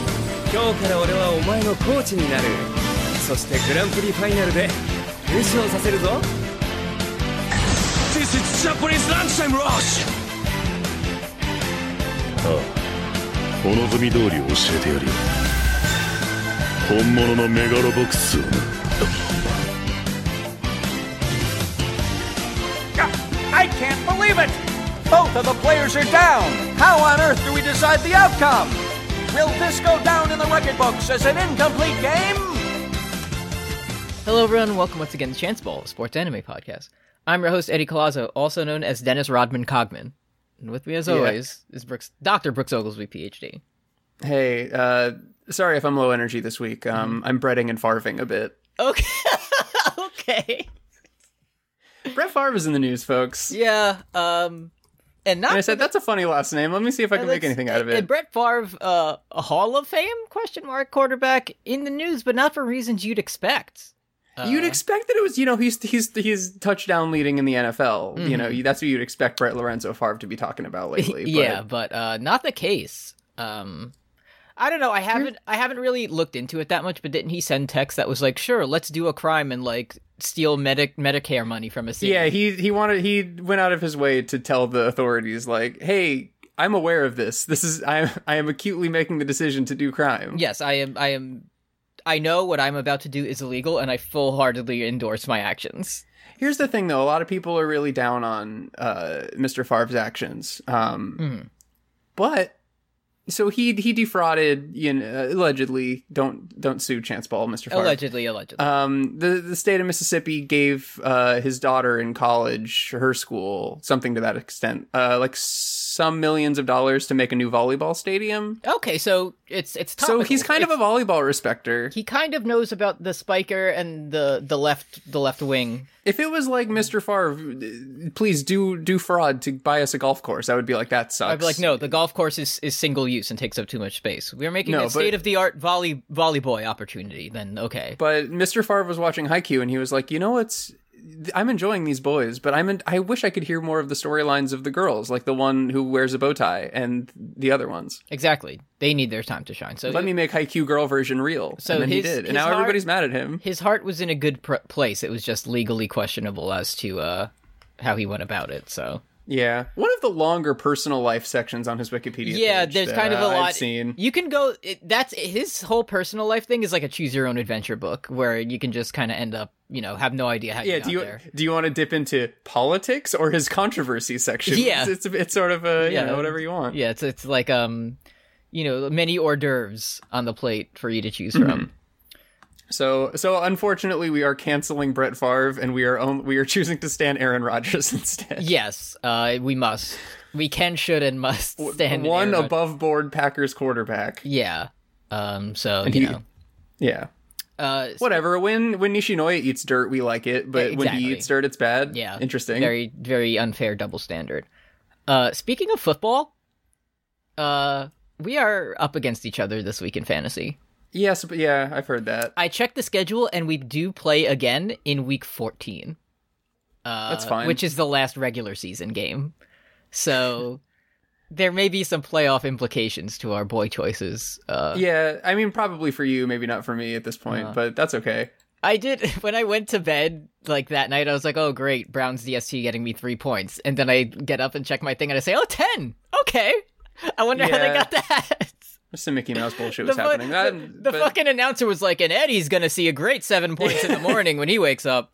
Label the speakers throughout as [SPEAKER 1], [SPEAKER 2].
[SPEAKER 1] から俺はお前のコーチになるそしてグランプリファイナルで優勝させるぞ
[SPEAKER 2] This is Japanese lunchtime rush!
[SPEAKER 3] お望み通り教えてやるよ本物のメガロボックスをな
[SPEAKER 4] I can't believe it! Both of the players are down! How on earth do we decide the outcome? Will this go down in the record books as an incomplete game?
[SPEAKER 5] Hello, everyone. Welcome once again to Chance Ball, a sports anime podcast. I'm your host Eddie Colazo, also known as Dennis Rodman Cogman, and with me, as always, is Brooks, Doctor Brooks Oglesby, PhD.
[SPEAKER 6] Hey, uh, sorry if I'm low energy this week. Um, I'm breading and farving a bit.
[SPEAKER 5] Mm-hmm. Okay, okay,
[SPEAKER 6] Brett Favre is in the news, folks.
[SPEAKER 5] yeah. Um, and not
[SPEAKER 6] And I said that's a funny last name. Let me see if I can make anything out of
[SPEAKER 5] And
[SPEAKER 6] it.
[SPEAKER 5] Brett Favre, uh, a Hall of Fame question mark quarterback in the news, but not for reasons you'd expect.
[SPEAKER 6] You'd expect that it was, you know, he's he's he's touchdown leading in the NFL. You
[SPEAKER 5] Mm-hmm.
[SPEAKER 6] know, that's what you'd expect Brett Lorenzo Favre to be talking about lately. but-
[SPEAKER 5] yeah, but uh, not the case. Um, I don't know. I haven't. I haven't really looked into it that much. But didn't he send text that was like, "Sure, let's do a crime and like steal medic Medicare money from a city"?
[SPEAKER 6] yeah. He he wanted he went out of his way to tell the authorities like, hey. I'm aware of this. This is I. I am acutely making the decision to do crime.
[SPEAKER 5] Yes, I am. I am. I know what I'm about to do is illegal, and I full heartedly endorse my actions.
[SPEAKER 6] Here's the thing, though. A lot of people are really down on uh, Mr. Favre's actions. Um,
[SPEAKER 5] Mm-hmm.
[SPEAKER 6] But so he he defrauded, you know, allegedly. Don't don't sue Chance Ball, Mr. Favre.
[SPEAKER 5] Allegedly, allegedly.
[SPEAKER 6] Um, the the state of Mississippi gave uh, his daughter in college, her school, something to that extent, uh, like some millions of dollars to make a new volleyball stadium.
[SPEAKER 5] okay, so it's it's.
[SPEAKER 6] So he's
[SPEAKER 5] topical.
[SPEAKER 6] kind of
[SPEAKER 5] It's-
[SPEAKER 6] a volleyball respecter.
[SPEAKER 5] He kind of knows about the spiker and the the left the left wing.
[SPEAKER 6] If it was like Mr. Favre, uh, please do do fraud to buy us a golf course. I would be like, that sucks.
[SPEAKER 5] I'd be like, no, the golf course is, is single use and takes up too much space. We're making
[SPEAKER 6] No,
[SPEAKER 5] a
[SPEAKER 6] but-
[SPEAKER 5] state of the art volley volley boy opportunity. Then okay,
[SPEAKER 6] But Mr. Favre was watching Haikyuu and he was like, you know what's I'm enjoying these boys, but I'm in, I wish I could hear more of the storylines of the girls, like the one who wears a bow tie and the other ones.
[SPEAKER 5] exactly. They need their time to shine. So
[SPEAKER 6] Let me make Haikyuu girl version real.
[SPEAKER 5] So
[SPEAKER 6] and then he
[SPEAKER 5] his-
[SPEAKER 6] did,
[SPEAKER 5] his
[SPEAKER 6] and now
[SPEAKER 5] heart-
[SPEAKER 6] everybody's mad at him.
[SPEAKER 5] his heart was in a good pr- place. It was just legally questionable as to uh, how he went about it. So
[SPEAKER 6] Yeah, one of the longer personal life sections on his Wikipedia.
[SPEAKER 5] yeah,
[SPEAKER 6] page
[SPEAKER 5] there's
[SPEAKER 6] that,
[SPEAKER 5] kind of
[SPEAKER 6] uh,
[SPEAKER 5] a lot.
[SPEAKER 6] I've seen.
[SPEAKER 5] You can go. It, that's his whole personal life thing is like a choose your own adventure book where you can just kind of end up, you know, have no idea how
[SPEAKER 6] Yeah,
[SPEAKER 5] you got
[SPEAKER 6] do you
[SPEAKER 5] there.
[SPEAKER 6] do you want to dip into politics or his controversy section?
[SPEAKER 5] Yeah.
[SPEAKER 6] it's, it's, it's sort of a you
[SPEAKER 5] Yeah.
[SPEAKER 6] know whatever you want.
[SPEAKER 5] Yeah, it's it's like um, you know, many hors d'oeuvres on the plate for you to choose from.
[SPEAKER 6] So so unfortunately we are canceling Brett Favre and we are on, we are choosing to stand Aaron Rodgers instead.
[SPEAKER 5] Yes, uh, we must. We can, should, and must stand in
[SPEAKER 6] One
[SPEAKER 5] Aaron Rod-
[SPEAKER 6] above board Packers quarterback.
[SPEAKER 5] Yeah. Um. So
[SPEAKER 6] And
[SPEAKER 5] you
[SPEAKER 6] he-
[SPEAKER 5] know.
[SPEAKER 6] Yeah.
[SPEAKER 5] Uh. s-
[SPEAKER 6] Whatever. When when Nishinoya eats dirt, we like it, but when
[SPEAKER 5] Exactly.
[SPEAKER 6] he eats dirt, it's bad.
[SPEAKER 5] Yeah.
[SPEAKER 6] Interesting.
[SPEAKER 5] Very very unfair double standard. Uh. Speaking of football, uh, we are up against each other this week in fantasy.
[SPEAKER 6] Yes, but yeah, I've heard that.
[SPEAKER 5] I checked the schedule, and we do play again in week fourteen. Uh,
[SPEAKER 6] That's fine.
[SPEAKER 5] Which is the last regular season game. So. There may be some playoff implications to our boy choices. Uh, Uh-huh.
[SPEAKER 6] yeah, I mean probably for you, maybe not for me at this point, but that's okay.
[SPEAKER 5] I did when I went to bed like that night. I was like, "Oh, great, Browns DST getting me three points." And then I get up and check my thing, and I say, "Oh, 10. Okay, I wonder how they
[SPEAKER 6] Yeah.
[SPEAKER 5] got that."
[SPEAKER 6] Some Mickey Mouse bullshit
[SPEAKER 5] The,
[SPEAKER 6] was
[SPEAKER 5] fu-
[SPEAKER 6] happening.
[SPEAKER 5] the-
[SPEAKER 6] That-
[SPEAKER 5] the
[SPEAKER 6] but-
[SPEAKER 5] fucking announcer was like, "And Eddie's gonna see a great seven points in the morning when he wakes up."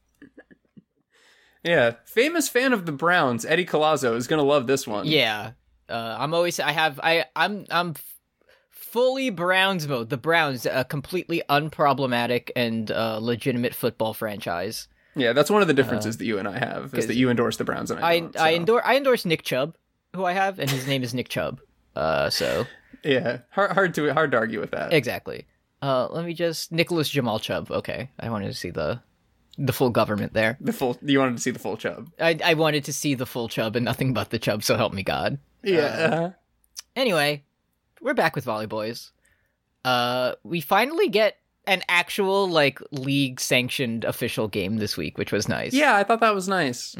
[SPEAKER 6] Yeah. Famous fan of the Browns, Eddie Colazo, is gonna love this one.
[SPEAKER 5] Yeah, uh, I'm always I have I I'm I'm f- fully Browns mode. The Browns, a completely unproblematic and uh, legitimate football franchise.
[SPEAKER 6] Yeah, that's one of the differences that you and I have is that you endorse the Browns and I
[SPEAKER 5] Uh-huh. I
[SPEAKER 6] don't,
[SPEAKER 5] I
[SPEAKER 6] so.
[SPEAKER 5] endorse I endorse Nick Chubb, who I have, and his name is Nick Chubb. Uh, so
[SPEAKER 6] Yeah, hard, hard to hard to argue with that.
[SPEAKER 5] exactly. Uh, let me just Nicholas Jamal Chubb. Okay, I wanted to see the the full government there.
[SPEAKER 6] The full you wanted to see the full chub.
[SPEAKER 5] I I wanted to see the full Chubb and nothing but the Chubb. So help me God.
[SPEAKER 6] Yeah,
[SPEAKER 5] Anyway, we're back with Volley Boys. Uh, we finally get an actual like league sanctioned official game this week, which was nice.
[SPEAKER 6] yeah. I thought that was nice.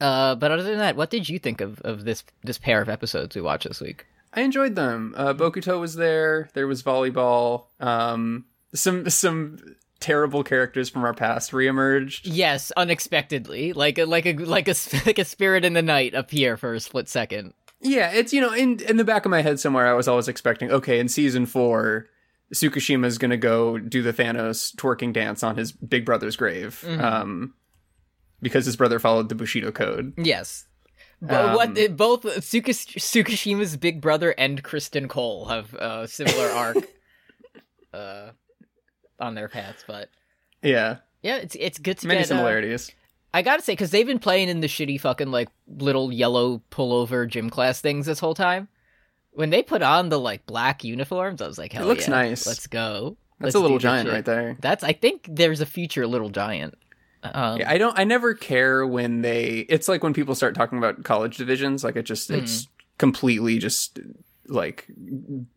[SPEAKER 5] Uh, but other than that, what did you think of of this this pair of episodes we watched this week?
[SPEAKER 6] I enjoyed them. Uh, Bokuto was there. There was volleyball. Um, some some terrible characters from our past reemerged.
[SPEAKER 5] Yes, unexpectedly, like a, like a like a like a spirit in the night appear for a split second.
[SPEAKER 6] Yeah, it's you know in in the back of my head somewhere I was always expecting okay in season four Tsukushima's gonna go do the Thanos twerking dance on his big brother's grave
[SPEAKER 5] Mm-hmm.
[SPEAKER 6] um, because his brother followed the Bushido code.
[SPEAKER 5] Yes. But
[SPEAKER 6] Um,
[SPEAKER 5] what it- both Tsukus- Tsukushima's big brother and Kristen Cole have a similar arc uh, on their paths, but
[SPEAKER 6] Yeah,
[SPEAKER 5] yeah, it's it's good to
[SPEAKER 6] many
[SPEAKER 5] get, uh,
[SPEAKER 6] similarities.
[SPEAKER 5] I gotta say, because they've been playing in the shitty fucking like little yellow pullover gym class things this whole time. When they put on the like black uniforms, I was like, "Hell
[SPEAKER 6] looks
[SPEAKER 5] yeah,
[SPEAKER 6] nice.
[SPEAKER 5] Let's go."
[SPEAKER 6] That's
[SPEAKER 5] Let's
[SPEAKER 6] a
[SPEAKER 5] do
[SPEAKER 6] little
[SPEAKER 5] this
[SPEAKER 6] giant
[SPEAKER 5] shit."
[SPEAKER 6] right there.
[SPEAKER 5] That's I think there's a future little giant. Um,
[SPEAKER 6] Yeah, I don't. I never care when they. It's like when people start talking about college divisions. Like it just. It's
[SPEAKER 5] Mm-hmm.
[SPEAKER 6] completely just like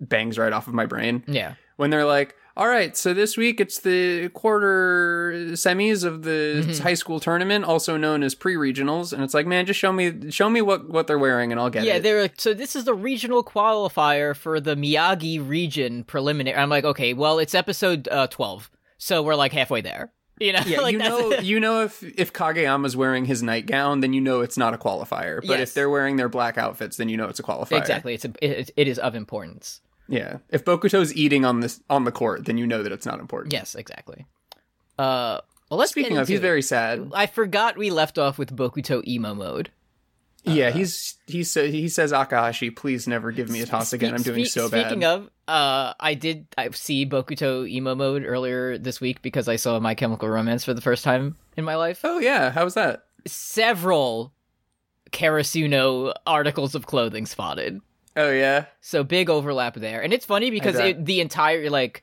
[SPEAKER 6] bangs right off of my brain
[SPEAKER 5] yeah,
[SPEAKER 6] when they're like, "All right, so this week it's the quarter semis of the
[SPEAKER 5] Mm-hmm.
[SPEAKER 6] high school tournament, also known as pre-regionals." And it's like, man, just show me, show me what what they're wearing, and I'll get
[SPEAKER 5] yeah.
[SPEAKER 6] it.
[SPEAKER 5] They're like, so this is the regional qualifier for the Miyagi region preliminary. I'm like, okay, well, it's episode uh, twelve, so we're like halfway there. You know,
[SPEAKER 6] Yeah,
[SPEAKER 5] like
[SPEAKER 6] you
[SPEAKER 5] that's-
[SPEAKER 6] know, you know if if Kageyama's wearing his nightgown, then you know it's not a qualifier.
[SPEAKER 5] Yes.
[SPEAKER 6] But if they're wearing their black outfits, then you know it's a qualifier.
[SPEAKER 5] exactly. It's a, it, it is of importance.
[SPEAKER 6] Yeah. If Bokuto's eating on this on the court, then you know that it's not important.
[SPEAKER 5] Yes, exactly. Uh, well, let's
[SPEAKER 6] Speaking
[SPEAKER 5] get
[SPEAKER 6] of, he's
[SPEAKER 5] into it.
[SPEAKER 6] very sad.
[SPEAKER 5] I forgot we left off with Bokuto emo mode.
[SPEAKER 6] yeah, he's he sa- he says Akahashi, please never give me a toss again. I'm doing
[SPEAKER 5] Spe-
[SPEAKER 6] so bad.
[SPEAKER 5] Speaking of, uh, I did I see Bokuto emo mode earlier this week because I saw My Chemical Romance for the first time in my life.
[SPEAKER 6] oh yeah, how was that?
[SPEAKER 5] Several Karasuno articles of clothing spotted.
[SPEAKER 6] Oh yeah,
[SPEAKER 5] So big overlap there, and it's funny because
[SPEAKER 6] bet.
[SPEAKER 5] it, the entire like,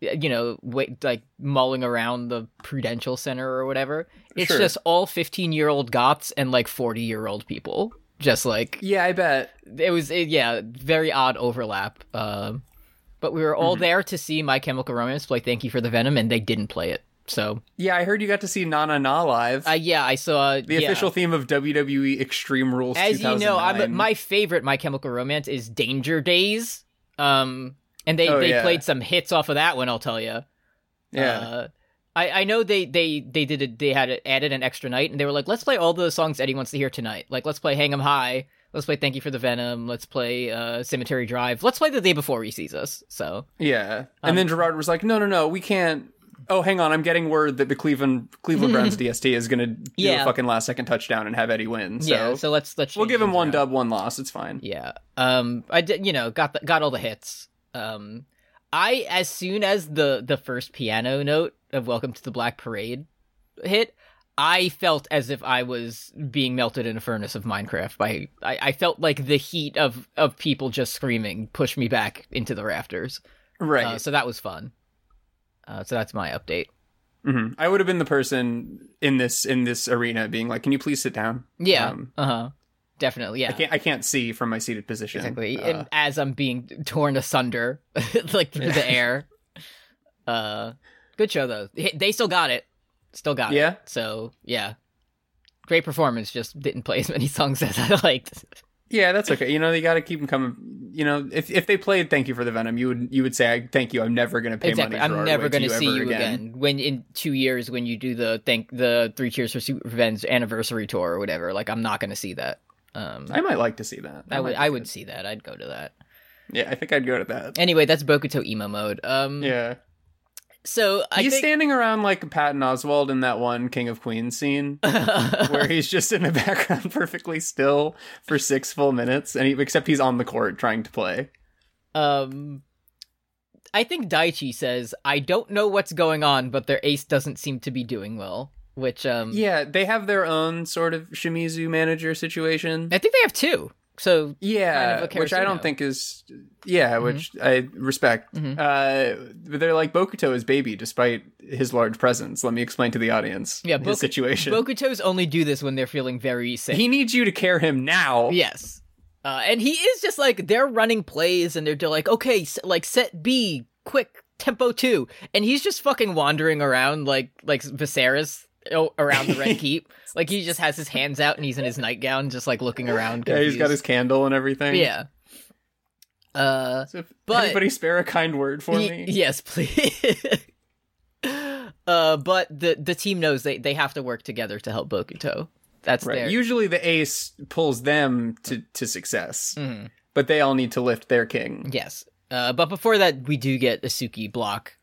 [SPEAKER 5] you know, wait, like mulling around the Prudential Center or whatever, it's
[SPEAKER 6] Sure.
[SPEAKER 5] just all fifteen-year-old goths and like forty-year-old people. Just like
[SPEAKER 6] yeah, I bet.
[SPEAKER 5] it was, it, yeah, very odd overlap. Um, but we were all
[SPEAKER 6] Mm-hmm.
[SPEAKER 5] there to see My Chemical Romance play "Thank You for the Venom," and they didn't play it. So
[SPEAKER 6] Yeah, I heard you got to see Nana Na live.
[SPEAKER 5] uh, yeah, I saw
[SPEAKER 6] the
[SPEAKER 5] yeah.
[SPEAKER 6] official theme of WWE Extreme Rules.
[SPEAKER 5] As you know, I'm
[SPEAKER 6] 2009.
[SPEAKER 5] my favorite My Chemical Romance is Danger Days. Um, and they,
[SPEAKER 6] Oh,
[SPEAKER 5] they
[SPEAKER 6] yeah.
[SPEAKER 5] played some hits off of that one. I'll tell you.
[SPEAKER 6] yeah.
[SPEAKER 5] Uh, I, I know they they they did it. They had it added an extra night, and they were like, let's play all the songs Eddie wants to hear tonight. Like, let's play Hang 'Em High. Let's play Thank You for the Venom. Let's play uh, Cemetery Drive. Let's play The Day Before He Sees Us. So
[SPEAKER 6] Yeah. and
[SPEAKER 5] um,
[SPEAKER 6] then Gerard was like, "No, no, no, we can't." Oh, hang on, I'm getting word that the Cleveland Cleveland Browns DST is going to do
[SPEAKER 5] Yeah.
[SPEAKER 6] a fucking last second touchdown and have Eddie win. So,
[SPEAKER 5] yeah, so let's let's
[SPEAKER 6] we'll
[SPEAKER 5] change
[SPEAKER 6] give him
[SPEAKER 5] things
[SPEAKER 6] one
[SPEAKER 5] around.
[SPEAKER 6] dub, one loss. It's fine.
[SPEAKER 5] Yeah. Um I did you know, got the, got all the hits. Um I as soon as the the first piano note of Welcome to the Black Parade hit, I felt as if I was being melted in a furnace of Minecraft by I, I felt like the heat of of people just screaming pushed me back into the rafters.
[SPEAKER 6] Right.
[SPEAKER 5] Uh, so that was fun. Uh, so that's my update.
[SPEAKER 6] Mhm. I would have been the person in this in this arena being like, "Can you please sit down?"
[SPEAKER 5] Yeah.
[SPEAKER 6] Um,
[SPEAKER 5] uh-huh. Definitely. Yeah.
[SPEAKER 6] I can't I can't see from my seated position.
[SPEAKER 5] Exactly.
[SPEAKER 6] Uh,
[SPEAKER 5] and as I'm being torn asunder, like through the air. Uh, good show though. Hey, They still got it. Still got
[SPEAKER 6] Yeah?
[SPEAKER 5] it. So yeah, great performance. Just didn't play as many songs as I liked.
[SPEAKER 6] yeah, that's okay. You know, you got to keep them coming. You know, if if they played "Thank You for the Venom," you would you would say, "I "Thank you, I'm never going to pay
[SPEAKER 5] exactly.
[SPEAKER 6] money." for
[SPEAKER 5] I'm
[SPEAKER 6] our
[SPEAKER 5] never
[SPEAKER 6] way
[SPEAKER 5] gonna
[SPEAKER 6] you
[SPEAKER 5] see
[SPEAKER 6] ever
[SPEAKER 5] you again. when in two years when you do the thank the Three Cheers for Super Revenge anniversary tour or whatever. Like I'm not gonna see that. Um,
[SPEAKER 6] I might like to see that.
[SPEAKER 5] I
[SPEAKER 6] That
[SPEAKER 5] would
[SPEAKER 6] might be
[SPEAKER 5] I would
[SPEAKER 6] good.
[SPEAKER 5] see that. I'd go to that.
[SPEAKER 6] Yeah, I think I'd go to that.
[SPEAKER 5] Anyway, that's Bokuto emo mode. Um,
[SPEAKER 6] Yeah.
[SPEAKER 5] So I
[SPEAKER 6] he's
[SPEAKER 5] think
[SPEAKER 6] standing around like Patton Oswald in that one King of Queens scene, where he's just in the background, perfectly still for six full minutes, and he, except he's on the court trying to play.
[SPEAKER 5] um I think Daichi says, I don't know what's going on, but their ace doesn't seem to be doing well. Which um
[SPEAKER 6] Yeah, they have their own sort of Shimizu manager situation.
[SPEAKER 5] I think they have two. So
[SPEAKER 6] Yeah,
[SPEAKER 5] kind of a Mm-hmm.
[SPEAKER 6] which I
[SPEAKER 5] Karasuno.
[SPEAKER 6] don't think is yeah, which I respect.
[SPEAKER 5] Mm-hmm.
[SPEAKER 6] Uh, but they're like Bokuto is baby despite his large presence. Let me explain to the audience.
[SPEAKER 5] Yeah, Boku-
[SPEAKER 6] his situation.
[SPEAKER 5] Bokutos only do this when they're feeling very sick.
[SPEAKER 6] he needs you to care him now.
[SPEAKER 5] yes. Uh, and he is just like they're running plays and they're, they're like, okay, s- like set B, quick tempo two, and he's just fucking wandering around like like Viserys o- around the Red Keep. Like he just has his hands out and he's in his nightgown, just like looking around.
[SPEAKER 6] Yeah, he's got
[SPEAKER 5] confused.
[SPEAKER 6] his candle and everything.
[SPEAKER 5] Yeah. Uh,
[SPEAKER 6] So if
[SPEAKER 5] But-
[SPEAKER 6] anybody spare a kind word for
[SPEAKER 5] y-
[SPEAKER 6] me.
[SPEAKER 5] yes, please. uh, but the the team knows they they have to work together to help Bokuto. That's
[SPEAKER 6] Right.
[SPEAKER 5] their
[SPEAKER 6] Usually the ace pulls them to, to success,
[SPEAKER 5] Mm-hmm.
[SPEAKER 6] but they all need to lift their king.
[SPEAKER 5] yes. Uh, but before that, we do get Asuki block.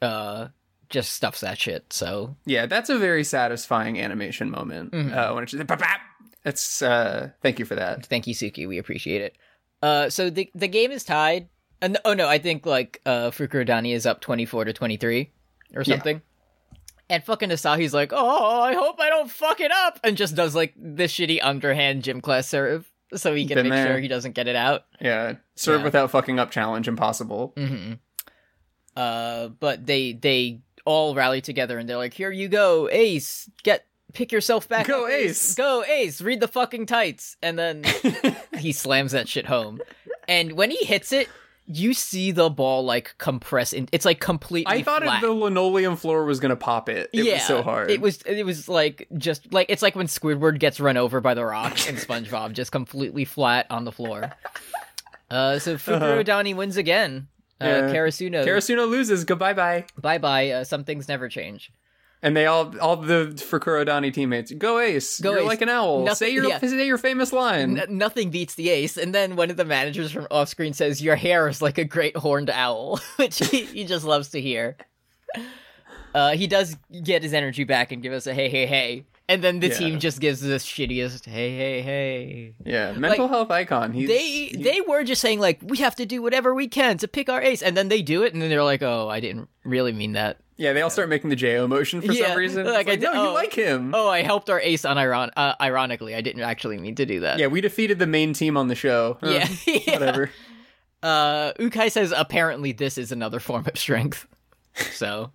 [SPEAKER 5] Uh, just stuffs that shit. So
[SPEAKER 6] Yeah, that's a very satisfying animation moment.
[SPEAKER 5] Mm-hmm.
[SPEAKER 6] Uh, when it's just, "Bap-bap." It's, uh, thank you for that.
[SPEAKER 5] thank you, Suki. We appreciate it. Uh, so the the game is tied, and oh no, I think like uh, Fukurodani is up twenty four to twenty three or something. And fucking Asahi's like, oh, I hope I don't fuck it up, and just does like the shitty underhand gym class serve, so he can
[SPEAKER 6] Been
[SPEAKER 5] make
[SPEAKER 6] there.
[SPEAKER 5] sure he doesn't get it out.
[SPEAKER 6] Yeah, serve
[SPEAKER 5] Yeah.
[SPEAKER 6] without fucking up challenge impossible.
[SPEAKER 5] Uh, but they they all rally together and they're like, "Here you go, Ace. Get pick yourself back.
[SPEAKER 6] Go,
[SPEAKER 5] up,
[SPEAKER 6] Ace."
[SPEAKER 5] Go, Ace. Read the fucking tights." And then he slams that shit home. And when he hits it, you see the ball like compress. In- it's like completely.
[SPEAKER 6] I thought
[SPEAKER 5] flat.
[SPEAKER 6] it, the linoleum floor was gonna pop it. It was so hard.
[SPEAKER 5] It was it was like just like it's like when Squidward gets run over by the rock and SpongeBob just completely flat on the floor. Uh, so Fukurodani wins again. Uh,
[SPEAKER 6] Uh-huh. Yeah.
[SPEAKER 5] Karasuno,
[SPEAKER 6] Karasuno loses. Goodbye, bye.
[SPEAKER 5] bye bye. Uh, some things never change.
[SPEAKER 6] And they all, all the Fukuro Dani teammates, go Ace.
[SPEAKER 5] Go
[SPEAKER 6] You're
[SPEAKER 5] Ace.
[SPEAKER 6] like an owl.
[SPEAKER 5] Nothing-
[SPEAKER 6] say your
[SPEAKER 5] yeah.
[SPEAKER 6] say your famous line.
[SPEAKER 5] N- nothing beats the ace. And then one of the managers from off screen says, Your hair is like a great horned owl, which he, he just loves to hear. Uh, he does get his energy back and give us a hey, hey, hey. And then the
[SPEAKER 6] Yeah.
[SPEAKER 5] team just gives this shittiest hey, hey, hey.
[SPEAKER 6] yeah, mental health icon. He's,
[SPEAKER 5] They they were just saying like we have to do whatever we can to pick our ace, and then they do it, and then they're like, oh, I didn't really mean that.
[SPEAKER 6] yeah, they all start making the Jo motion for
[SPEAKER 5] Yeah,
[SPEAKER 6] some reason.
[SPEAKER 5] like
[SPEAKER 6] Like,
[SPEAKER 5] I
[SPEAKER 6] like
[SPEAKER 5] did-
[SPEAKER 6] no,
[SPEAKER 5] oh.
[SPEAKER 6] you like him.
[SPEAKER 5] Oh, I helped our ace uniron- uh, ironically. I didn't actually mean to do that.
[SPEAKER 6] Yeah, we defeated the main team on the show. Uh,
[SPEAKER 5] Yeah. Yeah.
[SPEAKER 6] whatever.
[SPEAKER 5] Uh, Ukai says apparently this is another form of strength. So,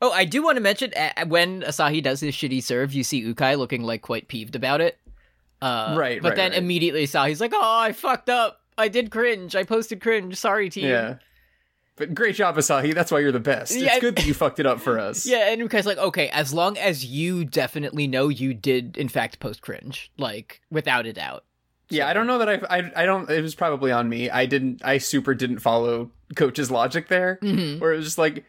[SPEAKER 5] oh, I do want to mention uh, when Asahi does his shitty serve, you see Ukai looking like quite peeved about it. Uh,
[SPEAKER 6] Right,
[SPEAKER 5] but
[SPEAKER 6] right,
[SPEAKER 5] then
[SPEAKER 6] right.
[SPEAKER 5] immediately Asahi's like, "Oh, I fucked up. I did cringe. I posted cringe. Sorry, team."
[SPEAKER 6] Yeah. But great job, Asahi. That's why you're the best.
[SPEAKER 5] Yeah.
[SPEAKER 6] It's good that you fucked it up for us.
[SPEAKER 5] Yeah, and Ukai's like, "Okay, as long as you definitely know you did in fact post cringe, like without a doubt."
[SPEAKER 6] Yeah, I don't know that I, I I don't it was probably on me. I didn't I super didn't follow coach's logic there.
[SPEAKER 5] Mm-hmm.
[SPEAKER 6] Where it was just like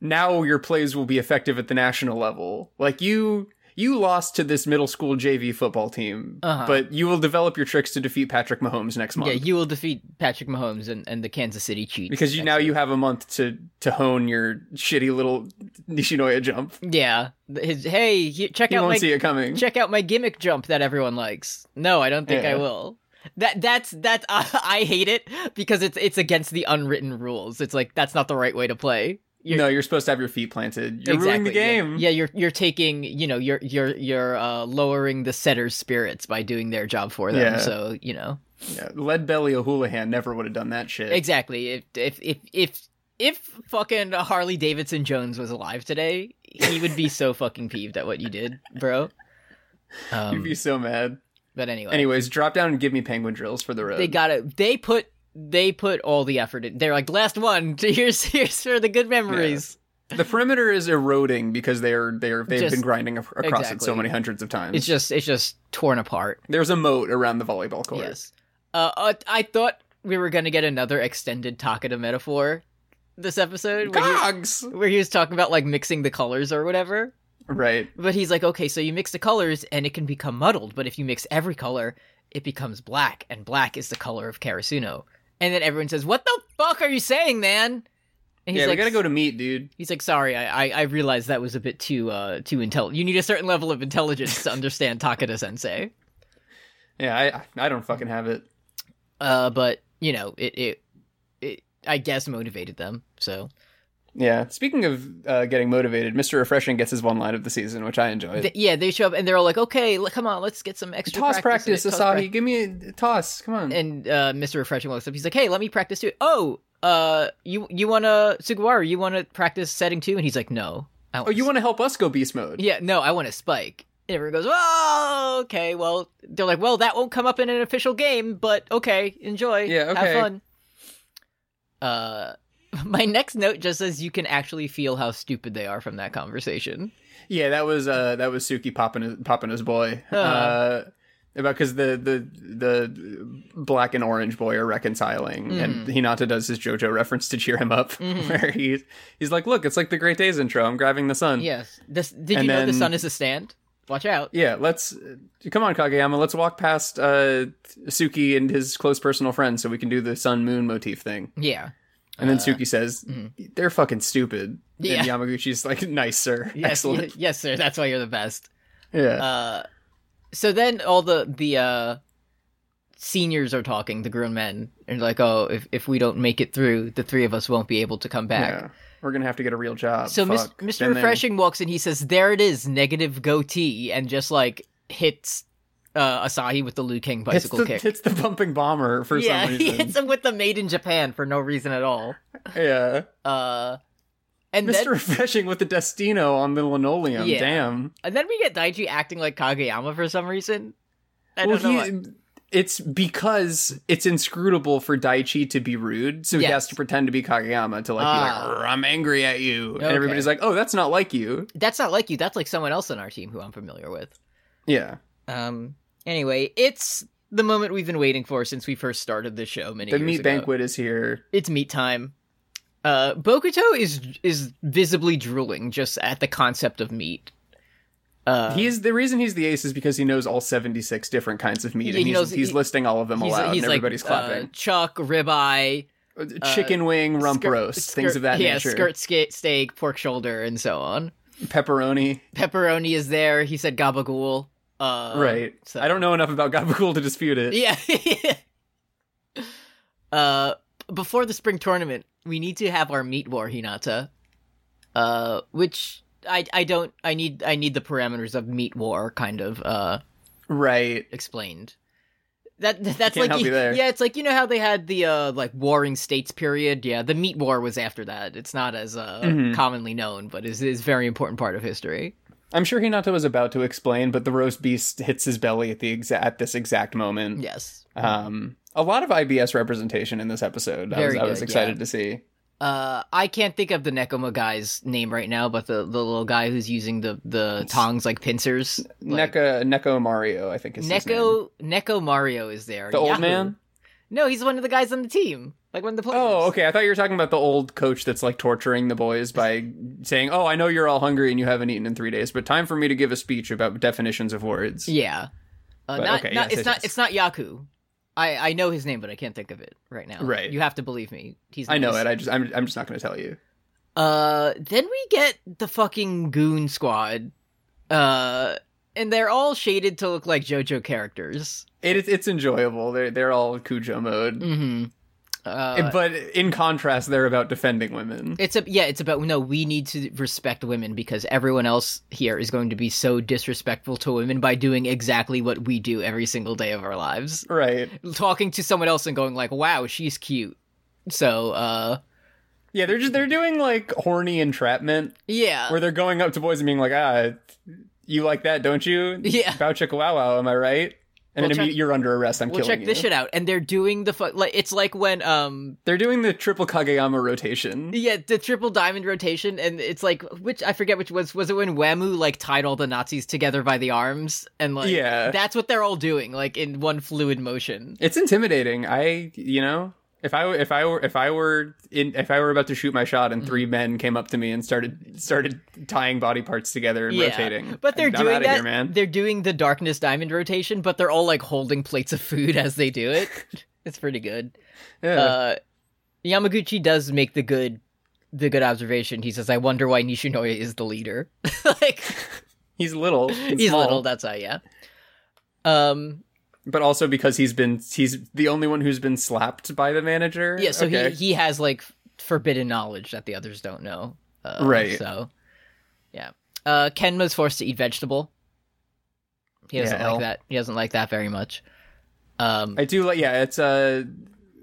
[SPEAKER 6] now your plays will be effective at the national level. Like you you lost to this middle school JV football team,
[SPEAKER 5] Uh-huh.
[SPEAKER 6] but you will develop your tricks to defeat Patrick Mahomes next month.
[SPEAKER 5] Yeah, you will defeat Patrick Mahomes and, and the Kansas City Chiefs
[SPEAKER 6] because you
[SPEAKER 5] next
[SPEAKER 6] now you have a month to to hone your shitty little Nishinoya jump.
[SPEAKER 5] Yeah, his hey, he- check
[SPEAKER 6] He
[SPEAKER 5] out
[SPEAKER 6] won't
[SPEAKER 5] my
[SPEAKER 6] see it coming.
[SPEAKER 5] check out my gimmick jump that everyone likes. No, I don't think I
[SPEAKER 6] Yeah.
[SPEAKER 5] will. That that's that I hate it because it's it's against the unwritten rules. It's like that's not the right way to play. You're,
[SPEAKER 6] no, you're supposed to have your feet planted. You're ruining the
[SPEAKER 5] yeah.
[SPEAKER 6] game.
[SPEAKER 5] Yeah. you're you're taking you know you're you're you're uh, lowering the setter's spirits by doing their job for them.
[SPEAKER 6] Yeah.
[SPEAKER 5] So you know
[SPEAKER 6] yeah. Lead belly O'Houlihan never would have done that shit.
[SPEAKER 5] exactly if if if if if fucking Harley Davidson Jones was alive today, he would be so fucking peeved at what you did, bro. Um,
[SPEAKER 6] You'd be so mad.
[SPEAKER 5] But anyway.
[SPEAKER 6] Anyways, drop down and give me penguin drills for the road.
[SPEAKER 5] they got it. They put they put all the effort in. They're like last one. Here's here's for the good memories.
[SPEAKER 6] the perimeter is eroding because they're they're they've
[SPEAKER 5] Just-
[SPEAKER 6] been grinding ac- across it
[SPEAKER 5] exactly.
[SPEAKER 6] so many hundreds of times.
[SPEAKER 5] It's just it's just torn apart.
[SPEAKER 6] There's a moat around the volleyball court.
[SPEAKER 5] Yes. Uh, uh, I thought we were gonna get another extended Takeda metaphor this episode where he,
[SPEAKER 6] Gogs.
[SPEAKER 5] where he was talking about like mixing the colors or whatever.
[SPEAKER 6] Right.
[SPEAKER 5] But he's like, okay, so you mix the colors and it can become muddled, but if you mix every color, it becomes black, and black is the color of Karasuno. And then everyone says, "What the fuck are you saying, man?" And
[SPEAKER 6] yeah, we gotta go to meet, dude.
[SPEAKER 5] He's like, sorry, I, I, I realized that was a bit too uh too intel. You need a certain level of intelligence to understand Takeda Sensei.
[SPEAKER 6] Yeah, I I don't fucking have it.
[SPEAKER 5] Uh, but you know, it it, it I guess motivated them. So
[SPEAKER 6] Yeah. Speaking of uh, getting motivated, Mr. Refreshing gets his one line of the season, which I enjoyed.
[SPEAKER 5] Th- yeah, they show up and they're all like, okay, l- come on, let's get some extra
[SPEAKER 6] toss practice,
[SPEAKER 5] in it, toss
[SPEAKER 6] Asahi.
[SPEAKER 5] prac-
[SPEAKER 6] Give me a toss. Come on.
[SPEAKER 5] And uh, Mr. Refreshing looks up. He's like, hey, let me practice too. Oh, uh, you you wanna Sugawara? You wanna practice setting too? And he's like, no, I
[SPEAKER 6] oh, you want to help us go beast mode?
[SPEAKER 5] Yeah, no, I want to spike. And everyone goes, oh, okay. Well, they're like, well, that won't come up in an official game, but okay, enjoy.
[SPEAKER 6] Yeah,
[SPEAKER 5] Have
[SPEAKER 6] okay.
[SPEAKER 5] fun. Uh, my next note just says you can actually feel how stupid they are from that conversation.
[SPEAKER 6] Yeah, that was uh that was Suki popping his, popping his boy. Uh, about because the the the Black and Orange Boy are reconciling, and Hinata does his JoJo reference to cheer him up, where he's he's like, "Look, it's like the Great Days intro. I'm grabbing the sun.
[SPEAKER 5] Yes. This did
[SPEAKER 6] And
[SPEAKER 5] you know the
[SPEAKER 6] then-
[SPEAKER 5] sun is a stand? Watch out.
[SPEAKER 6] Yeah, let's come on, Kageyama. Let's walk past uh, Suki and his close personal friends so we can do the sun moon motif thing.
[SPEAKER 5] Yeah.
[SPEAKER 6] And then Suki says, "They're fucking stupid."
[SPEAKER 5] Uh, mm-hmm. Yeah.
[SPEAKER 6] And Yamaguchi's like, "Nice, sir.
[SPEAKER 5] Yes, Uh,
[SPEAKER 6] Excellent.
[SPEAKER 5] y- yes, sir. That's why you're the best.
[SPEAKER 6] Yeah,
[SPEAKER 5] So then all the the uh seniors are talking, the grown men, and like, "Oh, if if we don't make it through, the three of us won't be able to come back."
[SPEAKER 6] yeah. We're gonna have to get a real job."
[SPEAKER 5] So Mis-
[SPEAKER 6] Fuck.
[SPEAKER 5] Mr.
[SPEAKER 6] And then-
[SPEAKER 5] Refreshing walks in. He says, "There it is, negative goatee," and just like hits uh, Asahi with the Liu Kang
[SPEAKER 6] hits
[SPEAKER 5] bicycle
[SPEAKER 6] the,
[SPEAKER 5] kick.
[SPEAKER 6] hits the bumping bomber for
[SPEAKER 5] yeah,
[SPEAKER 6] some
[SPEAKER 5] he
[SPEAKER 6] reason.
[SPEAKER 5] hits him with the Made in Japan for no reason at all.
[SPEAKER 6] yeah,
[SPEAKER 5] Uh, and
[SPEAKER 6] Mr.
[SPEAKER 5] then
[SPEAKER 6] Refreshing with the Destino on the linoleum.
[SPEAKER 5] Yeah.
[SPEAKER 6] Damn.
[SPEAKER 5] and then we get Daichi acting like Kageyama for some reason. I
[SPEAKER 6] Well,
[SPEAKER 5] don't know.
[SPEAKER 6] he,
[SPEAKER 5] why.
[SPEAKER 6] it's because it's inscrutable for Daichi to be rude, so
[SPEAKER 5] Yes.
[SPEAKER 6] he has to pretend to be Kageyama to like
[SPEAKER 5] Ah.
[SPEAKER 6] be like, "Rrr, I'm angry at you,
[SPEAKER 5] Okay.
[SPEAKER 6] and everybody's like, oh, that's not like you.
[SPEAKER 5] That's not like you. That's like someone else on our team who I'm familiar with.
[SPEAKER 6] Yeah,
[SPEAKER 5] Um. Anyway, it's the moment we've been waiting for since we first started the show many
[SPEAKER 6] the
[SPEAKER 5] years
[SPEAKER 6] meat
[SPEAKER 5] ago.
[SPEAKER 6] banquet is here.
[SPEAKER 5] it's meat time. Uh, Bokuto is is visibly drooling just at the concept of meat.
[SPEAKER 6] he is the reason he's the ace is because he knows all seventy six different kinds of meat,
[SPEAKER 5] Yeah,
[SPEAKER 6] and
[SPEAKER 5] he
[SPEAKER 6] he's,
[SPEAKER 5] knows-
[SPEAKER 6] he's
[SPEAKER 5] he-
[SPEAKER 6] listing all of them
[SPEAKER 5] He's,
[SPEAKER 6] aloud,
[SPEAKER 5] he's
[SPEAKER 6] and
[SPEAKER 5] like
[SPEAKER 6] everybody's
[SPEAKER 5] Uh,
[SPEAKER 6] clapping.
[SPEAKER 5] chuck, ribeye,
[SPEAKER 6] Chicken wing, rump
[SPEAKER 5] skirt-
[SPEAKER 6] roast,
[SPEAKER 5] skirt-
[SPEAKER 6] things of that
[SPEAKER 5] yeah,
[SPEAKER 6] nature.
[SPEAKER 5] skirt sk- steak, pork shoulder, and so on.
[SPEAKER 6] Pepperoni,
[SPEAKER 5] Pepperoni is there. He said gabagool. Uh,
[SPEAKER 6] right?
[SPEAKER 5] so-
[SPEAKER 6] I don't know enough about Gabagool to dispute it.
[SPEAKER 5] Yeah. uh, before the spring tournament, we need to have our meat war, Hinata. Uh, which I I don't I need I need the parameters of meat war kind of uh
[SPEAKER 6] Right.
[SPEAKER 5] explained. That that's
[SPEAKER 6] Can't
[SPEAKER 5] like
[SPEAKER 6] help you there.
[SPEAKER 5] yeah, it's like you know how they had the uh like warring states period. Yeah, the meat war was after that. It's not as uh
[SPEAKER 6] Mm-hmm.
[SPEAKER 5] commonly known, but is is a very important part of history.
[SPEAKER 6] I'm sure Hinata was about to explain, but the roast beast hits his belly at the exa- at this exact moment.
[SPEAKER 5] Yes.
[SPEAKER 6] Um, a lot of IBS representation in this episode. I was,
[SPEAKER 5] Very
[SPEAKER 6] I was
[SPEAKER 5] good,
[SPEAKER 6] excited
[SPEAKER 5] yeah.
[SPEAKER 6] to see.
[SPEAKER 5] Uh, I can't think of the Nekoma guy's name right now, but the, the little guy who's using the the tongs like pincers. Like,
[SPEAKER 6] Neko Neko Mario, I think is his name.
[SPEAKER 5] Neko Neko Mario is there.
[SPEAKER 6] The old
[SPEAKER 5] Yahoo.
[SPEAKER 6] man.
[SPEAKER 5] No, he's one of the guys on the team. Like one of the players.
[SPEAKER 6] Oh, okay. I thought you were talking about the old coach that's like torturing the boys by saying, "Oh, I know you're all hungry and you haven't eaten in three days, but time for me to give a speech about definitions of words."
[SPEAKER 5] Yeah. Uh,
[SPEAKER 6] But,
[SPEAKER 5] not,
[SPEAKER 6] okay,
[SPEAKER 5] not,
[SPEAKER 6] yes,
[SPEAKER 5] it's
[SPEAKER 6] yes,
[SPEAKER 5] not
[SPEAKER 6] yes.
[SPEAKER 5] it's not Yaku. I, I know his name, but I can't think of it right now.
[SPEAKER 6] Right.
[SPEAKER 5] You have to believe me. He's
[SPEAKER 6] I know
[SPEAKER 5] nice.
[SPEAKER 6] it. I just I'm I'm just not going to tell you.
[SPEAKER 5] Uh then we get the fucking goon squad. Uh and they're all shaded to look like JoJo characters.
[SPEAKER 6] It, it's it's enjoyable. They're they're all Cujo mode,
[SPEAKER 5] Mm-hmm. Uh,
[SPEAKER 6] but in contrast, they're about defending women.
[SPEAKER 5] it's a yeah, it's about no, we need to respect women because everyone else here is going to be so disrespectful to women by doing exactly what we do every single day of our lives.
[SPEAKER 6] Right.
[SPEAKER 5] Talking to someone else and going like, Wow, she's cute. So uh
[SPEAKER 6] Yeah, they're just they're doing like horny entrapment
[SPEAKER 5] Yeah.
[SPEAKER 6] where they're going up to boys and being like, ah, you like that, don't you?
[SPEAKER 5] Yeah.
[SPEAKER 6] Bow chicka wow wow, am I right? And
[SPEAKER 5] Well,
[SPEAKER 6] then
[SPEAKER 5] check-
[SPEAKER 6] imme- you're under arrest. I'm
[SPEAKER 5] Well,
[SPEAKER 6] killing
[SPEAKER 5] check
[SPEAKER 6] you.
[SPEAKER 5] this shit out. And they're doing the fu- like it's like when um
[SPEAKER 6] They're doing the triple Kageyama rotation.
[SPEAKER 5] yeah the triple diamond rotation and it's like which I forget which was was it when Wemu like tied all the Nazis together by the arms and like
[SPEAKER 6] Yeah.
[SPEAKER 5] that's what they're all doing like in one fluid motion.
[SPEAKER 6] It's intimidating. I, you know, if I if I were if I were in if I were about to shoot my shot and
[SPEAKER 5] Mm-hmm.
[SPEAKER 6] three men came up to me and started started tying body parts together and
[SPEAKER 5] Yeah.
[SPEAKER 6] rotating,
[SPEAKER 5] but they're
[SPEAKER 6] I'm
[SPEAKER 5] doing
[SPEAKER 6] outta
[SPEAKER 5] that.
[SPEAKER 6] Here, man.
[SPEAKER 5] They're doing the darkness diamond rotation, but they're all like holding plates of food as they do it. it's pretty good.
[SPEAKER 6] Yeah.
[SPEAKER 5] Uh, Yamaguchi does make the good the good observation. He says, "I wonder why Nishinoya is the leader." like.
[SPEAKER 6] he's little. and
[SPEAKER 5] He's
[SPEAKER 6] small.
[SPEAKER 5] little. That's why, yeah. Um.
[SPEAKER 6] but also because he's been he's the only one who's been slapped by the manager.
[SPEAKER 5] Yeah. So
[SPEAKER 6] Okay.
[SPEAKER 5] he he has like forbidden knowledge that the others don't know. Uh,
[SPEAKER 6] Right.
[SPEAKER 5] So, yeah. Uh, Kenma's forced to eat vegetable. He doesn't
[SPEAKER 6] Yeah,
[SPEAKER 5] like
[SPEAKER 6] L.
[SPEAKER 5] that. He doesn't like that very much. Um.
[SPEAKER 6] I do like yeah, it's uh,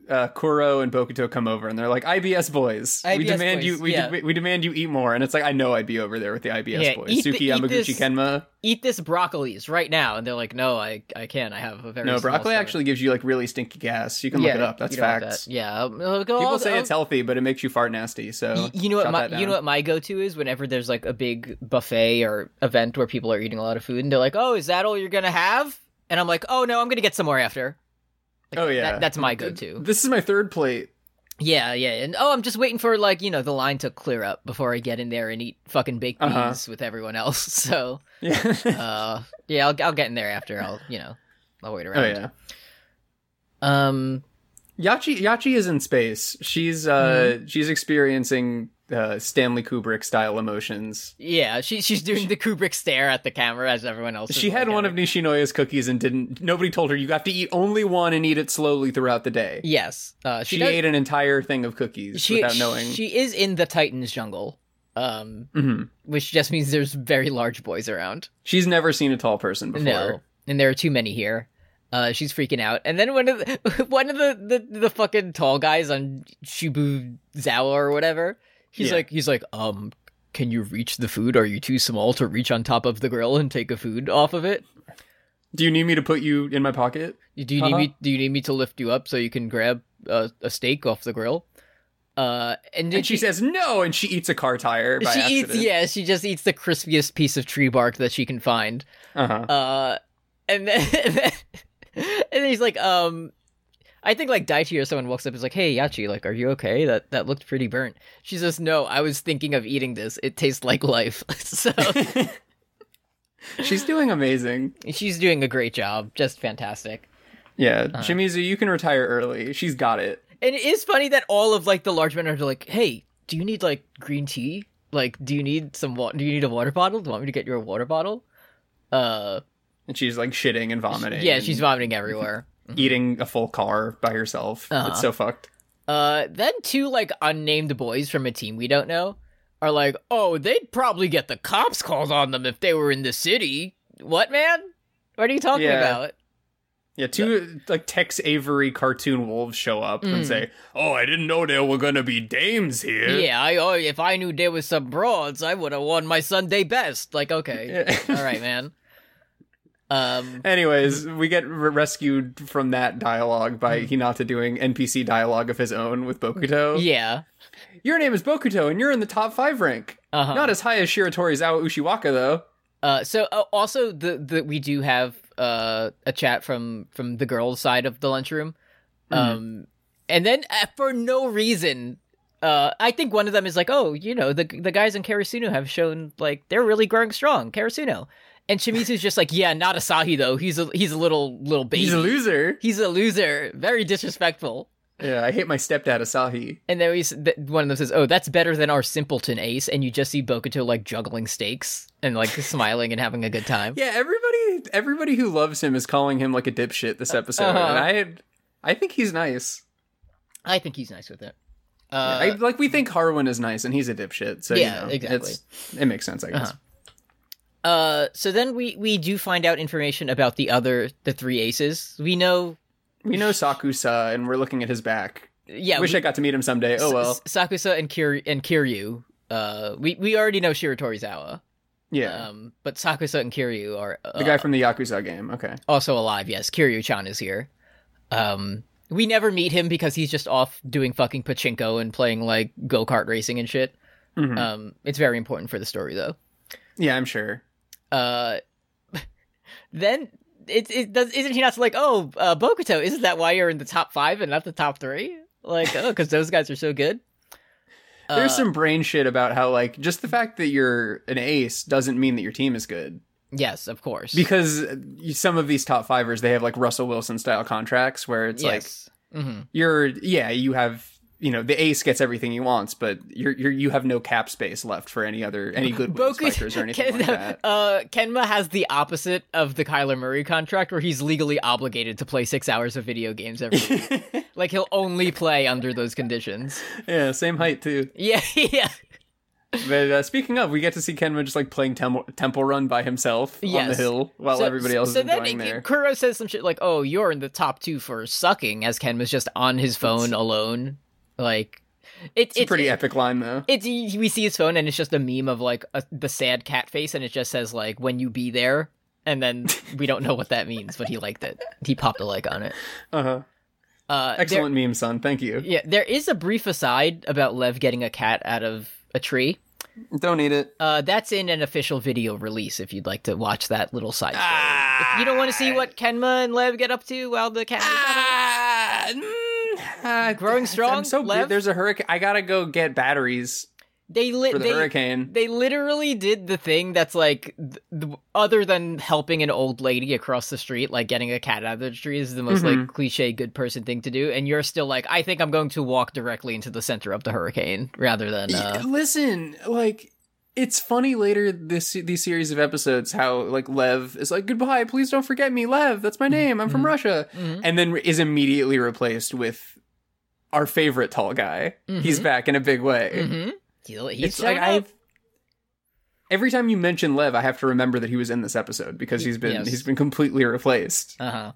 [SPEAKER 6] uh Kuro and Bokuto come over and they're like IBS boys. we
[SPEAKER 5] IBS
[SPEAKER 6] demand you
[SPEAKER 5] boys,
[SPEAKER 6] we,
[SPEAKER 5] yeah.
[SPEAKER 6] we we demand you eat more and it's like I know I'd be over there with the IBS
[SPEAKER 5] Yeah,
[SPEAKER 6] boys.
[SPEAKER 5] eat the-
[SPEAKER 6] Suki
[SPEAKER 5] eat
[SPEAKER 6] Yamaguchi
[SPEAKER 5] this-
[SPEAKER 6] Kenma.
[SPEAKER 5] Eat this broccolis right now, and they're like, "No, I I can't. I have a very
[SPEAKER 6] No,
[SPEAKER 5] small
[SPEAKER 6] broccoli
[SPEAKER 5] stomach."
[SPEAKER 6] actually gives you like really stinky gas. You can
[SPEAKER 5] yeah,
[SPEAKER 6] look it up. That's
[SPEAKER 5] you don't like
[SPEAKER 6] facts.
[SPEAKER 5] that. Yeah. um, uh, go-
[SPEAKER 6] People
[SPEAKER 5] I'll-
[SPEAKER 6] say
[SPEAKER 5] I'll-
[SPEAKER 6] it's healthy, but it makes you fart nasty. So
[SPEAKER 5] Y- you know what
[SPEAKER 6] shut
[SPEAKER 5] my
[SPEAKER 6] that
[SPEAKER 5] you know
[SPEAKER 6] down.
[SPEAKER 5] what my go-to is whenever there's like a big buffet or event where people are eating a lot of food and they're like oh is that all you're gonna have and i'm like oh no i'm gonna get some more after Like,
[SPEAKER 6] Oh, yeah.
[SPEAKER 5] that, that's my go-to.
[SPEAKER 6] This is my third plate.
[SPEAKER 5] Yeah, yeah. And oh, I'm just waiting for like you know the line to clear up before I get in there and eat fucking baked beans
[SPEAKER 6] Uh-huh.
[SPEAKER 5] with everyone else. So
[SPEAKER 6] Yeah.
[SPEAKER 5] uh, yeah, I'll I'll get in there after. I'll you know I'll wait
[SPEAKER 6] oh
[SPEAKER 5] around.
[SPEAKER 6] yeah.
[SPEAKER 5] Um.
[SPEAKER 6] Yachi Yachi is in space. She's uh
[SPEAKER 5] Mm-hmm.
[SPEAKER 6] she's experiencing uh Stanley Kubrick style emotions.
[SPEAKER 5] Yeah. She she's doing the Kubrick stare at the camera as everyone else. is
[SPEAKER 6] She had
[SPEAKER 5] looking
[SPEAKER 6] one
[SPEAKER 5] at
[SPEAKER 6] of Nishinoya's cookies and didn't nobody told her you have to eat only one and eat it slowly throughout the day.
[SPEAKER 5] her. Yes. Uh. She,
[SPEAKER 6] She,
[SPEAKER 5] does,
[SPEAKER 6] ate an entire thing of cookies
[SPEAKER 5] she,
[SPEAKER 6] without knowing. Mm-hmm.
[SPEAKER 5] She is in the Titans jungle. Um. Which just means there's very large boys around.
[SPEAKER 6] She's never seen a tall person before.
[SPEAKER 5] No, and there are too many here. Uh, she's freaking out, and then one of the, one of the, the the fucking tall guys on Shibu Zawa or whatever. He's
[SPEAKER 6] Yeah.
[SPEAKER 5] like he's like um. Can you reach the food? Are you too small to reach on top of the grill and take a food off of it?
[SPEAKER 6] Do you need me to put you in my pocket?
[SPEAKER 5] Do you
[SPEAKER 6] Uh-huh.
[SPEAKER 5] need me? Do you need me to lift you up so you can grab a, a steak off the grill? Uh, and, then
[SPEAKER 6] And she, says no, and she eats a car tire. By
[SPEAKER 5] she
[SPEAKER 6] accident.
[SPEAKER 5] eats. Yeah, she just eats the crispiest piece of tree bark that she can find.
[SPEAKER 6] Uh-huh.
[SPEAKER 5] uh and then and then, he's like um I think like Daichi or someone walks up and is like, "Hey Yachi, like, are you okay? That that looked pretty burnt." She says, "No, I was thinking of eating this. It tastes like life." so
[SPEAKER 6] She's doing amazing.
[SPEAKER 5] she's doing a great job, just fantastic.
[SPEAKER 6] Yeah,
[SPEAKER 5] Uh-huh.
[SPEAKER 6] Shimizu, you can retire early. She's got it.
[SPEAKER 5] And it is funny that all of like the large men are like, "Hey, do you need like green tea? Like, do you need some water? Do you need a water bottle? Do you want me to get you a water bottle?" Uh,
[SPEAKER 6] And she's like shitting and vomiting.
[SPEAKER 5] yeah,
[SPEAKER 6] and
[SPEAKER 5] she's vomiting everywhere.
[SPEAKER 6] eating a full car by herself.
[SPEAKER 5] Uh-huh.
[SPEAKER 6] It's so fucked.
[SPEAKER 5] Uh, then two like unnamed boys from a team we don't know are like, oh, they'd probably get the cops called on them if they were in the city. What man? What are you talking
[SPEAKER 6] Yeah.
[SPEAKER 5] about?
[SPEAKER 6] Yeah, two like Tex Avery cartoon wolves show up and
[SPEAKER 5] Mm.
[SPEAKER 6] say, "Oh, I didn't know there were gonna be dames here."
[SPEAKER 5] Yeah, I oh, if I knew there was some broads, I would have won my Sunday best. Like, okay, all right, man. Um,
[SPEAKER 6] Anyways, we get re- rescued from that dialogue
[SPEAKER 5] Mm.
[SPEAKER 6] by Hinata doing NPC dialogue of his own with Bokuto.
[SPEAKER 5] yeah,
[SPEAKER 6] Your name is Bokuto, and you're in the top five rank.
[SPEAKER 5] Uh-huh.
[SPEAKER 6] Not as high as Shiratori's Awa Ushiwaka, though.
[SPEAKER 5] Uh, so uh, also the the we do have uh a chat from from the girls' side of the lunchroom,
[SPEAKER 6] Mm-hmm.
[SPEAKER 5] um, and then uh, for no reason, uh, I think one of them is like, oh, you know, the the guys in Karasuno have shown like they're really growing strong, Karasuno, and Shimizu's just like, yeah, not Asahi though. He's a he's a little little baby.
[SPEAKER 6] He's a loser.
[SPEAKER 5] He's a loser. Very disrespectful.
[SPEAKER 6] Yeah, I hate my stepdad Asahi.
[SPEAKER 5] And then we, s- th- one of them says, "Oh, that's better than our simpleton ace." And you just see Bokuto like juggling stakes and like smiling and having a good time.
[SPEAKER 6] Yeah, everybody everybody who loves him is calling him like a
[SPEAKER 5] Uh-huh.
[SPEAKER 6] dipshit this episode. And I I think he's nice.
[SPEAKER 5] I think he's nice with it. Uh,
[SPEAKER 6] I, like we think Harwin is nice and he's a dipshit. So you
[SPEAKER 5] Yeah,
[SPEAKER 6] know,
[SPEAKER 5] exactly. Uh-huh.
[SPEAKER 6] it's- it makes sense, I guess.
[SPEAKER 5] uh, so then we we do find out information about the other the three aces. We know,
[SPEAKER 6] We know Sakusa and we're looking at his back.
[SPEAKER 5] yeah,
[SPEAKER 6] I Wish
[SPEAKER 5] we,
[SPEAKER 6] I got to meet him someday. Oh well.
[SPEAKER 5] S- Sakusa and Kiryu and Kiryu. Uh, we we already know Shiratorizawa.
[SPEAKER 6] Yeah.
[SPEAKER 5] Um, but Sakusa and Kiryu are uh,
[SPEAKER 6] the guy from the Yakuza game. Okay.
[SPEAKER 5] also alive. Yes, Kiryu-chan is here. Um, we never meet him because he's just off doing fucking pachinko and playing like go kart racing and shit.
[SPEAKER 6] Hmm.
[SPEAKER 5] Um, it's very important for the story though.
[SPEAKER 6] Mm-hmm. Yeah, I'm sure.
[SPEAKER 5] uh then it, it does isn't he not like oh uh, Bokuto isn't that why you're in the top five and not the top three like oh because those guys are so good Uh,
[SPEAKER 6] There's some brain shit about how like just the fact that you're an ace doesn't mean that your team is good.
[SPEAKER 5] yes of course
[SPEAKER 6] Because uh, you- some of these top fivers, they have like Russell Wilson style contracts where it's like
[SPEAKER 5] yes hmm
[SPEAKER 6] you're yeah you have you know the ace gets everything he wants but you're, you're you have no cap space left for any other any good
[SPEAKER 5] Boku-
[SPEAKER 6] strikers or anything
[SPEAKER 5] Ken-
[SPEAKER 6] like that
[SPEAKER 5] uh Kenma has the opposite of the Kyler Murray contract where he's legally obligated to play six hours of video games every week like he'll only play under those conditions
[SPEAKER 6] yeah same height too
[SPEAKER 5] yeah yeah
[SPEAKER 6] but uh, speaking of we get to see kenma just like playing temple, temple run by himself on the
[SPEAKER 5] Yes.
[SPEAKER 6] hill while everybody else is enjoying
[SPEAKER 5] then
[SPEAKER 6] there
[SPEAKER 5] Kuro says some shit like, "Oh, you're in the top two for sucking," as Ken was just on his phone alone. Like, it,
[SPEAKER 6] it's a pretty epic line though
[SPEAKER 5] It's we see his phone and it's just a meme of like a, the sad cat face, and it just says like "when you be there," and then we don't know what that means, but he liked it. He popped a like on it.
[SPEAKER 6] uh-huh
[SPEAKER 5] Uh, there-
[SPEAKER 6] excellent meme son thank you
[SPEAKER 5] yeah, there is a brief aside about Lev getting a cat out of a tree.
[SPEAKER 6] Don't need it.
[SPEAKER 5] Uh, that's in an official video release if you'd like to watch that little side story.
[SPEAKER 6] Ah,
[SPEAKER 5] If you don't want to see what Kenma and Lev get up to while the cat
[SPEAKER 6] Ah, mm, ah,
[SPEAKER 5] Growing strong,
[SPEAKER 6] I'm so
[SPEAKER 5] Lev?
[SPEAKER 6] There's a hurricane. I gotta go get batteries
[SPEAKER 5] they lit
[SPEAKER 6] for the
[SPEAKER 5] they,
[SPEAKER 6] hurricane.
[SPEAKER 5] they literally did the thing that's like th- th- other than helping an old lady across the street like getting a cat out of the tree is the most like cliche good person thing to do and you're still like i think i'm going to walk directly into the center of the hurricane rather than uh
[SPEAKER 6] Listen, like it's funny later this these series of episodes how like Lev is like goodbye, please don't forget me, Lev. That's
[SPEAKER 5] Mm-hmm.
[SPEAKER 6] my name. I'm from Russia, and then is immediately replaced with our favorite tall guy.
[SPEAKER 5] Mm-hmm.
[SPEAKER 6] He's back in a big way.
[SPEAKER 5] mhm. He'll- he's
[SPEAKER 6] It's like
[SPEAKER 5] showing up.
[SPEAKER 6] I. Every time you mention Lev, I have to remember that he was in this episode because he's been
[SPEAKER 5] yes.
[SPEAKER 6] he's been completely replaced.
[SPEAKER 5] uh-huh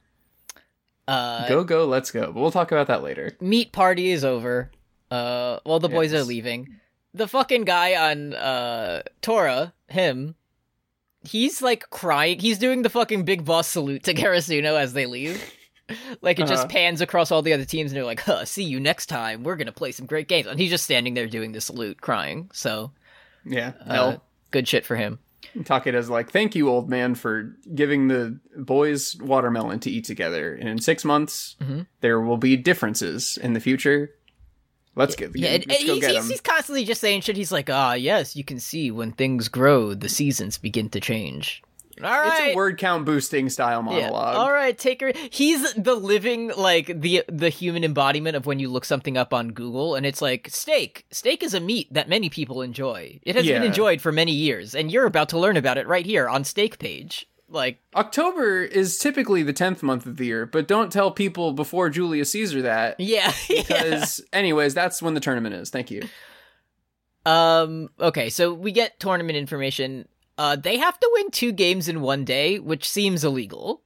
[SPEAKER 5] uh
[SPEAKER 6] go go, let's go. But we'll talk about that later.
[SPEAKER 5] meat party is over. Uh, well, the boys are
[SPEAKER 6] Yes.
[SPEAKER 5] leaving. The fucking guy on uh Torah, him, he's like crying. He's doing the fucking big boss salute to Karasuno as they leave. Like it
[SPEAKER 6] Uh-huh.
[SPEAKER 5] just pans across all the other teams, and they're like, "Huh, see you next time. We're gonna play some great games." And he's just standing there doing the salute, crying. So,
[SPEAKER 6] Yeah,
[SPEAKER 5] uh,
[SPEAKER 6] L.
[SPEAKER 5] good shit for him.
[SPEAKER 6] Takeda's like, thank you, old man, for giving the boys watermelon to eat together. And in six months,
[SPEAKER 5] Mm-hmm.
[SPEAKER 6] there will be differences in the future. Let's get,
[SPEAKER 5] Yeah, and,
[SPEAKER 6] let's
[SPEAKER 5] and
[SPEAKER 6] go
[SPEAKER 5] he's,
[SPEAKER 6] get
[SPEAKER 5] he's,
[SPEAKER 6] them.
[SPEAKER 5] he's constantly just saying shit. He's like, "Ah, yes, you can see when things grow, the seasons begin to change." All right,
[SPEAKER 6] It's a word count boosting style
[SPEAKER 5] Yeah.
[SPEAKER 6] monologue.
[SPEAKER 5] All right, take her. He's the living like the the human embodiment of when you look something up on Google and it's like steak. Steak is a meat that many people enjoy. It has been
[SPEAKER 6] Yeah.
[SPEAKER 5] enjoyed for many years, and you're about to learn about it right here on Steak Page. Like,
[SPEAKER 6] October is typically the 10th month of the year, but don't tell people before Julius Caesar that.
[SPEAKER 5] yeah.
[SPEAKER 6] Because, anyways, that's when the tournament is. Thank you.
[SPEAKER 5] um. Okay, so we get tournament information. Uh, they have to win two games in one day, which seems illegal.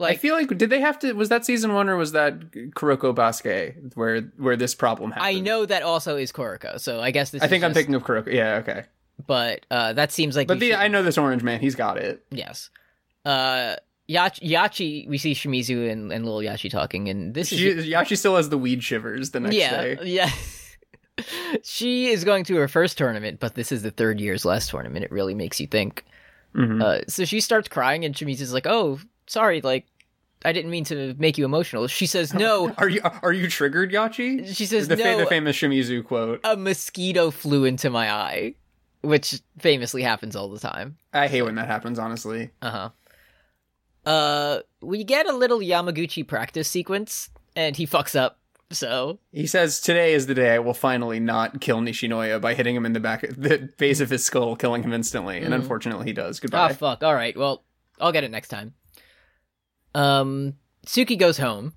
[SPEAKER 6] I
[SPEAKER 5] Like,
[SPEAKER 6] feel like did they have to? Was that season one or was that Kuroko Basque where where this problem happened?
[SPEAKER 5] I know that also is Koroko, so I guess this.
[SPEAKER 6] I
[SPEAKER 5] is
[SPEAKER 6] think I'm
[SPEAKER 5] just-
[SPEAKER 6] thinking of Kuroko. Yeah, okay.
[SPEAKER 5] but uh, that seems like.
[SPEAKER 6] But
[SPEAKER 5] we
[SPEAKER 6] the,
[SPEAKER 5] should-
[SPEAKER 6] I know this orange man. He's got it.
[SPEAKER 5] Yes. Uh Yachi, Yachi we see Shimizu and, and little Yachi talking and this
[SPEAKER 6] She,
[SPEAKER 5] is
[SPEAKER 6] Yashi still has the weed shivers the next
[SPEAKER 5] Yeah. Uh,
[SPEAKER 6] day.
[SPEAKER 5] Yeah. she is going to her first tournament, but this is the third year's last tournament. It really makes you think.
[SPEAKER 6] Mm-hmm.
[SPEAKER 5] Uh, so she starts crying and Shimizu's like, "Oh, sorry, like I didn't mean to make you emotional." She says, "No,
[SPEAKER 6] Are you are you triggered, Yachi?
[SPEAKER 5] She says
[SPEAKER 6] the,
[SPEAKER 5] no.
[SPEAKER 6] the famous Shimizu quote.
[SPEAKER 5] a mosquito flew into my eye." Which famously happens all the time.
[SPEAKER 6] I hate when that happens. Honestly,
[SPEAKER 5] Uh-huh. Uh we get a little Yamaguchi practice sequence and he fucks up. So,
[SPEAKER 6] he says today is the day I will finally not kill Nishinoya by hitting him in the back, the base of his skull, killing him instantly. And unfortunately, he
[SPEAKER 5] Mm.
[SPEAKER 6] does.
[SPEAKER 5] ah
[SPEAKER 6] Goodbye.
[SPEAKER 5] fuck. All right. Well, I'll get it next time. Um Suki goes home.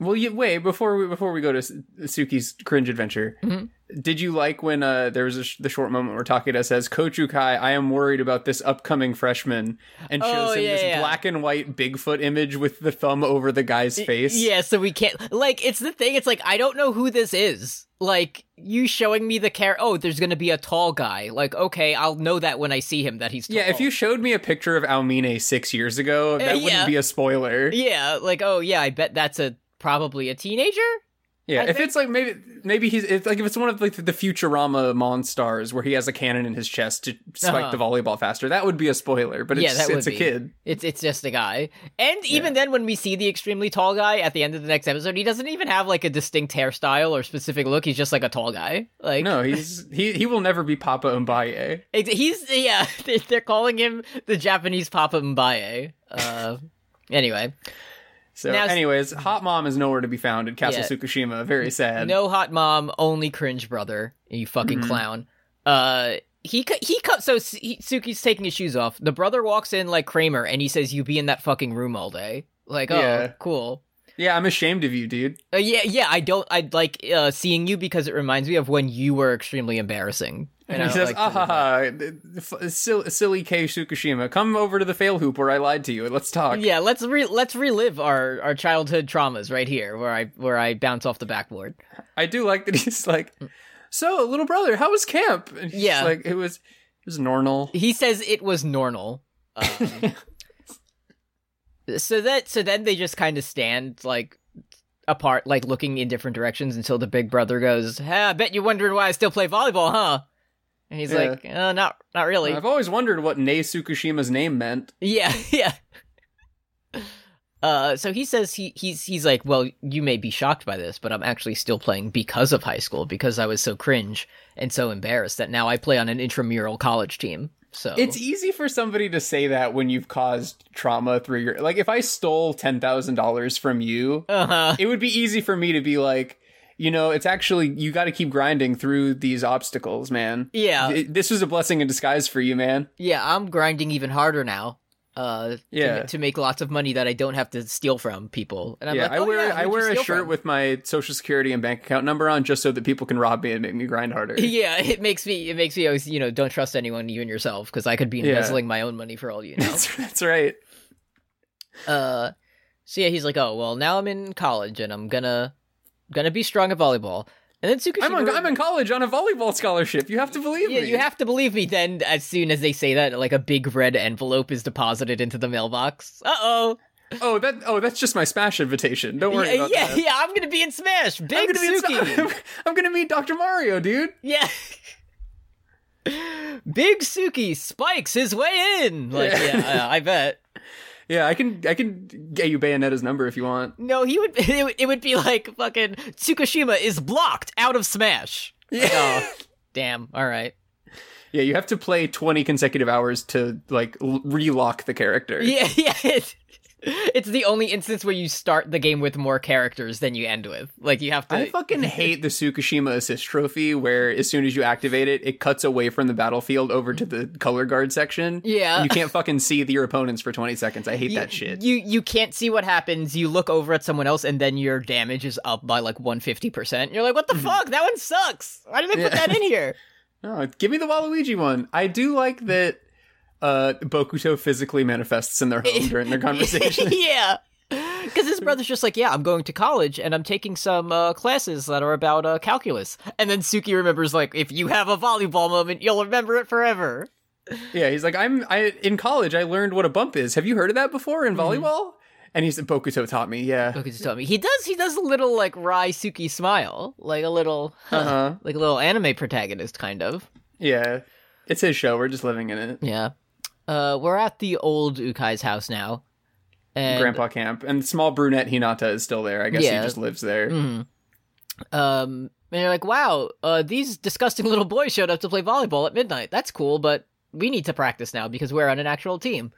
[SPEAKER 6] well, you, wait before we before we go to S- Suki's cringe adventure.
[SPEAKER 5] Mm-hmm.
[SPEAKER 6] Did you like when uh, there was a sh- the short moment where Takeda says, "Kochukai, I am worried about this upcoming freshman," and shows
[SPEAKER 5] Oh,
[SPEAKER 6] him
[SPEAKER 5] yeah,
[SPEAKER 6] this
[SPEAKER 5] yeah.
[SPEAKER 6] black and white Bigfoot image with the thumb over the guy's face?
[SPEAKER 5] Yeah, so we can't like it's the thing. It's like I don't know who this is. Like you showing me the care. Oh, there's going to be a tall guy. Like okay, I'll know that when I see him that he's tall.
[SPEAKER 6] Yeah, if you showed me a picture of Almine six years ago, that
[SPEAKER 5] Uh, yeah.
[SPEAKER 6] wouldn't be a spoiler. Yeah,
[SPEAKER 5] Yeah, like oh yeah, I bet that's a probably a teenager?
[SPEAKER 6] if it's like maybe maybe he's it's like if it's one of like the Futurama monstars where he has a cannon in his chest to spike
[SPEAKER 5] Uh-huh.
[SPEAKER 6] the volleyball faster, that would be a spoiler. But it's,
[SPEAKER 5] yeah, that would
[SPEAKER 6] it's
[SPEAKER 5] be.
[SPEAKER 6] a kid.
[SPEAKER 5] It's it's just a guy. And even then, when we see the extremely tall guy at the end of the next episode, he doesn't even have like a distinct hairstyle or specific look. He's just like a tall guy. Like
[SPEAKER 6] No, he's he he will never be Papa Mbaye.
[SPEAKER 5] ex- he's yeah. they- They're calling him the Japanese Papa Mbaye. Uh, anyway,
[SPEAKER 6] So,
[SPEAKER 5] Now-
[SPEAKER 6] anyways, Hot Mom is nowhere to be found in Castle
[SPEAKER 5] Yeah.
[SPEAKER 6] Tsukushima. Very sad.
[SPEAKER 5] no hot mom, only cringe brother. You fucking
[SPEAKER 6] Mm-hmm.
[SPEAKER 5] clown. Uh. He cu- he cut so S- he, Suki's taking his shoes off. The brother walks in like Kramer, and he says, "You be in that fucking room all day." Like, oh,
[SPEAKER 6] Yeah.
[SPEAKER 5] cool.
[SPEAKER 6] Yeah, I'm ashamed of you, dude.
[SPEAKER 5] Uh, yeah, yeah, I don't. I like uh, seeing you because it reminds me of when you were extremely embarrassing.
[SPEAKER 6] And
[SPEAKER 5] I
[SPEAKER 6] he
[SPEAKER 5] don't
[SPEAKER 6] says,
[SPEAKER 5] like to
[SPEAKER 6] "Ah
[SPEAKER 5] do
[SPEAKER 6] ha
[SPEAKER 5] that.
[SPEAKER 6] ha, f- silly, silly K Tsukushima, come over to the fail hoop where I lied to you. and Let's talk."
[SPEAKER 5] Yeah, let's re- let's relive our, our childhood traumas right here, where I where I bounce off the backboard.
[SPEAKER 6] I do like that he's like, so little brother, how was camp? And he's
[SPEAKER 5] Yeah.
[SPEAKER 6] like it was, it was normal.
[SPEAKER 5] He says it was normal. Um, so that so then they just kind of stand like apart, like looking in different directions until the big brother goes, "Hey, I bet you're wondering why I still play volleyball, huh?" And he's
[SPEAKER 6] Yeah.
[SPEAKER 5] like, uh, not not really.
[SPEAKER 6] I've always wondered what Nei Tsukushima's name meant.
[SPEAKER 5] Yeah, yeah. Uh, so he says he he's he's like, well, you may be shocked by this, but I'm actually still playing because of high school because I was so cringe and so embarrassed that now I play on an intramural college team. So
[SPEAKER 6] It's e- easy for somebody to say that when you've caused trauma through your like if I stole ten thousand dollars from you,
[SPEAKER 5] uh-huh.
[SPEAKER 6] it would be easy for me to be like, you know, it's actually you got to keep grinding through these obstacles, man.
[SPEAKER 5] Yeah.
[SPEAKER 6] Th- this was a blessing in disguise for you, man.
[SPEAKER 5] yeah, I'm grinding even harder now. Uh, to-
[SPEAKER 6] Yeah.
[SPEAKER 5] to, make lots of money that I don't have to steal from people. And I'm
[SPEAKER 6] yeah,
[SPEAKER 5] like,
[SPEAKER 6] I
[SPEAKER 5] oh,
[SPEAKER 6] wear
[SPEAKER 5] yeah,
[SPEAKER 6] I
[SPEAKER 5] who'd you
[SPEAKER 6] wear a
[SPEAKER 5] steal
[SPEAKER 6] shirt
[SPEAKER 5] from?
[SPEAKER 6] with my social security and bank account number on just so that people can rob me and make me grind harder.
[SPEAKER 5] Yeah, it makes me it makes me always you know don't trust anyone, even yourself, because I could be
[SPEAKER 6] Yeah.
[SPEAKER 5] embezzling my own money for all you know.
[SPEAKER 6] that's, that's right.
[SPEAKER 5] uh so yeah he's like oh well now i'm in college and i'm gonna gonna be strong at volleyball and then Tsukushima
[SPEAKER 6] I'm on, I'm in college on a volleyball scholarship. You have to believe
[SPEAKER 5] yeah,
[SPEAKER 6] me.
[SPEAKER 5] you have to believe me then as soon as they say that like a big red envelope is deposited into the mailbox uh-oh
[SPEAKER 6] Oh, that oh, that's just my smash invitation. Don't worry
[SPEAKER 5] yeah
[SPEAKER 6] about
[SPEAKER 5] yeah,
[SPEAKER 6] that.
[SPEAKER 5] yeah i'm gonna be in smash
[SPEAKER 6] I'm
[SPEAKER 5] big
[SPEAKER 6] gonna, meet,
[SPEAKER 5] suki
[SPEAKER 6] so- I'm gonna meet Dr. Mario, dude.
[SPEAKER 5] yeah big suki spikes his way in like yeah, uh, i bet
[SPEAKER 6] Yeah, I can I can get you Bayonetta's number if you want.
[SPEAKER 5] no he would it would, it would be like fucking tsukushima is blocked out of smash yeah damn all right
[SPEAKER 6] Yeah, you have to play 20 consecutive hours to like l- relock the character.
[SPEAKER 5] Yeah, yeah. It, it's the only instance where you start the game with more characters than you end with. Like you have to.
[SPEAKER 6] I fucking hate the Tsukushima assist trophy where as soon as you activate it, it cuts away from the battlefield over to the color guard section.
[SPEAKER 5] Yeah.
[SPEAKER 6] And you can't fucking see the, your opponents for 20 seconds. I hate
[SPEAKER 5] you,
[SPEAKER 6] that shit.
[SPEAKER 5] You you can't see what happens. You look over at someone else, and then your damage is up by like one fifty percent. You're like, what the fuck? That one sucks. Why did they put
[SPEAKER 6] Mm-hmm. Yeah.
[SPEAKER 5] that in here?
[SPEAKER 6] No, give me the Waluigi one. I do like that uh Bokuto physically manifests in their home during their conversation.
[SPEAKER 5] yeah. Because his brother's just like, yeah, I'm going to college and I'm taking some uh, classes that are about uh, calculus. And then Suki remembers, like, if you have a volleyball moment, you'll remember it forever.
[SPEAKER 6] Yeah, he's like, I'm I in college. I learned what a bump is. Have you heard of that before
[SPEAKER 5] Mm-hmm.
[SPEAKER 6] in volleyball? And he's Bokuto taught me. Yeah,
[SPEAKER 5] Bokuto told me he does. He does a little like Rai Suki smile, like a little, huh,
[SPEAKER 6] Uh-huh.
[SPEAKER 5] like a little anime protagonist kind of.
[SPEAKER 6] yeah. It's his show. We're just living in it.
[SPEAKER 5] Yeah, uh, we're at the old Ukai's house now, and
[SPEAKER 6] Grandpa Camp and small brunette Hinata is still there. I guess
[SPEAKER 5] Yeah. Mm.
[SPEAKER 6] he just lives there.
[SPEAKER 5] um, and you're like, wow, uh, these disgusting little boys showed up to play volleyball at midnight. That's cool, but we need to practice now because we're on an actual team.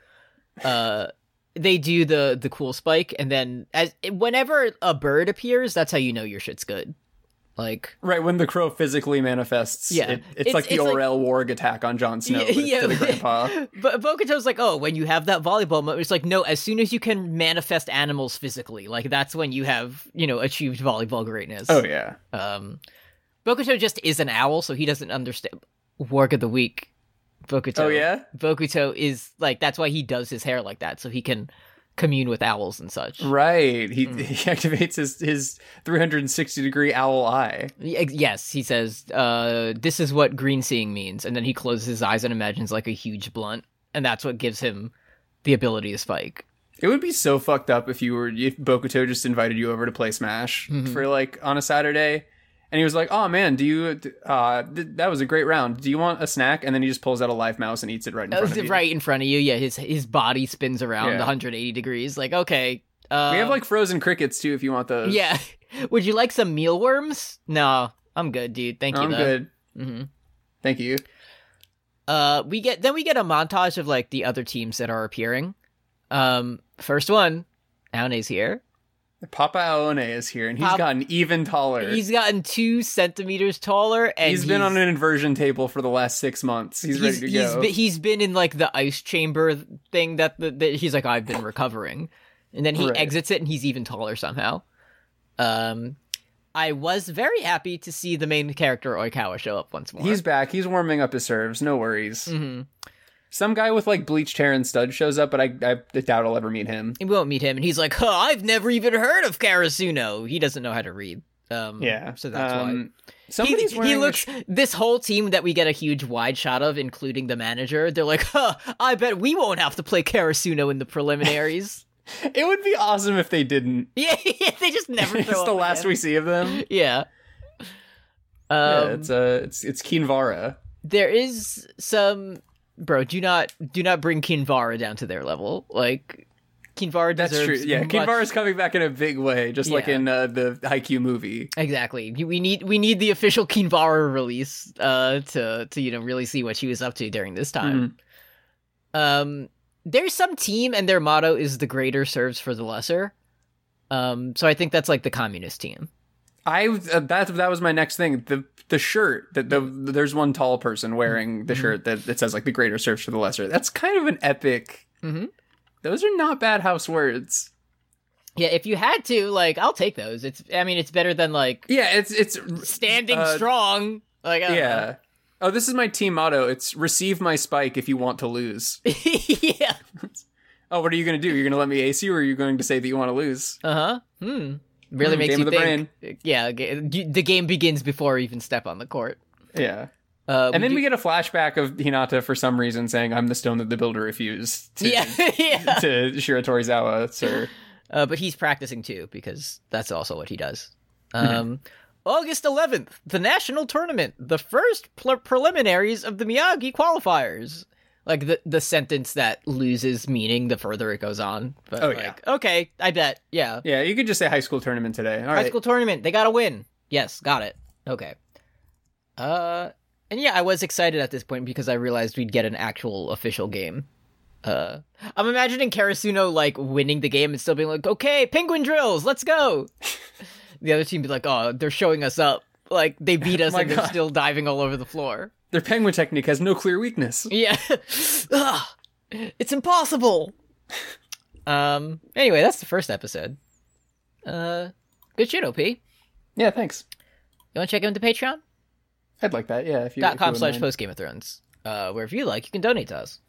[SPEAKER 5] Uh. They do the the cool spike, and then as whenever a bird appears, that's how you know your shit's good. Like
[SPEAKER 6] Right when the crow physically manifests,
[SPEAKER 5] Yeah.
[SPEAKER 6] it, it's,
[SPEAKER 5] It's-
[SPEAKER 6] like the
[SPEAKER 5] it's like-
[SPEAKER 6] Orel Warg attack on Jon Snow
[SPEAKER 5] Yeah,
[SPEAKER 6] but it's
[SPEAKER 5] yeah.
[SPEAKER 6] to the grandpa.
[SPEAKER 5] But Bokuto's like, oh, when you have that volleyball moment, it's like, no, as soon as you can manifest animals physically, like that's when you have, you know, achieved volleyball greatness.
[SPEAKER 6] oh yeah,
[SPEAKER 5] Um, Bokuto just is an owl, so he doesn't understand. Work of the week. Bokuto.
[SPEAKER 6] oh yeah.
[SPEAKER 5] Bokuto is like, that's why he does his hair like that, so he can commune with owls and such.
[SPEAKER 6] Right, he,
[SPEAKER 5] Mm.
[SPEAKER 6] he activates his his 360 degree owl eye.
[SPEAKER 5] Y- ex- Yes, he says, uh, this is what green seeing means. And then he closes his eyes and imagines like a huge blunt, and that's what gives him the ability to spike.
[SPEAKER 6] It would be so fucked up if you were if Bokuto just invited you over to play Smash
[SPEAKER 5] Mm-hmm.
[SPEAKER 6] for like on a Saturday, and he was like, "Oh man, do you? d- Uh, th- that was a great round. Do you want a snack?" And then he just pulls out a live mouse and eats it right in
[SPEAKER 5] That
[SPEAKER 6] front
[SPEAKER 5] was
[SPEAKER 6] of you.
[SPEAKER 5] Oh, right in front of you. Yeah, his his body spins around
[SPEAKER 6] Yeah.
[SPEAKER 5] 180 degrees. Like, okay, uh,
[SPEAKER 6] We have like frozen crickets too if you want those.
[SPEAKER 5] yeah. Would you like some mealworms? No, I'm good, dude. Thank you.
[SPEAKER 6] I'm
[SPEAKER 5] though. Mm-hmm.
[SPEAKER 6] good. Thank you.
[SPEAKER 5] Uh, we get then we get a montage of like the other teams that are appearing. Um, first one, Aune's here.
[SPEAKER 6] Papa Aone is here, and he's
[SPEAKER 5] Pop-
[SPEAKER 6] gotten even taller.
[SPEAKER 5] He's gotten two centimeters taller, and
[SPEAKER 6] he's been on an inversion table for the last six months. He's, ready to
[SPEAKER 5] he's
[SPEAKER 6] go.
[SPEAKER 5] been, he's been in like the ice chamber thing that, the, that he's like I've been recovering, and then he
[SPEAKER 6] Right.
[SPEAKER 5] exits it and he's even taller somehow. Um, I was very happy to see the main character Oikawa show up once more. Mm-hmm.
[SPEAKER 6] He's back. He's warming up his serves. No worries.
[SPEAKER 5] Mm.
[SPEAKER 6] Some guy with like bleached hair and stud shows up, but I, I doubt I'll ever meet him.
[SPEAKER 5] we won't meet him, and he's like, "Huh, I've never even heard of Karasuno." He doesn't know how to read. Um,
[SPEAKER 6] Yeah. um,
[SPEAKER 5] so that's why.
[SPEAKER 6] why.
[SPEAKER 5] He,
[SPEAKER 6] Somebody's wearing
[SPEAKER 5] he looks this whole team that we get a huge wide shot of, including the manager. They're like, "Huh, I bet we won't have to play Karasuno in the preliminaries."
[SPEAKER 6] a sh- it would be awesome if they didn't.
[SPEAKER 5] yeah, they just never.
[SPEAKER 6] It's
[SPEAKER 5] show
[SPEAKER 6] the
[SPEAKER 5] up
[SPEAKER 6] last
[SPEAKER 5] again.
[SPEAKER 6] we see of them.
[SPEAKER 5] Yeah. Um,
[SPEAKER 6] yeah, it's uh it's it's Kinvara.
[SPEAKER 5] there is some bro. Do not do not bring Kinvara down to their level. Like Kinvara
[SPEAKER 6] That's true.
[SPEAKER 5] deserves.
[SPEAKER 6] Yeah,
[SPEAKER 5] much-
[SPEAKER 6] Kinvara's coming back in a big way, just like
[SPEAKER 5] Yeah.
[SPEAKER 6] in uh, the Haikyuu movie.
[SPEAKER 5] Exactly. You- We need we need the official Kinvara release uh, to to you know really see what she was up to during this
[SPEAKER 6] Mm-hmm.
[SPEAKER 5] time. Um, there's some team and their motto is the greater serves for the lesser. Um, so I think that's like the communist team.
[SPEAKER 6] I uh, that that was my next thing. The the shirt that the there's one tall person wearing the shirt that, that says like the greater serves for the lesser. That's kind of an epic.
[SPEAKER 5] Mhm.
[SPEAKER 6] Those are not bad house words.
[SPEAKER 5] Yeah, if you had to, like, I'll take those. It's I mean, it's better than like
[SPEAKER 6] Yeah, it's it's
[SPEAKER 5] standing
[SPEAKER 6] uh,
[SPEAKER 5] strong. Like, I don't
[SPEAKER 6] Yeah. Oh, this is my team motto. It's receive my spike if you want to lose.
[SPEAKER 5] know. yeah.
[SPEAKER 6] Oh, what are you going to do? You're going to let me ace you, or you're going to say that you want to lose?
[SPEAKER 5] Uh huh. Hmm. Really
[SPEAKER 6] Hmm,
[SPEAKER 5] makes
[SPEAKER 6] game
[SPEAKER 5] you
[SPEAKER 6] of the
[SPEAKER 5] think. Yeah, ga- the game begins before you even step on the court.
[SPEAKER 6] Yeah.
[SPEAKER 5] Uh,
[SPEAKER 6] And then
[SPEAKER 5] do-
[SPEAKER 6] we get a flashback of Hinata for some reason saying, "I'm the stone that the builder refused." To,
[SPEAKER 5] yeah, yeah.
[SPEAKER 6] to Shira Torizawa, sir.
[SPEAKER 5] Uh, but he's practicing too because that's also what he does.
[SPEAKER 6] Mm-hmm.
[SPEAKER 5] Um, August 11th, the national tournament, the first pl- preliminaries of the Miyagi qualifiers. Like the the sentence that loses meaning the further it goes on. But
[SPEAKER 6] Oh,
[SPEAKER 5] like,
[SPEAKER 6] yeah.
[SPEAKER 5] okay, I bet. Yeah.
[SPEAKER 6] Yeah, you could just say high school tournament today. All right.
[SPEAKER 5] High school tournament, they got to win. Yes, got it. Okay. Uh and yeah, I was excited at this point because I realized we'd get an actual official game. Uh, I'm imagining Karasuno like winning the game and still being like, "Okay, penguin drills, let's go." the other team be like, "Oh, they're showing us up. Like they beat us
[SPEAKER 6] Oh my
[SPEAKER 5] and they're
[SPEAKER 6] God.
[SPEAKER 5] still diving all over the floor."
[SPEAKER 6] Their penguin technique has no clear weakness.
[SPEAKER 5] Yeah, Ugh. it's impossible. Um. Anyway, that's the first episode. Uh, good shit, OP. You
[SPEAKER 6] Yeah, thanks.
[SPEAKER 5] want to check into Patreon?
[SPEAKER 6] I'd like that. Yeah, if you
[SPEAKER 5] dot
[SPEAKER 6] if you
[SPEAKER 5] com
[SPEAKER 6] wouldn't
[SPEAKER 5] slash
[SPEAKER 6] mind.
[SPEAKER 5] post Game of Thrones, uh, where if you like, you can donate to us.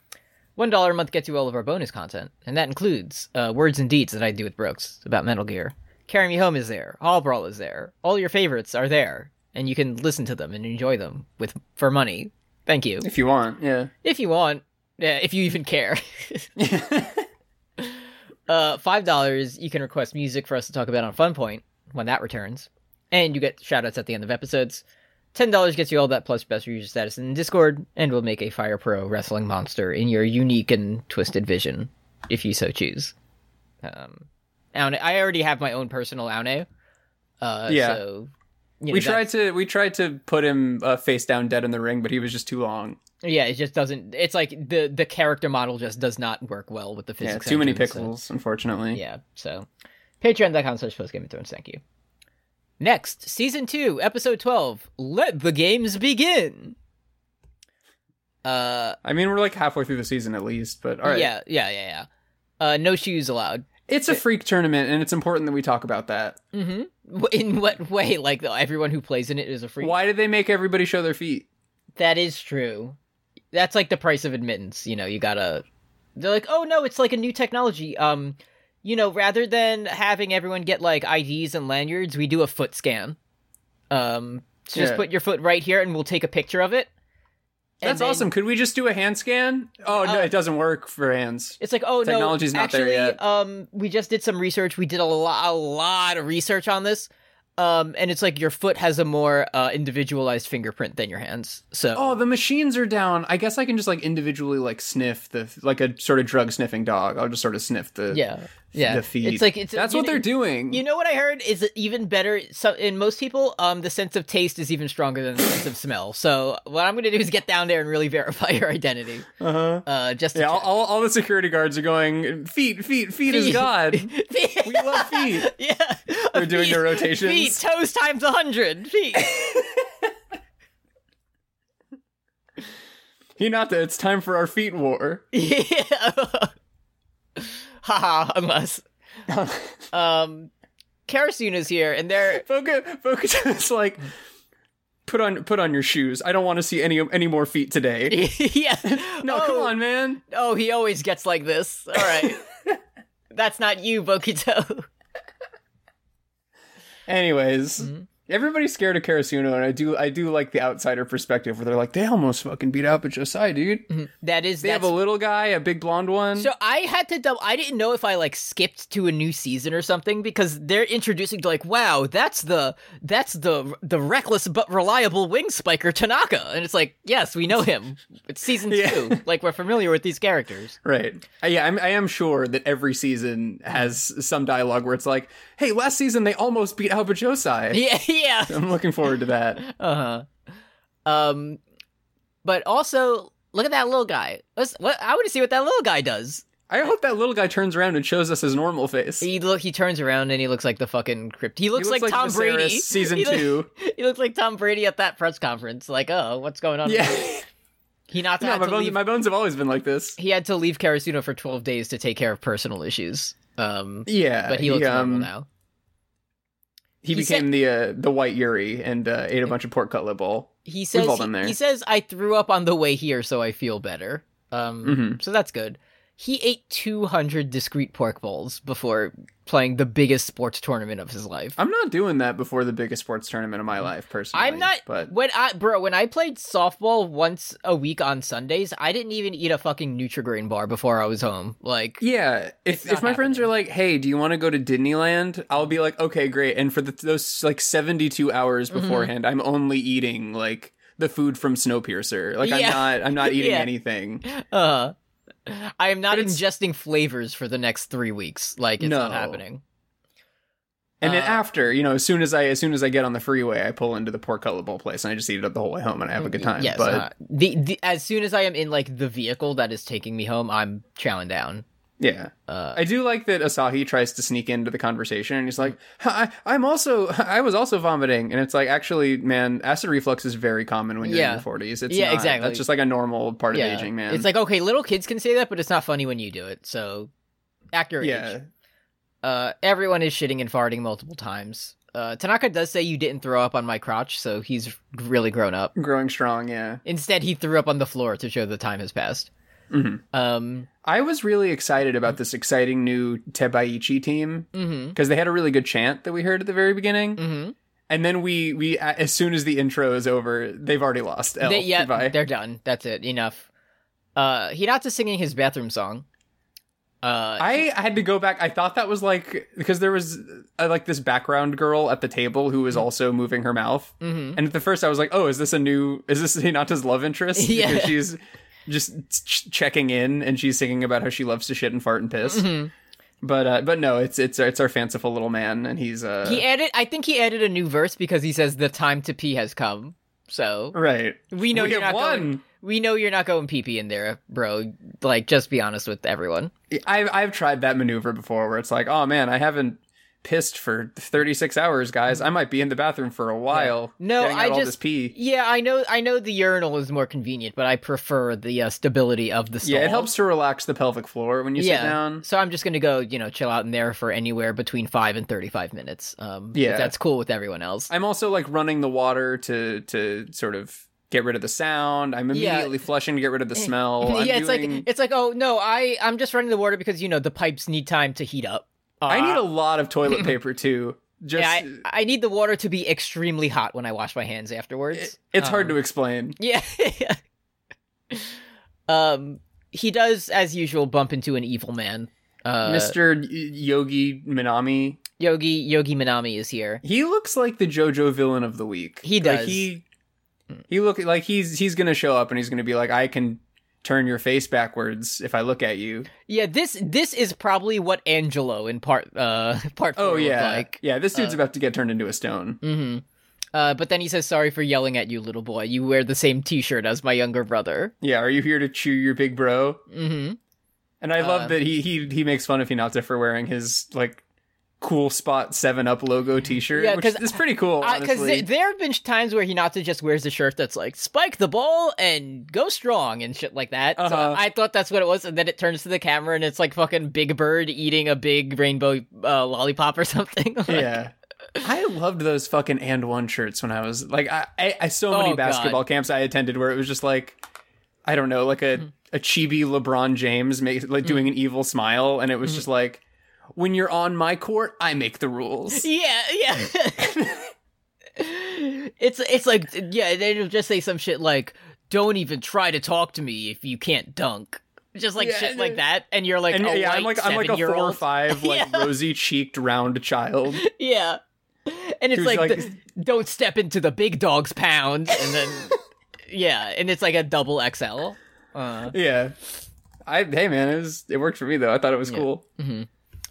[SPEAKER 5] One dollar a month gets you all of our bonus content, and that includes uh, words and deeds that I do with Brooks about Metal Gear. Carry Me Home is there. Hall Brawl is there. All your favorites are there, and you can listen to them and enjoy them with for money. Thank you
[SPEAKER 6] If you want, yeah.
[SPEAKER 5] if you want, yeah, if you even care. uh, five dollars, you can request music for us to talk about on Fun Point when that returns, and you get shout outs at the end of episodes. Ten dollars gets you all that plus best user status in Discord, and we'll make a Fire Pro wrestling monster in your unique and twisted vision, if you so choose. Um, Aune, I already have my own personal Aune. Uh,
[SPEAKER 6] Yeah.
[SPEAKER 5] So, you know,
[SPEAKER 6] we
[SPEAKER 5] that-
[SPEAKER 6] tried to we tried to put him uh, face down dead in the ring, but he was just too long.
[SPEAKER 5] Yeah, it just doesn't. It's like the the character model just does not work well with the
[SPEAKER 6] Yeah,
[SPEAKER 5] physics.
[SPEAKER 6] too many
[SPEAKER 5] engine, so-
[SPEAKER 6] pickles, unfortunately.
[SPEAKER 5] yeah, so patreon.com slash postgame of thrones. Thank you. Next, season two, episode twelve. Let the games begin. Uh,
[SPEAKER 6] I mean, we're like halfway through the season at least, but all right.
[SPEAKER 5] yeah, yeah, yeah, yeah. Uh, no shoes allowed.
[SPEAKER 6] It's a freak tournament, and it's important that we talk about that.
[SPEAKER 5] W- Mm-hmm. In what way? Like though, everyone who plays in it is a freak.
[SPEAKER 6] Why did they make everybody show their feet?
[SPEAKER 5] That is true. That's like the price of admittance. You know, you gotta. They're like, oh no, it's like a new technology. Um, you know, rather than having everyone get like IDs and lanyards, we do a foot scan. Um, so just
[SPEAKER 6] Yeah.
[SPEAKER 5] put your foot right here, and we'll take a picture of it. And
[SPEAKER 6] That's
[SPEAKER 5] then-
[SPEAKER 6] awesome. Could we just do a hand scan? Oh no,
[SPEAKER 5] Uh,
[SPEAKER 6] it doesn't work for hands.
[SPEAKER 5] It's like, oh
[SPEAKER 6] Technology's
[SPEAKER 5] no,
[SPEAKER 6] not there
[SPEAKER 5] actually,
[SPEAKER 6] yet.
[SPEAKER 5] um, we just did some research. We did a lot, a lot of research on this. Um, and it's like your foot has a more uh, individualized fingerprint than your hands. So
[SPEAKER 6] Oh, the machines are down. I guess I can just like individually like sniff the like a sort of drug sniffing dog. I'll just sort of sniff the
[SPEAKER 5] yeah, yeah,
[SPEAKER 6] the feet.
[SPEAKER 5] It's like it's
[SPEAKER 6] that's
[SPEAKER 5] you
[SPEAKER 6] what
[SPEAKER 5] know-
[SPEAKER 6] they're doing.
[SPEAKER 5] You know what I heard is that even better. So in most people, um, the sense of taste is even stronger than the sense of smell. So what I'm gonna do is get down there and really verify your identity. Uh-huh. Uh Just to
[SPEAKER 6] yeah, all,
[SPEAKER 5] check.
[SPEAKER 6] all, all the security guards are going feet, feet, feet is
[SPEAKER 5] Feet.
[SPEAKER 6] god. we love feet.
[SPEAKER 5] yeah,
[SPEAKER 6] They're doing
[SPEAKER 5] Feet-
[SPEAKER 6] their rotations.
[SPEAKER 5] Feet toes times a hundred feet.
[SPEAKER 6] Hinata, it's time for our feet war.
[SPEAKER 5] yeah. Haha. Unless, um, Karasuna's here, and they're
[SPEAKER 6] Focus, focus is like put on put on your shoes. I don't want to see any any more feet today.
[SPEAKER 5] yeah.
[SPEAKER 6] No,
[SPEAKER 5] oh,
[SPEAKER 6] come on, man.
[SPEAKER 5] Oh, he always gets like this. All right. That's not you, Bokito. Mm-hmm.
[SPEAKER 6] Anyways, Everybody's scared of Karasuno, and I do I do like the outsider perspective where they're like, they almost fucking beat out Josai, dude.
[SPEAKER 5] That is
[SPEAKER 6] They have
[SPEAKER 5] Mm-hmm. that's
[SPEAKER 6] a little guy, a big blonde one.
[SPEAKER 5] So I had to double. I didn't know if I like skipped to a new season or something because they're introducing like, wow, that's the that's the the reckless but reliable wing spiker Tanaka, and it's like, yes, we know him. It's season two. Like we're familiar with these characters.
[SPEAKER 6] Right. Uh, Yeah, I'm, I am sure that every season has some dialogue where it's like, hey, last season they almost beat Alba Josai.
[SPEAKER 5] Yeah, yeah.
[SPEAKER 6] I'm looking forward to that.
[SPEAKER 5] Uh huh. Um, but also look at that little guy. Let's. What I want to see what that little guy does.
[SPEAKER 6] I hope that little guy turns around and shows us his normal face.
[SPEAKER 5] He look. He turns around and he looks like the fucking crypt. He looks,
[SPEAKER 6] looks
[SPEAKER 5] like,
[SPEAKER 6] like
[SPEAKER 5] Tom Brady.
[SPEAKER 6] Viserys, season
[SPEAKER 5] He look-
[SPEAKER 6] two.
[SPEAKER 5] He looks like Tom Brady at that press conference. Like, oh, what's going on?
[SPEAKER 6] Yeah.
[SPEAKER 5] He not
[SPEAKER 6] no,
[SPEAKER 5] had
[SPEAKER 6] my
[SPEAKER 5] to
[SPEAKER 6] bones,
[SPEAKER 5] leave.
[SPEAKER 6] my bones have always been like this.
[SPEAKER 5] He had to leave Karasuno for twelve days to take care of personal issues. Um,
[SPEAKER 6] Yeah.
[SPEAKER 5] but he looks normal
[SPEAKER 6] um,
[SPEAKER 5] now.
[SPEAKER 6] He
[SPEAKER 5] He
[SPEAKER 6] became the uh, the white Yuri and uh, ate a bunch of pork cutlet bowl.
[SPEAKER 5] He says
[SPEAKER 6] all been there.
[SPEAKER 5] he, he says I threw up on the way here, so I feel better. Um,
[SPEAKER 6] Mm-hmm.
[SPEAKER 5] so that's good. He ate two hundred discrete pork bowls before playing the biggest sports tournament of his life.
[SPEAKER 6] I'm not doing that before the biggest sports tournament of my life, personally.
[SPEAKER 5] Mm. I'm not
[SPEAKER 6] But
[SPEAKER 5] when I bro when I played softball once a week on Sundays, I didn't even eat a fucking Nutrigrain bar before I was home. Like
[SPEAKER 6] yeah, if if my friends are like, "Hey, do you want to go to Disneyland?" I'll be like, "Okay, great." And for the, those like 72 hours
[SPEAKER 5] Mm-hmm.
[SPEAKER 6] beforehand, I'm only eating like the food from Snowpiercer. Like
[SPEAKER 5] Yeah.
[SPEAKER 6] I'm not I'm not eating
[SPEAKER 5] Yeah.
[SPEAKER 6] anything.
[SPEAKER 5] uh I am not
[SPEAKER 6] But it's-
[SPEAKER 5] ingesting flavors for the next 3 weeks. Like it's not
[SPEAKER 6] No.
[SPEAKER 5] happening.
[SPEAKER 6] And then
[SPEAKER 5] Uh,
[SPEAKER 6] after, you know, as soon as I as soon as I get on the freeway, I pull into the pork cutlet bowl place and I just eat it up the whole way home and I have a good time.
[SPEAKER 5] Yes.
[SPEAKER 6] but
[SPEAKER 5] uh, the, the as soon as I am in like the vehicle that is taking me home, I'm chowing down. Uh,
[SPEAKER 6] Yeah. I do like that Asahi tries to sneak into the conversation and he's like, "Hi, I, I'm also, I was also vomiting. And it's like, actually, man, acid reflux is very common when you're
[SPEAKER 5] Yeah.
[SPEAKER 6] in your 40s. It's
[SPEAKER 5] Yeah,
[SPEAKER 6] not-
[SPEAKER 5] exactly.
[SPEAKER 6] That's just like a normal part
[SPEAKER 5] Yeah.
[SPEAKER 6] of aging, man.
[SPEAKER 5] It's like okay, little kids can say that, but it's not funny when you do it. So accurate.
[SPEAKER 6] yeah.
[SPEAKER 5] age. Uh, everyone is shitting and farting multiple times. Uh, Tanaka does say you didn't throw up on my crotch, so he's really grown up.
[SPEAKER 6] Growing strong, yeah.
[SPEAKER 5] Instead, he threw up on the floor to show the time has passed.
[SPEAKER 6] Mm-hmm.
[SPEAKER 5] Um,
[SPEAKER 6] I was really excited about this exciting new Tebaichi team because
[SPEAKER 5] mm-hmm,
[SPEAKER 6] they had a really good chant that we heard at the very beginning. Mm-hmm. And then we, we, as soon as the intro is over, they've already lost. L.
[SPEAKER 5] they, yeah,
[SPEAKER 6] Goodbye.
[SPEAKER 5] they're done. That's it. Enough. Uh, Hinata's singing his bathroom song. Uh,
[SPEAKER 6] I had to go back. I thought that was like because there was uh, like this background girl at the table who was
[SPEAKER 5] Mm-hmm.
[SPEAKER 6] also moving her mouth. Mm-hmm. And at the first, I was like, "Oh, is this a new? Is this Hinata's love interest?"
[SPEAKER 5] Yeah.
[SPEAKER 6] Because she's just ch- checking in and she's singing about how she loves to shit and fart and
[SPEAKER 5] Mm-hmm.
[SPEAKER 6] piss. But uh, but no, it's it's it's our fanciful little man, and he's uh
[SPEAKER 5] he added. I think he added a new verse because he says the time to pee has come. So
[SPEAKER 6] right.
[SPEAKER 5] we know
[SPEAKER 6] We
[SPEAKER 5] you're
[SPEAKER 6] have
[SPEAKER 5] not going.
[SPEAKER 6] won.
[SPEAKER 5] We know you're not going pee pee in there, bro. Like, just be honest with everyone.
[SPEAKER 6] I've I've tried that maneuver before, where it's like, "Oh man, I haven't." Pissed for 36 hours, guys. I might be in the bathroom for a while.
[SPEAKER 5] No,
[SPEAKER 6] getting out
[SPEAKER 5] I
[SPEAKER 6] all
[SPEAKER 5] just
[SPEAKER 6] this pee.
[SPEAKER 5] Yeah, I know. I know the urinal is more convenient, but I prefer the uh, stability of the stall.
[SPEAKER 6] Yeah, it helps to relax the pelvic floor when you sit down.
[SPEAKER 5] So I'm just gonna go, you know, chill out in there for anywhere between five and thirty-five minutes. Um, if
[SPEAKER 6] Yeah.
[SPEAKER 5] that's cool with everyone else.
[SPEAKER 6] I'm also like running the water to to sort of get rid of the sound. I'm
[SPEAKER 5] Yeah. Eh,
[SPEAKER 6] immediately flushing to get rid of the smell. Oh, I'm
[SPEAKER 5] yeah, it's
[SPEAKER 6] doing-
[SPEAKER 5] like it's like, oh no, I I'm just running the water because you know the pipes need time to heat up. Uh,
[SPEAKER 6] I need a lot of toilet paper too. Just
[SPEAKER 5] I, I need the water to be extremely hot when I wash my hands afterwards. Um,
[SPEAKER 6] it's hard to explain.
[SPEAKER 5] Yeah. um, he does, as usual, bump into an evil man. Uh,
[SPEAKER 6] Mr. Y- Yogi Minami.
[SPEAKER 5] Yogi Yogi Minami is here.
[SPEAKER 6] He looks like the JoJo villain of the week.
[SPEAKER 5] He
[SPEAKER 6] Like,
[SPEAKER 5] does.
[SPEAKER 6] he he look like he's he's gonna show up and he's gonna be like, I can turn your face backwards if I look at you.
[SPEAKER 5] Yeah, this this is probably what Angelo in part uh part four
[SPEAKER 6] Oh
[SPEAKER 5] looked
[SPEAKER 6] yeah,
[SPEAKER 5] like.
[SPEAKER 6] yeah. This dude's about to get turned into a stone.
[SPEAKER 5] Uh, but then he says, "Sorry for yelling at you, little boy. You wear the same T-shirt as my younger brother."
[SPEAKER 6] Yeah, are you here to chew your big bro? Mm-hmm. And I
[SPEAKER 5] Uh.
[SPEAKER 6] love that he he he makes fun of Hinata for wearing his like cool spot Seven Up logo T-shirt,
[SPEAKER 5] Yeah,
[SPEAKER 6] which
[SPEAKER 5] 'cause
[SPEAKER 6] is pretty cool.
[SPEAKER 5] Because
[SPEAKER 6] honestly.
[SPEAKER 5] there have been times where Hinata just wears a shirt that's like "Spike the ball and go strong" and shit like that. So
[SPEAKER 6] Uh-huh.
[SPEAKER 5] I thought that's what it was, and then it turns to the camera and it's like fucking Big Bird eating a big rainbow uh, lollipop or something. Like,
[SPEAKER 6] yeah. I loved those fucking and one shirts when I was like I, I, I so many
[SPEAKER 5] Oh, God.
[SPEAKER 6] basketball camps I attended where it was just like I don't know like
[SPEAKER 5] Mm-hmm.
[SPEAKER 6] a a chibi LeBron James make,
[SPEAKER 5] Mm.
[SPEAKER 6] like doing an evil smile and it
[SPEAKER 5] Mm-hmm.
[SPEAKER 6] was just like when you're on my court I make the rules
[SPEAKER 5] yeah, yeah. It's it's like yeah, they'll just say some shit like, "Don't even try to talk to me if you can't dunk." Just like shit like that, and you're like,
[SPEAKER 6] And
[SPEAKER 5] a
[SPEAKER 6] yeah, I'm
[SPEAKER 5] white
[SPEAKER 6] like I'm like a four or
[SPEAKER 5] seven-year-old.
[SPEAKER 6] five, like
[SPEAKER 5] Yeah.
[SPEAKER 6] rosy cheeked round child.
[SPEAKER 5] Yeah. And it's
[SPEAKER 6] Who's
[SPEAKER 5] like,
[SPEAKER 6] like-
[SPEAKER 5] the- don't step into the big dog's pound. And then, yeah. And it's like a double XL.
[SPEAKER 6] Yeah. I hey man, it was it worked for me though. I thought it was cool.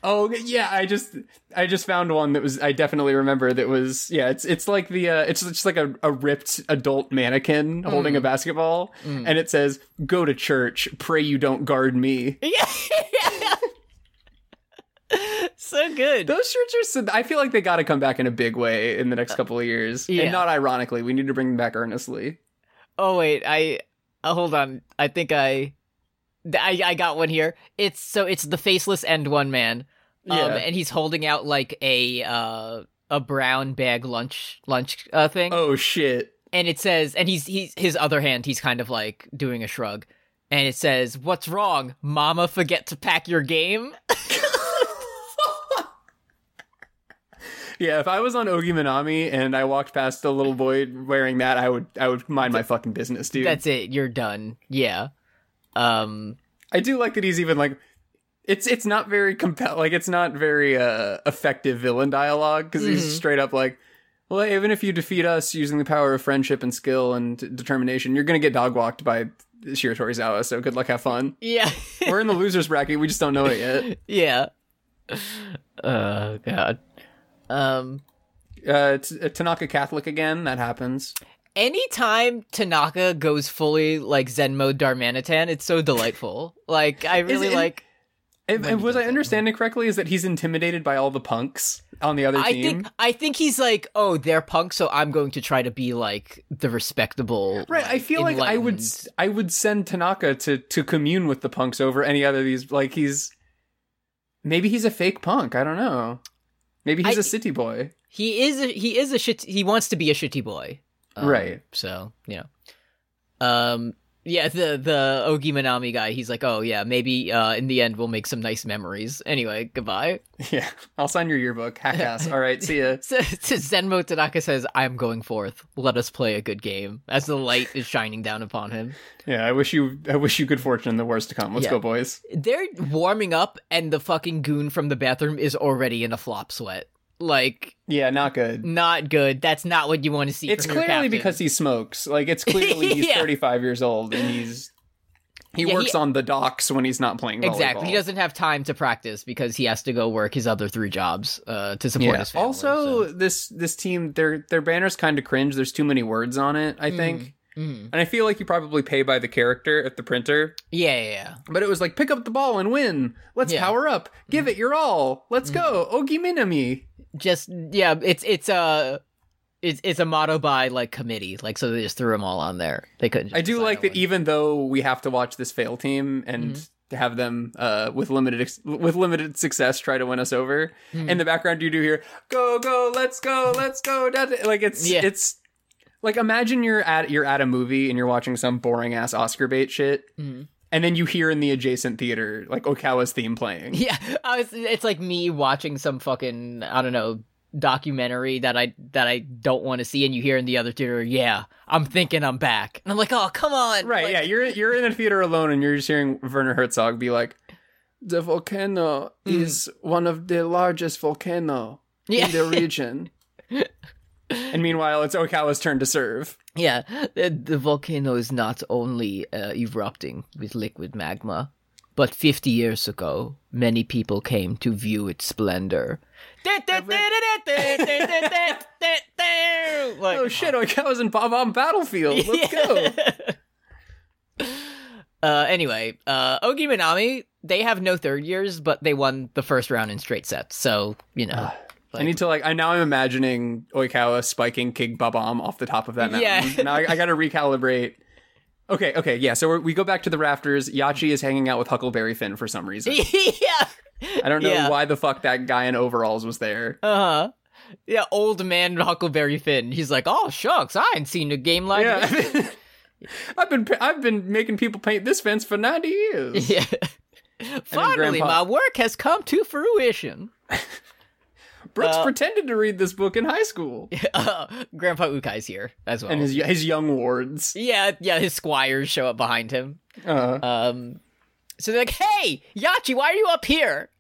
[SPEAKER 6] Oh yeah, I just I just found one that was I definitely remember that was yeah. It's it's like the uh, it's just like a, a ripped adult mannequin holding a basketball, and it says "Go to church, pray you don't guard me."
[SPEAKER 5] So good.
[SPEAKER 6] Those shirts are. so- I feel like they got to come back in a big way in the next couple of years,
[SPEAKER 5] yeah.
[SPEAKER 6] and not ironically. We need to bring them back earnestly.
[SPEAKER 5] Oh, wait. I, uh, hold on. I think I, th- I, I got one here. It's so it's the faceless end one man. Um,
[SPEAKER 6] Yeah.
[SPEAKER 5] and he's holding out like a, uh, a brown bag lunch lunch uh, thing
[SPEAKER 6] Oh shit!
[SPEAKER 5] and it says and he's he's his other hand he's kind of like doing a shrug and it says what's wrong mama forget to pack your game
[SPEAKER 6] Yeah, if I was on Ogi Manami and I walked past a little boy wearing that, I would I would mind my fucking business, dude.
[SPEAKER 5] that's it you're done yeah um
[SPEAKER 6] I do like that he's even like it's it's not very compel like it's not very uh effective villain dialogue because he's straight up like well even if you defeat us using the power of friendship and skill and d- determination you're gonna get dog walked by Shiro Torizawa so good luck have fun
[SPEAKER 5] yeah
[SPEAKER 6] we're in the losers bracket we just don't know it yet
[SPEAKER 5] yeah oh god um
[SPEAKER 6] uh, t- uh, Tanaka Catholic again that happens
[SPEAKER 5] anytime tanaka goes fully like zen mode darmanitan it's so delightful like i really
[SPEAKER 6] it-
[SPEAKER 5] like
[SPEAKER 6] and, and was I understanding correctly is that he's intimidated by all the punks on the other
[SPEAKER 5] I
[SPEAKER 6] team
[SPEAKER 5] think I think he's like, oh, they're punk, so I'm going to try to be like the respectable.
[SPEAKER 6] Right, I feel like I would
[SPEAKER 5] enlightened-
[SPEAKER 6] I would send Tanaka to to commune with the punks over any other of these like he's maybe he's a fake punk, I don't know. Maybe he's
[SPEAKER 5] I-
[SPEAKER 6] a city boy.
[SPEAKER 5] He is a, he is a shit. He wants to be a shitty boy. Um,
[SPEAKER 6] Right.
[SPEAKER 5] So you know, um, yeah, the the Ogi Manami guy. He's like, oh yeah, maybe uh, in the end we'll make some nice memories. Anyway, goodbye.
[SPEAKER 6] Yeah. I'll sign your yearbook. Hack ass. All right, see ya.
[SPEAKER 5] So, so Zenmo Tanaka says, "I'm going forth. Let us play a good game." As the light is shining down upon him,
[SPEAKER 6] Yeah, I wish you I wish you good fortune and the worst to come. Let's
[SPEAKER 5] Yeah.
[SPEAKER 6] go, boys.
[SPEAKER 5] they're warming up, and the fucking goon from the bathroom is already in a flop sweat. Like,
[SPEAKER 6] Yeah, not good.
[SPEAKER 5] not good. That's not what you want to see.
[SPEAKER 6] It's
[SPEAKER 5] from your
[SPEAKER 6] clearly
[SPEAKER 5] captain.
[SPEAKER 6] because he smokes. Like it's clearly he's
[SPEAKER 5] Yeah.
[SPEAKER 6] 35 years old and he's he
[SPEAKER 5] Yeah,
[SPEAKER 6] works
[SPEAKER 5] he-
[SPEAKER 6] on the docks when he's not playing volleyball.
[SPEAKER 5] Exactly. He doesn't have time to practice because he has to go work his other three jobs uh, to support his family.
[SPEAKER 6] also,
[SPEAKER 5] so-
[SPEAKER 6] this this team their their banner's kind of cringe. There's too many words on it. I think,
[SPEAKER 5] Mm.
[SPEAKER 6] and I feel like you probably pay by the character at the printer.
[SPEAKER 5] Yeah, yeah, yeah.
[SPEAKER 6] But it was like pick up the ball and win. Let's
[SPEAKER 5] Yeah. Mm-hmm.
[SPEAKER 6] power up. Give it your all. Let's go. Ogi Minami.
[SPEAKER 5] Just yeah, it's it's a it's it's a motto by like committee. Like so, they just threw them all on there. They couldn't.
[SPEAKER 6] I do
[SPEAKER 5] decide
[SPEAKER 6] like
[SPEAKER 5] on
[SPEAKER 6] that. E-
[SPEAKER 5] one.
[SPEAKER 6] Even though we have to watch this fail team and.
[SPEAKER 5] Mm-hmm.
[SPEAKER 6] To have them uh, with limited ex- with limited success try to win us over.
[SPEAKER 5] Hmm.
[SPEAKER 6] In the background, you do hear "Go go, let's go, let's go." da- da." Like it's
[SPEAKER 5] Yeah.
[SPEAKER 6] it's like imagine you're at you're at a movie and you're watching some boring ass Oscar bait shit,
[SPEAKER 5] Mm-hmm.
[SPEAKER 6] and then you hear in the adjacent theater like Okawa's theme playing.
[SPEAKER 5] Yeah, I was, it's like me watching some fucking I don't know documentary that I that I don't want to see, and you hear in the other theater, yeah, I'm thinking I'm back, and I'm like, oh come on,
[SPEAKER 6] Right,
[SPEAKER 5] Like,
[SPEAKER 6] yeah, you're you're in a theater alone and you're just hearing Werner Herzog be like, "The volcano
[SPEAKER 5] Hmm.
[SPEAKER 6] is one of the largest volcano
[SPEAKER 5] Yeah.
[SPEAKER 6] in the region." and meanwhile, it's Okawa's turn to serve.
[SPEAKER 5] Yeah, the, the volcano is not only uh, erupting with liquid magma, but 50 years ago, many people came to view its splendor.
[SPEAKER 6] Oh
[SPEAKER 5] like,
[SPEAKER 6] shit, Okawa's in Bob on Battlefield. Let's go.
[SPEAKER 5] uh, anyway, uh, Ogi Minami, they have no third years, but they won the first round in straight sets. So, you
[SPEAKER 6] Ah.
[SPEAKER 5] know.
[SPEAKER 6] I need to like. I now I'm imagining Oikawa spiking King Babam off the top of that mountain.
[SPEAKER 5] Yeah.
[SPEAKER 6] now I, I got to recalibrate. Okay, okay, yeah. So we're, we go back to the rafters. Yachi is hanging out with Huckleberry Finn for some reason.
[SPEAKER 5] yeah.
[SPEAKER 6] I don't know
[SPEAKER 5] Yeah.
[SPEAKER 6] why the fuck that guy in overalls was there.
[SPEAKER 5] Uh huh. Yeah, old man Huckleberry Finn. He's like, oh, shucks, I ain't seen a game like this.
[SPEAKER 6] yeah. I've been I've been making people paint this fence for ninety years.
[SPEAKER 5] Yeah. Finally,
[SPEAKER 6] Grandpa-
[SPEAKER 5] my work has come to fruition.
[SPEAKER 6] Brooks pretended to read this book in high school,
[SPEAKER 5] Grandpa Ukai's here as well.
[SPEAKER 6] and his his young wards.
[SPEAKER 5] yeah, yeah, his squires show up behind him.
[SPEAKER 6] Uh,
[SPEAKER 5] Um, so they're like, "Hey, Yachi, why are you up here?"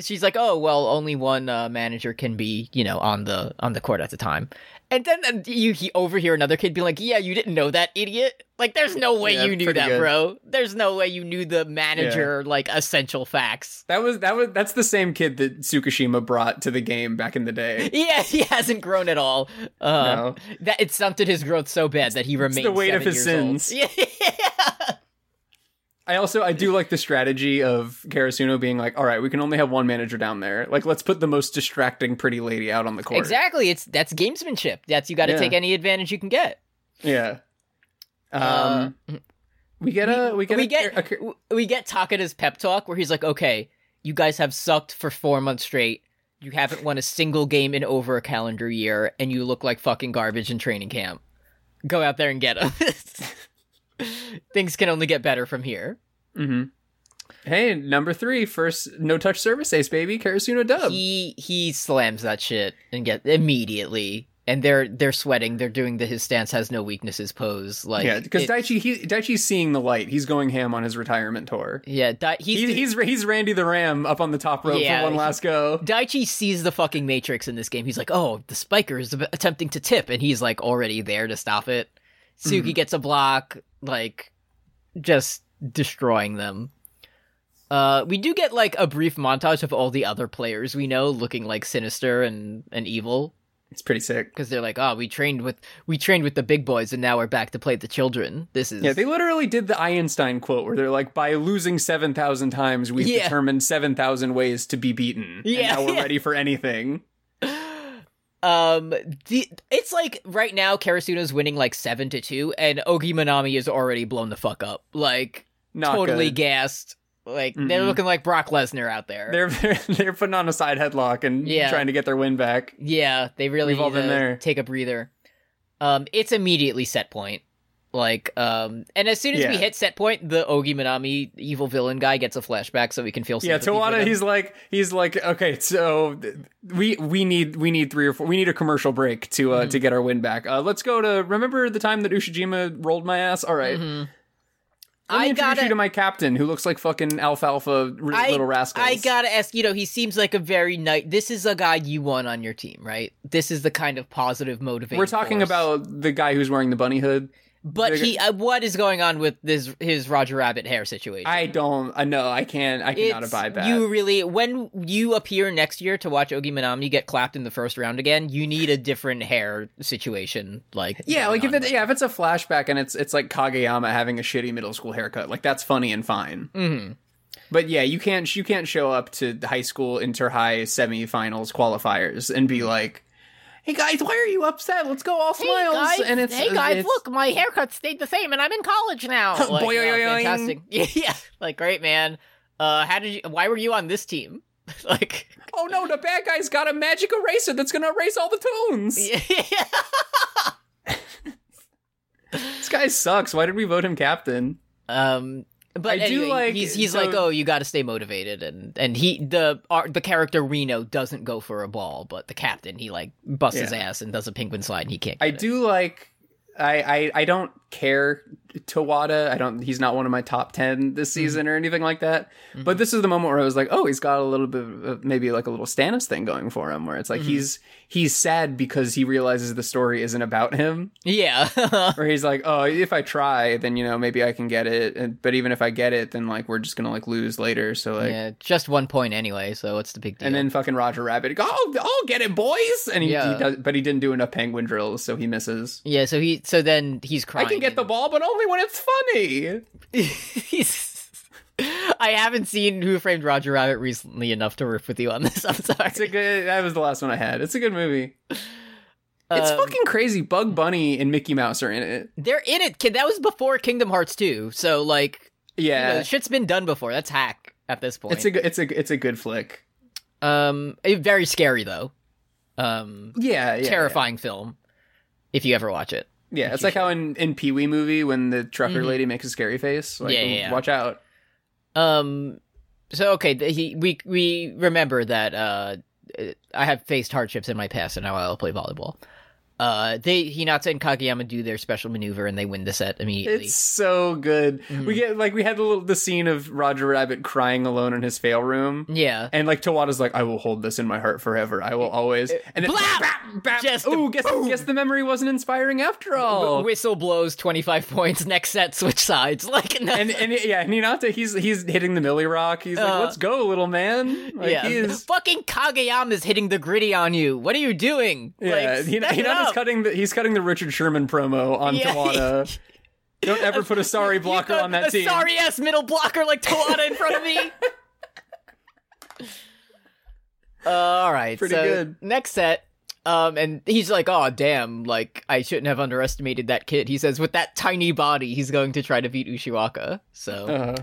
[SPEAKER 5] She's like, "Oh, well, only one uh, manager can be, you know, on the on the court at the time." And then uh, you he overhear another kid being like, "Yeah, you didn't know that, idiot! Like, there's no way
[SPEAKER 6] Yeah,
[SPEAKER 5] you knew
[SPEAKER 6] pretty
[SPEAKER 5] that,
[SPEAKER 6] good.
[SPEAKER 5] bro. There's no way you knew the manager like essential facts."
[SPEAKER 6] that was that was that's the same kid that Tsukushima brought to the game back in the day.
[SPEAKER 5] Yeah, he hasn't grown at all. Uh,
[SPEAKER 6] No.
[SPEAKER 5] That it stunted his growth so bad that he remains
[SPEAKER 6] the weight of
[SPEAKER 5] seven
[SPEAKER 6] his
[SPEAKER 5] years old.
[SPEAKER 6] sins.
[SPEAKER 5] Yeah.
[SPEAKER 6] I also I do like the strategy of Karasuno being like, all right, we can only have one manager down there. Like, let's put the most distracting pretty lady out on the court.
[SPEAKER 5] Exactly. It's that's gamesmanship. That's you got to
[SPEAKER 6] Yeah.
[SPEAKER 5] take any advantage you can get.
[SPEAKER 6] Yeah. Um, we get a we get
[SPEAKER 5] Uh, we
[SPEAKER 6] a,
[SPEAKER 5] get
[SPEAKER 6] a- a-
[SPEAKER 5] we get Takada's pep talk where he's like, "Okay, you guys have sucked for four months straight. You haven't won a single game in over a calendar year, and you look like fucking garbage in training camp. Go out there and get them. Things can only get better from here."
[SPEAKER 6] hey number three first no touch service ace baby Karasuno dub.
[SPEAKER 5] He he slams that shit and get immediately. And they're they're sweating. They're doing the his stance has no weaknesses pose. Like
[SPEAKER 6] yeah, because
[SPEAKER 5] it-
[SPEAKER 6] Daichi he, Daichi's seeing the light. He's going ham on his retirement tour.
[SPEAKER 5] yeah, Dai- he's,
[SPEAKER 6] He's he's, he's Randy the Ram up on the top rope
[SPEAKER 5] Yeah,
[SPEAKER 6] for one
[SPEAKER 5] he-
[SPEAKER 6] last go.
[SPEAKER 5] Daichi sees the fucking Matrix in this game. He's like, oh, the spiker is ab- attempting to tip, and he's like already there to stop it. Suki
[SPEAKER 6] Mm-hmm.
[SPEAKER 5] gets a block, like just destroying them. Uh, we do get like a brief montage of all the other players we know looking like sinister and, and evil
[SPEAKER 6] It's pretty sick.
[SPEAKER 5] because they're like, oh, we trained with we trained with the big boys, and now we're back to play the children. This is
[SPEAKER 6] Yeah, they literally did the Einstein quote where they're like, by losing 7,000 times, we've
[SPEAKER 5] Yeah.
[SPEAKER 6] determined 7,000 ways to be beaten.
[SPEAKER 5] Yeah,
[SPEAKER 6] And now we're
[SPEAKER 5] yeah.
[SPEAKER 6] ready for anything.
[SPEAKER 5] Um, the it's like right now Karasuno's winning like seven to two, and Ogi Manami is already blown the fuck up, like
[SPEAKER 6] Not
[SPEAKER 5] totally
[SPEAKER 6] good.
[SPEAKER 5] gassed. Like they're
[SPEAKER 6] Mm-mm.
[SPEAKER 5] looking like Brock Lesnar out there.
[SPEAKER 6] They're, they're, they're putting on a side headlock and
[SPEAKER 5] Yeah.
[SPEAKER 6] trying to get their win back.
[SPEAKER 5] yeah, they really
[SPEAKER 6] We've all
[SPEAKER 5] need to
[SPEAKER 6] been there.
[SPEAKER 5] Take a breather. Um, it's immediately set point. Like, um, and as soon as we
[SPEAKER 6] Yeah.
[SPEAKER 5] hit set point, the Ogi Manami evil villain guy gets a flashback, so we can feel.
[SPEAKER 6] Yeah,
[SPEAKER 5] sympathy for
[SPEAKER 6] Tawana,
[SPEAKER 5] them.
[SPEAKER 6] he's like, he's like, okay, so th- we we need we need three or four, we need a commercial break to uh,
[SPEAKER 5] Mm-hmm.
[SPEAKER 6] to get our win back. Uh, let's go to remember the time that Ushijima rolled my ass. All right. Let me
[SPEAKER 5] Mm-hmm. I
[SPEAKER 6] introduce
[SPEAKER 5] gotta-
[SPEAKER 6] you to my captain, who looks like fucking alfalfa r- little rascals.
[SPEAKER 5] I gotta ask, you know, he seems like a very nice. This is a guy you want on your team, right? This is the kind of positive motivating.
[SPEAKER 6] We're talking
[SPEAKER 5] force.
[SPEAKER 6] about the guy who's wearing the bunny hood.
[SPEAKER 5] but he. Uh, what is going on with this his Roger Rabbit hair situation?
[SPEAKER 6] I don't. I know. I can't. I cannot
[SPEAKER 5] It's-
[SPEAKER 6] abide that.
[SPEAKER 5] You really, when you appear next year to watch Ogi Manami get clapped in the first round again, you need a different hair situation. Like,
[SPEAKER 6] yeah,
[SPEAKER 5] going
[SPEAKER 6] like if
[SPEAKER 5] on
[SPEAKER 6] it, yeah, if it's a flashback and it's it's like Kageyama having a shitty middle school haircut, like that's funny and fine. Mm-hmm. But yeah, you can't you can't show up to high school inter high semifinals qualifiers and be like, "Hey guys, why are you upset? Let's go all smiles." and it's it's-
[SPEAKER 5] my haircut stayed the same, and I'm in college now.
[SPEAKER 6] Like, Boing, oh, boing.
[SPEAKER 5] fantastic.
[SPEAKER 6] fantastic.
[SPEAKER 5] Yeah, like great, man. Uh, how did you? Why were you on this team? like,
[SPEAKER 6] oh no, the bad guy's got a magic eraser that's gonna erase all the tones.
[SPEAKER 5] yeah,
[SPEAKER 6] This guy sucks. Why did we vote him captain?
[SPEAKER 5] um. But
[SPEAKER 6] I do
[SPEAKER 5] anyway,
[SPEAKER 6] like-
[SPEAKER 5] he's he's
[SPEAKER 6] so-
[SPEAKER 5] like, oh, you got to stay motivated, and and he the our, the character Reno doesn't go for a ball, but the captain he like busts his
[SPEAKER 6] Yeah.
[SPEAKER 5] ass and does a penguin slide, and he can't. Get
[SPEAKER 6] I
[SPEAKER 5] it.
[SPEAKER 6] do like. I, I I don't care Tawada. I don't. He's not one of my top ten
[SPEAKER 5] Mm-hmm.
[SPEAKER 6] this season or anything like that. But this is the moment where I was like, oh, he's got a little bit, of, of maybe like a little Stannis thing going for him, where it's
[SPEAKER 5] Mm-hmm.
[SPEAKER 6] like he's he's sad because he realizes the story isn't about him.
[SPEAKER 5] Yeah,
[SPEAKER 6] Where he's like, oh, if I try, then you know maybe I can get it. And, but even if I get it, then like we're just gonna like lose later. So like.
[SPEAKER 5] yeah, just one point anyway. So what's the big deal?
[SPEAKER 6] And then fucking Roger Rabbit, go, oh, I'll get it, boys! And he,
[SPEAKER 5] Yeah.
[SPEAKER 6] he does, but he didn't do enough penguin drills, so he misses.
[SPEAKER 5] yeah, so he so then he's
[SPEAKER 6] I
[SPEAKER 5] crying.
[SPEAKER 6] can get
[SPEAKER 5] and-
[SPEAKER 6] the ball, but only when it's funny.
[SPEAKER 5] He's- I haven't seen Who Framed Roger Rabbit recently enough to riff with you on this. I'm sorry.
[SPEAKER 6] It's a good. That was the last one I had. It's a good movie. It's
[SPEAKER 5] Um,
[SPEAKER 6] fucking crazy. Bug Bunny and Mickey Mouse are in it.
[SPEAKER 5] They're in it, kid. That was before Kingdom Hearts 2. So, like, you know,
[SPEAKER 6] Yeah,
[SPEAKER 5] shit's been done before. That's hack at this point.
[SPEAKER 6] it's a good. It's a it's a good flick.
[SPEAKER 5] um, eh, very scary, though. Um,
[SPEAKER 6] Yeah, yeah
[SPEAKER 5] terrifying film if you ever watch it.
[SPEAKER 6] Yeah, yeah. it's like how in in Pee Wee movie when the trucker lady makes a scary face. Like,
[SPEAKER 5] Mm-hmm. Yeah, yeah, yeah.
[SPEAKER 6] watch out.
[SPEAKER 5] Um, so okay, th- he we we remember that uh uh, I have faced hardships in my past, and now I'll play volleyball. Uh, they Hinata and Kageyama do their special maneuver, and they win the set immediately.
[SPEAKER 6] It's so good.
[SPEAKER 5] Mm-hmm.
[SPEAKER 6] We get like we had the little the scene of Roger Rabbit crying alone in his fail room.
[SPEAKER 5] yeah,
[SPEAKER 6] And like Tawada's like, I will hold this in my heart forever. I will always. And then
[SPEAKER 5] Blap!
[SPEAKER 6] bap, bap.
[SPEAKER 5] Just
[SPEAKER 6] Ooh, guess
[SPEAKER 5] boom.
[SPEAKER 6] guess the memory wasn't inspiring after all.
[SPEAKER 5] Wh- whistle blows twenty five points. Next set, switch sides. Like no,
[SPEAKER 6] and and yeah, Ninata, he's he's hitting the Millie Rock. He's like, let's go, little man. Like,
[SPEAKER 5] Uh, yeah,
[SPEAKER 6] he is.
[SPEAKER 5] fucking Kageyama's hitting the gritty on you. What are you doing?
[SPEAKER 6] Yeah,
[SPEAKER 5] like,
[SPEAKER 6] Hin-
[SPEAKER 5] step it
[SPEAKER 6] Hinata's
[SPEAKER 5] up.
[SPEAKER 6] cutting the he's cutting the Richard Sherman promo on
[SPEAKER 5] Yeah.
[SPEAKER 6] Tawada. Don't ever put a sorry
[SPEAKER 5] You
[SPEAKER 6] blocker
[SPEAKER 5] thought
[SPEAKER 6] on that
[SPEAKER 5] a
[SPEAKER 6] team.
[SPEAKER 5] sorry ass middle blocker like Tawada in front of me. Uh, all right,
[SPEAKER 6] Pretty
[SPEAKER 5] so
[SPEAKER 6] good.
[SPEAKER 5] Next set, um, and he's like, "Oh damn! Like I shouldn't have underestimated that kid." He says, "With that tiny body, he's going to try to beat Ushiwaka." So,
[SPEAKER 6] Uh,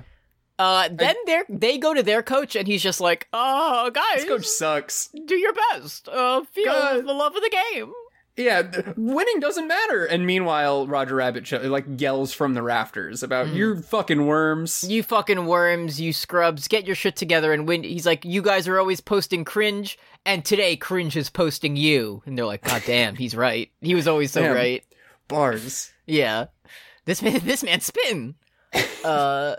[SPEAKER 5] uh, then they they go to their coach, and he's just like, "Oh guys,
[SPEAKER 6] this coach sucks.
[SPEAKER 5] do your best. Uh, feel
[SPEAKER 6] God.
[SPEAKER 5] the love of the game."
[SPEAKER 6] Yeah, th- winning doesn't matter. And meanwhile, Roger Rabbit sh- like yells from the rafters about
[SPEAKER 5] Mm.
[SPEAKER 6] you fucking worms.
[SPEAKER 5] You fucking worms, you scrubs, get your shit together and win. He's like, you guys are always posting cringe, and today cringe is posting you. And they're like, God damn, he's right. He was always so
[SPEAKER 6] Damn.
[SPEAKER 5] right.
[SPEAKER 6] Bars.
[SPEAKER 5] Yeah, this man, this man spin. uh,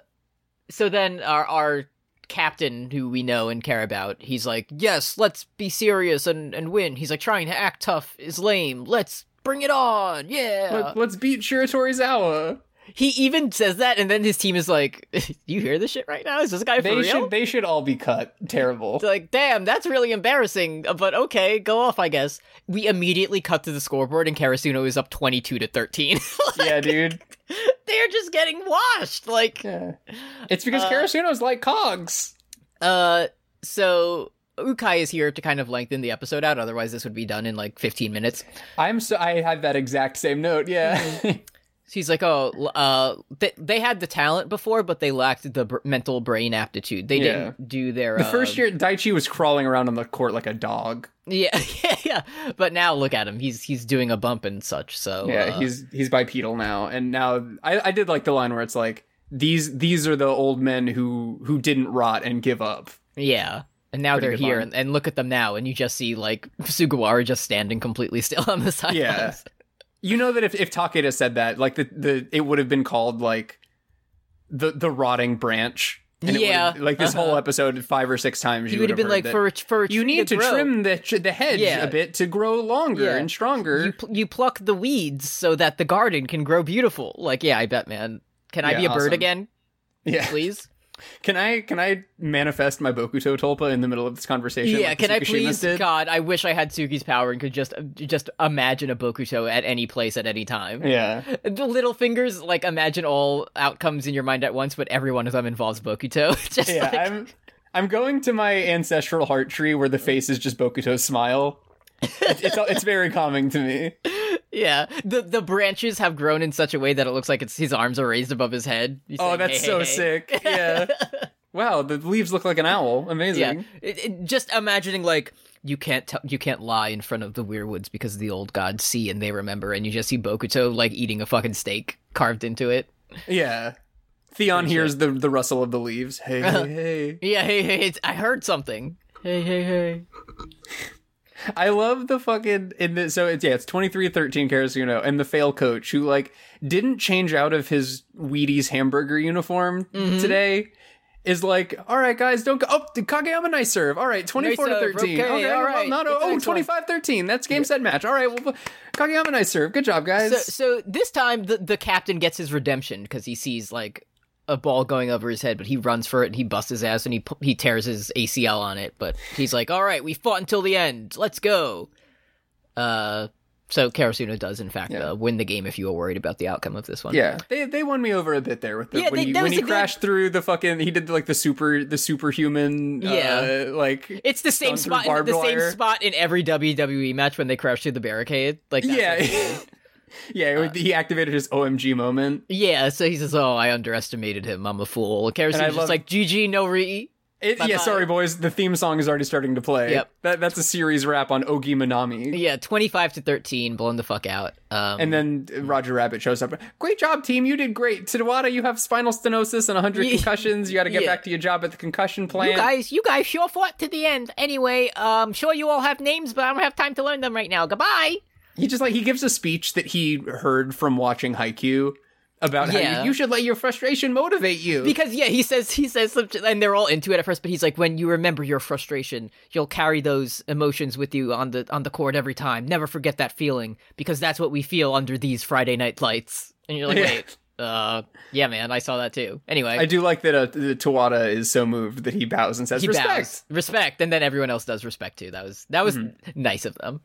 [SPEAKER 5] so then our our captain, who we know and care about, he's like, yes, let's be serious and and win. He's like, trying to act tough is lame. Let's bring it on. Yeah.
[SPEAKER 6] Let, let's beat Shiratorizawa.
[SPEAKER 5] he even says that, and then his team is like, you hear this shit right now? Is this guy for
[SPEAKER 6] They
[SPEAKER 5] real?
[SPEAKER 6] should they should all be cut. Terrible.
[SPEAKER 5] It's like, damn, that's really embarrassing, Uh, but okay, go off, I guess. We immediately cut to the scoreboard, and Karasuno is up 22 to 13. Like,
[SPEAKER 6] yeah, dude.
[SPEAKER 5] They're just getting washed. Like,
[SPEAKER 6] Yeah. It's because Karasuno's like cogs.
[SPEAKER 5] uh, so Ukai is here to kind of lengthen the episode out, otherwise, this would be done in like 15 minutes.
[SPEAKER 6] I'm so I had that exact same note. Yeah.
[SPEAKER 5] She's like, oh, l- uh, they, they had the talent before, but they lacked the br- mental brain aptitude. They
[SPEAKER 6] Yeah.
[SPEAKER 5] didn't do their
[SPEAKER 6] the
[SPEAKER 5] um,
[SPEAKER 6] first year Daichi was crawling around on the court like a dog.
[SPEAKER 5] Yeah, yeah, yeah. But now look at him; he's he's doing a bump and such. So
[SPEAKER 6] Yeah,
[SPEAKER 5] uh,
[SPEAKER 6] he's he's bipedal now, and now I, I did like the line where it's like these these are the old men who who didn't rot and give up.
[SPEAKER 5] Yeah. And now
[SPEAKER 6] Pretty
[SPEAKER 5] they're
[SPEAKER 6] good
[SPEAKER 5] here,
[SPEAKER 6] line.
[SPEAKER 5] and, and look at them now, and you just see like Sugawara just standing completely still on the sidelines.
[SPEAKER 6] Yeah. You know that if if Takeda said that, like the the it would have been called like the the rotting branch. it would have-
[SPEAKER 5] Yeah. Uh-huh.
[SPEAKER 6] like this whole episode, five or six times,
[SPEAKER 5] He
[SPEAKER 6] you
[SPEAKER 5] would have been like,
[SPEAKER 6] heard
[SPEAKER 5] for
[SPEAKER 6] that
[SPEAKER 5] a, for a
[SPEAKER 6] you
[SPEAKER 5] tree
[SPEAKER 6] need to
[SPEAKER 5] grow,
[SPEAKER 6] trim the tr- the hedge
[SPEAKER 5] Yeah.
[SPEAKER 6] a bit to grow longer
[SPEAKER 5] Yeah.
[SPEAKER 6] and stronger.
[SPEAKER 5] You, pl- you pluck the weeds so that the garden can grow beautiful. Like, yeah, I bet, man. Can I
[SPEAKER 6] Yeah,
[SPEAKER 5] be a bird
[SPEAKER 6] awesome.
[SPEAKER 5] again,
[SPEAKER 6] yeah.
[SPEAKER 5] please?
[SPEAKER 6] Can I can I manifest my Bokuto tulpa in the middle of this conversation?
[SPEAKER 5] yeah,
[SPEAKER 6] like
[SPEAKER 5] can I
[SPEAKER 6] Tsukushima
[SPEAKER 5] please?
[SPEAKER 6] did?
[SPEAKER 5] God, I wish I had Suki's power and could just just imagine a Bokuto at any place at any time.
[SPEAKER 6] Yeah.
[SPEAKER 5] The little fingers, like imagine all outcomes in your mind at once, but every one of them involves Bokuto. It's just
[SPEAKER 6] Yeah,
[SPEAKER 5] like,
[SPEAKER 6] I'm I'm going to my ancestral heart tree where the face is just Bokuto's smile. It's it's, it's very calming to me.
[SPEAKER 5] Yeah, the the branches have grown in such a way that it looks like it's his arms are raised above his head. He's
[SPEAKER 6] Oh,
[SPEAKER 5] saying,
[SPEAKER 6] that's
[SPEAKER 5] "Hey, hey,
[SPEAKER 6] so
[SPEAKER 5] hey."
[SPEAKER 6] sick. Yeah. wow, the leaves look like an owl. Amazing.
[SPEAKER 5] Yeah, It- it- just imagining like you can't tell, you can't lie in front of the weirwoods because the old gods see and they remember, and you just see Bokuto like eating a fucking steak carved into it.
[SPEAKER 6] Yeah. Theon hears the, the rustle of the leaves. Hey, hey,
[SPEAKER 5] Yeah, hey, hey, it's, I heard something. Hey, hey, hey.
[SPEAKER 6] hey. I love the fucking in the so it's yeah, it's 2313 Karasuno and the fail coach who like didn't change out of his Wheaties hamburger uniform
[SPEAKER 5] Mm-hmm.
[SPEAKER 6] today. Is like, all right, guys, don't go. Oh, the Kageyama nice serve. All right, 24 to
[SPEAKER 5] Nice serve,
[SPEAKER 6] 13.
[SPEAKER 5] okay, all
[SPEAKER 6] well,
[SPEAKER 5] right.
[SPEAKER 6] Not,
[SPEAKER 5] It's
[SPEAKER 6] oh,
[SPEAKER 5] excellent.
[SPEAKER 6] 25 13. That's game, set, match. All right, well, Kageyama nice serve. Good job, guys.
[SPEAKER 5] So, so this time the the captain gets his redemption because he sees like a ball going over his head, but he runs for it and he busts his ass and he pu- he tears his ACL on it. But he's like, "All right, we fought until the end. Let's go." Uh, so Karasuno does in fact
[SPEAKER 6] Yeah.
[SPEAKER 5] uh, win the game if you were worried about the outcome of this one.
[SPEAKER 6] Yeah, they they won me over a bit there with the
[SPEAKER 5] Yeah,
[SPEAKER 6] when
[SPEAKER 5] they-
[SPEAKER 6] he
[SPEAKER 5] that
[SPEAKER 6] when
[SPEAKER 5] was
[SPEAKER 6] he
[SPEAKER 5] a good-
[SPEAKER 6] crashed through the fucking he did like the super the superhuman
[SPEAKER 5] Yeah.
[SPEAKER 6] uh, like
[SPEAKER 5] It's the same
[SPEAKER 6] Gone through
[SPEAKER 5] spot, in,
[SPEAKER 6] barbed
[SPEAKER 5] the same
[SPEAKER 6] wire.
[SPEAKER 5] spot in every WWE match when they crash through the barricade. Like, that's what Uh, it
[SPEAKER 6] yeah yeah he activated his OMG moment
[SPEAKER 5] Yeah, so he says, "Oh, I underestimated him. I'm a fool."
[SPEAKER 6] I
[SPEAKER 5] Karasun's just
[SPEAKER 6] love-
[SPEAKER 5] like, "GG, no re."
[SPEAKER 6] It, yeah,
[SPEAKER 5] Bye-bye.
[SPEAKER 6] sorry boys, the theme song is already starting to play.
[SPEAKER 5] Yep.
[SPEAKER 6] That, that's a series wrap on Ogi Manami.
[SPEAKER 5] Yeah, twenty five to thirteen, blown the fuck out. Um,
[SPEAKER 6] And then Roger Rabbit shows up. Great job, team. You did great. Tadawada, you have spinal stenosis and 100
[SPEAKER 5] Yeah.
[SPEAKER 6] concussions. You got to get
[SPEAKER 5] Yeah.
[SPEAKER 6] back to your job at the concussion
[SPEAKER 5] you
[SPEAKER 6] plant.
[SPEAKER 5] guys, you guys sure fought to the end. Anyway, um, sure you all have names, but I don't have time to learn them right now. Goodbye.
[SPEAKER 6] He just like he gives a speech that he heard from watching Haikyuu about how
[SPEAKER 5] Yeah.
[SPEAKER 6] you, you should let your frustration motivate you.
[SPEAKER 5] Because yeah, he says he says some, and they're all into it at first, but he's like, when you remember your frustration, you'll carry those emotions with you on the on the court every time. Never forget that feeling because that's what we feel under these Friday night lights. And you're like,
[SPEAKER 6] Yeah.
[SPEAKER 5] wait, uh, yeah, man, I saw that too. Anyway,
[SPEAKER 6] I do like that uh, the Tawada is so moved that he bows and says
[SPEAKER 5] he
[SPEAKER 6] respect. Mm-hmm.
[SPEAKER 5] bows. respect, and then everyone else does respect too. That was that was nice of them.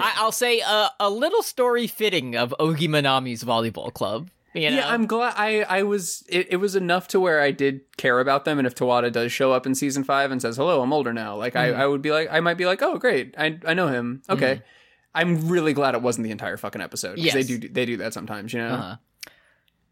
[SPEAKER 5] I, I'll say uh, a little story fitting of Ogi Manami's volleyball club. You know?
[SPEAKER 6] Yeah, I'm glad I I was it, it was enough to where I did care about them and if Tawada does show up in season 5 and says hello, I'm older now, like
[SPEAKER 5] Mm.
[SPEAKER 6] I I would be like I might be like, "Oh, great. I I know him." Okay. I'm really glad it wasn't the entire fucking episode 'cause
[SPEAKER 5] Yes. Uh-huh.
[SPEAKER 6] they do they do that sometimes, you know.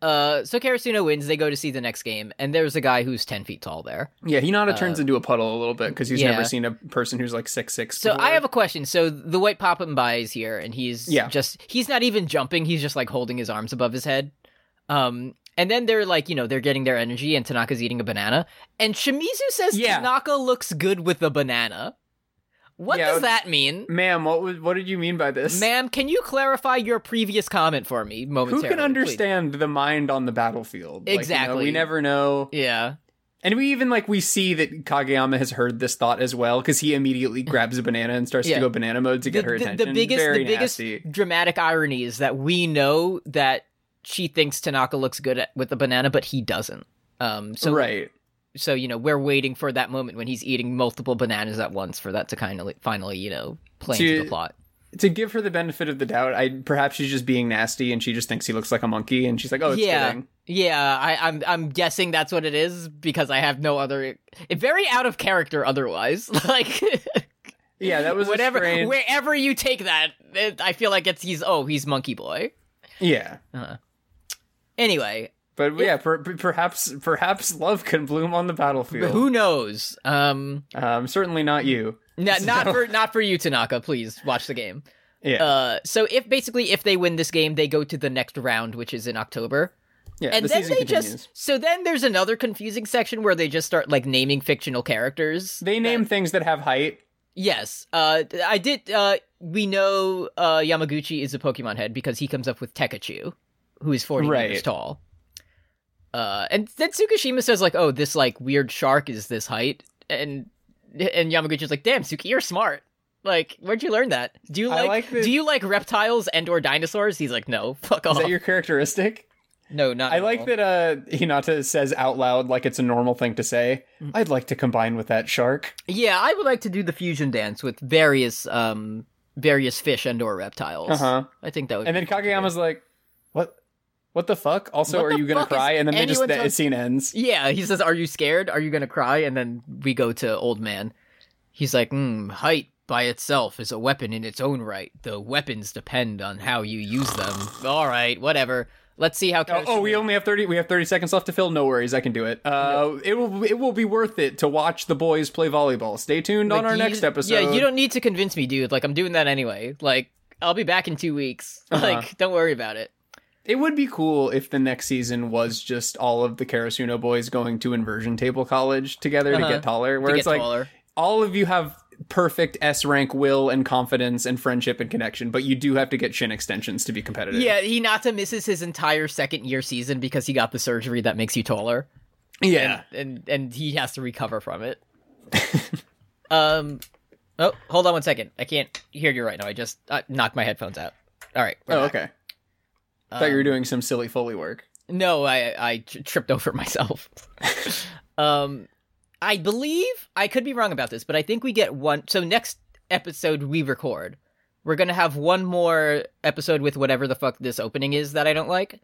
[SPEAKER 5] Uh, so Karasuno wins. They go to see the next game, and there's a guy who's ten feet tall there.
[SPEAKER 6] Yeah, Hinata turns into a puddle a little bit cuz he's
[SPEAKER 5] Uh, yeah.
[SPEAKER 6] never seen a person who's like 6'6.
[SPEAKER 5] So I have a question. So the white pop and by is here, and he's
[SPEAKER 6] Yeah.
[SPEAKER 5] just—he's not even jumping. He's just like holding his arms above his head. Um, and then they're like, you know, they're getting their energy, and Tanaka's eating a banana, and Shimizu says
[SPEAKER 6] Yeah.
[SPEAKER 5] Tanaka looks good with a banana. What
[SPEAKER 6] Yeah,
[SPEAKER 5] does
[SPEAKER 6] it-
[SPEAKER 5] that mean,
[SPEAKER 6] Ma'am, what was, what did you mean by this?
[SPEAKER 5] ma'am? Can you clarify your previous comment for me
[SPEAKER 6] who
[SPEAKER 5] momentarily?
[SPEAKER 6] can
[SPEAKER 5] please?
[SPEAKER 6] understand the mind on the battlefield? Like, you know,
[SPEAKER 5] Exactly.
[SPEAKER 6] we never know.
[SPEAKER 5] Yeah,
[SPEAKER 6] And we even like we see that Kageyama has heard this thought as well because he immediately grabs a banana and starts
[SPEAKER 5] Yeah.
[SPEAKER 6] to go banana mode to get her attention.
[SPEAKER 5] biggest,
[SPEAKER 6] Very
[SPEAKER 5] the biggest
[SPEAKER 6] nasty.
[SPEAKER 5] dramatic irony is that we know that she thinks Tanaka looks good at, with the banana, but he doesn't. Um, so
[SPEAKER 6] right.
[SPEAKER 5] so you know we're waiting for that moment when he's eating multiple bananas at once for that to kind of finally you know play into
[SPEAKER 6] To-
[SPEAKER 5] the plot.
[SPEAKER 6] To give her the benefit of the doubt, I perhaps she's just being nasty and she just thinks he looks like a monkey and she's like, oh, it's
[SPEAKER 5] yeah,
[SPEAKER 6] fitting.
[SPEAKER 5] yeah. I, I'm I'm guessing that's what it is because I have no other. It, very out of character otherwise. Like
[SPEAKER 6] Yeah, that was a
[SPEAKER 5] whatever,
[SPEAKER 6] strange-
[SPEAKER 5] wherever you take that, it, I feel like it's he's oh he's monkey boy.
[SPEAKER 6] Yeah,
[SPEAKER 5] Anyway,
[SPEAKER 6] but yeah, per- per- perhaps perhaps love can bloom on the battlefield.
[SPEAKER 5] who knows? Um,
[SPEAKER 6] Um, certainly not you.
[SPEAKER 5] no, not for not for you, Tanaka. Please watch the game.
[SPEAKER 6] Yeah,
[SPEAKER 5] Uh, so if basically if they win this game, they go to the next round, which is in October.
[SPEAKER 6] yeah.
[SPEAKER 5] and
[SPEAKER 6] the
[SPEAKER 5] then
[SPEAKER 6] season
[SPEAKER 5] they
[SPEAKER 6] continues.
[SPEAKER 5] just so then there's another confusing section where they just start like naming fictional characters
[SPEAKER 6] they name things that have height.
[SPEAKER 5] yes uh i did uh we know uh yamaguchi is a pokemon head because he comes up with tekachu who is 40 meters
[SPEAKER 6] Right.
[SPEAKER 5] tall uh and then tsukushima says like oh this like weird shark is this height and and yamaguchi's like damn suki you're smart like where'd you learn that do you
[SPEAKER 6] I
[SPEAKER 5] like,
[SPEAKER 6] like that-
[SPEAKER 5] do you like reptiles and or dinosaurs he's like no fuck off
[SPEAKER 6] Is that your characteristic?
[SPEAKER 5] no not
[SPEAKER 6] I
[SPEAKER 5] at
[SPEAKER 6] like
[SPEAKER 5] all.
[SPEAKER 6] that uh, Hinata says out loud, like it's a normal thing to say.
[SPEAKER 5] Mm.
[SPEAKER 6] I'd like to combine with that shark.
[SPEAKER 5] Yeah, I would like to do the fusion dance with various um various fish and or reptiles.
[SPEAKER 6] Uh-huh.
[SPEAKER 5] I think that would
[SPEAKER 6] And then Kageyama's like, "What? What the fuck? Also,
[SPEAKER 5] What
[SPEAKER 6] are
[SPEAKER 5] the
[SPEAKER 6] you gonna
[SPEAKER 5] fuck is
[SPEAKER 6] cry?" And then they just
[SPEAKER 5] anyone
[SPEAKER 6] the
[SPEAKER 5] talk-
[SPEAKER 6] scene ends.
[SPEAKER 5] Yeah, he says, Are you scared? Are you gonna cry? And then we go to old man. He's like, Hmm, height by itself is a weapon in its own right. The weapons depend on how you use them. Alright, whatever. Let's see how
[SPEAKER 6] Oh, oh, we
[SPEAKER 5] Karasuno-
[SPEAKER 6] only have thirty. We have thirty seconds left to fill. No worries, I can do it. Uh, It will. It will be worth it to watch the boys play volleyball. Stay tuned on
[SPEAKER 5] Like,
[SPEAKER 6] our
[SPEAKER 5] you-
[SPEAKER 6] next episode.
[SPEAKER 5] Yeah, you don't need to convince me, dude. Like I'm doing that anyway. Like I'll be back in two weeks.
[SPEAKER 6] Uh-huh.
[SPEAKER 5] Like, don't worry about it.
[SPEAKER 6] It would be cool if the next season was just all of the Karasuno boys going to inversion table college together to get taller. Where
[SPEAKER 5] Uh-huh. get
[SPEAKER 6] it's like
[SPEAKER 5] taller.
[SPEAKER 6] all of you have perfect S rank will and confidence and friendship and connection, but you do have to get shin extensions to be competitive.
[SPEAKER 5] Yeah, Hinata misses his entire second year season because he got the surgery that makes you taller,
[SPEAKER 6] yeah.
[SPEAKER 5] and and he has to recover from it. um, oh, hold on one second. I can't hear you right now. I just uh, knocked my headphones out. All right. we're
[SPEAKER 6] Oh,
[SPEAKER 5] back.
[SPEAKER 6] okay. I thought you were doing some silly foley work.
[SPEAKER 5] No, I I tri- tripped over myself. um, I believe I could be wrong about this, but I think we get one. So next episode we record, we're gonna have one more episode with whatever the fuck this opening is that I don't like.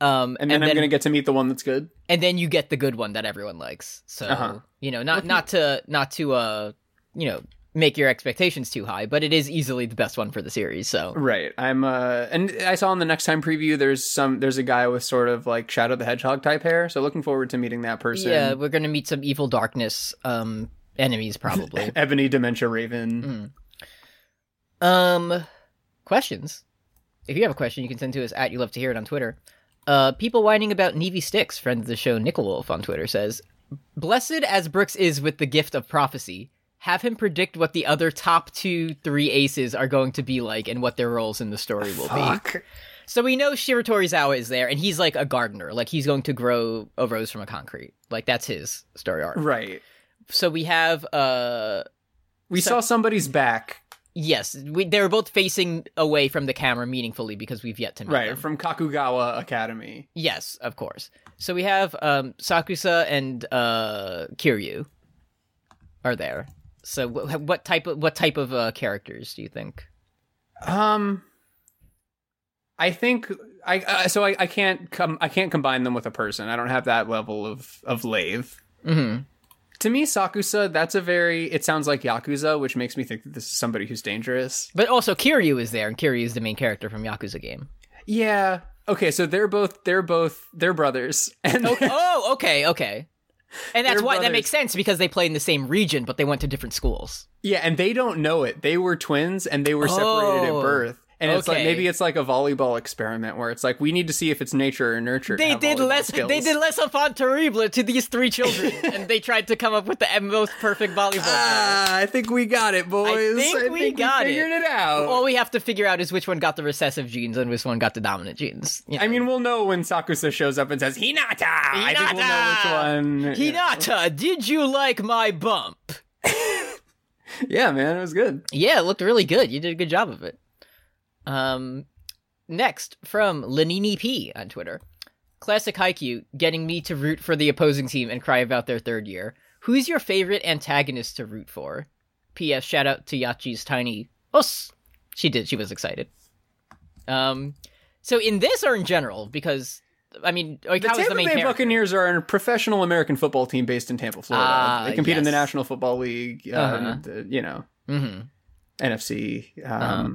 [SPEAKER 5] Um,
[SPEAKER 6] And then I'm gonna get to meet the one that's good.
[SPEAKER 5] and then you get the good one that everyone likes. So
[SPEAKER 6] Uh-huh.
[SPEAKER 5] you know, not not to not to uh you know make your expectations too high, but it is easily the best one for the series. So
[SPEAKER 6] Right. I'm uh and I saw in the next time preview there's some there's a guy with sort of like Shadow the Hedgehog type hair, so looking forward to meeting that person.
[SPEAKER 5] yeah, we're gonna meet some evil darkness um enemies probably.
[SPEAKER 6] Ebony Dementia Raven.
[SPEAKER 5] um, questions. If you have a question, you can send to us at you love to hear it on Twitter. Uh, people whining about Nevi Sticks, friend of the show Nickel Wolf on Twitter says, "Blessed as Brooks is with the gift of prophecy." Have him predict what the other top two, three aces are going to be like and what their roles in the story will be.
[SPEAKER 6] Fuck.
[SPEAKER 5] So we know Shiratorizawa is there, and he's like a gardener. Like he's going to grow a rose from a concrete. Like that's his story arc.
[SPEAKER 6] Right.
[SPEAKER 5] So we have, uh,
[SPEAKER 6] We saw somebody's back.
[SPEAKER 5] yes, we, they were both facing away from the camera meaningfully because we've yet to meet
[SPEAKER 6] Right,
[SPEAKER 5] them.
[SPEAKER 6] from Kakugawa Academy.
[SPEAKER 5] Yes, of course. So we have um, Sakusa and uh, Kiryu are there. So wh- what type of what type of uh, characters do you think?
[SPEAKER 6] Um I think I uh, so I, I can't come I can't combine them with a person. I don't have that level of of lathe.
[SPEAKER 5] Mm-hmm.
[SPEAKER 6] To me, Sakusa, that's a very it sounds like Yakuza, which makes me think that this is somebody who's dangerous.
[SPEAKER 5] But also Kiryu is there, and Kiryu is the main character from Yakuza game.
[SPEAKER 6] Yeah. Okay, so they're both they're both they're brothers. And
[SPEAKER 5] oh, okay, okay. And that's
[SPEAKER 6] They're
[SPEAKER 5] why that
[SPEAKER 6] brothers.
[SPEAKER 5] makes sense because they play in the same region, but they went to different schools.
[SPEAKER 6] yeah, and they don't know it. They were twins and they were separated
[SPEAKER 5] Oh,
[SPEAKER 6] at birth. And it's like
[SPEAKER 5] okay.
[SPEAKER 6] maybe it's like a volleyball experiment where it's like we need to see if it's nature or nurture. to
[SPEAKER 5] They
[SPEAKER 6] have
[SPEAKER 5] did
[SPEAKER 6] volleyball
[SPEAKER 5] less.
[SPEAKER 6] skills.
[SPEAKER 5] They did less enfant terrible to these three children, and they tried to come up with the most perfect volleyball. match.
[SPEAKER 6] Ah, I think we got it, boys.
[SPEAKER 5] think we got it.
[SPEAKER 6] figured it, out.
[SPEAKER 5] All we have to figure out is which one got the recessive genes and which one got the dominant genes. You
[SPEAKER 6] I
[SPEAKER 5] know.
[SPEAKER 6] mean, we'll know when Sakusa shows up and says Hinata. I think we'll know which one.
[SPEAKER 5] Hinata, did you like my bump?
[SPEAKER 6] Yeah, man, it was good.
[SPEAKER 5] Yeah, it looked really good. You did a good job of it. Um, next from Lenini P on Twitter. Classic Haikyuu getting me to root for the opposing team and cry about their third year. Who's your favorite antagonist to root for? P.S. Shout out to Yachi's tiny us. She did. She was excited. Um, so in this or in general, because I mean, like,
[SPEAKER 6] The
[SPEAKER 5] how is
[SPEAKER 6] Tampa
[SPEAKER 5] the main
[SPEAKER 6] Bay
[SPEAKER 5] character?
[SPEAKER 6] Buccaneers are a professional American football team based in Tampa, Florida.
[SPEAKER 5] Ah,
[SPEAKER 6] they compete in the
[SPEAKER 5] yes.
[SPEAKER 6] National Football League. Um,
[SPEAKER 5] Uh-huh.
[SPEAKER 6] the- you know,
[SPEAKER 5] Mm-hmm.
[SPEAKER 6] NFC. Um,
[SPEAKER 5] Uh-huh.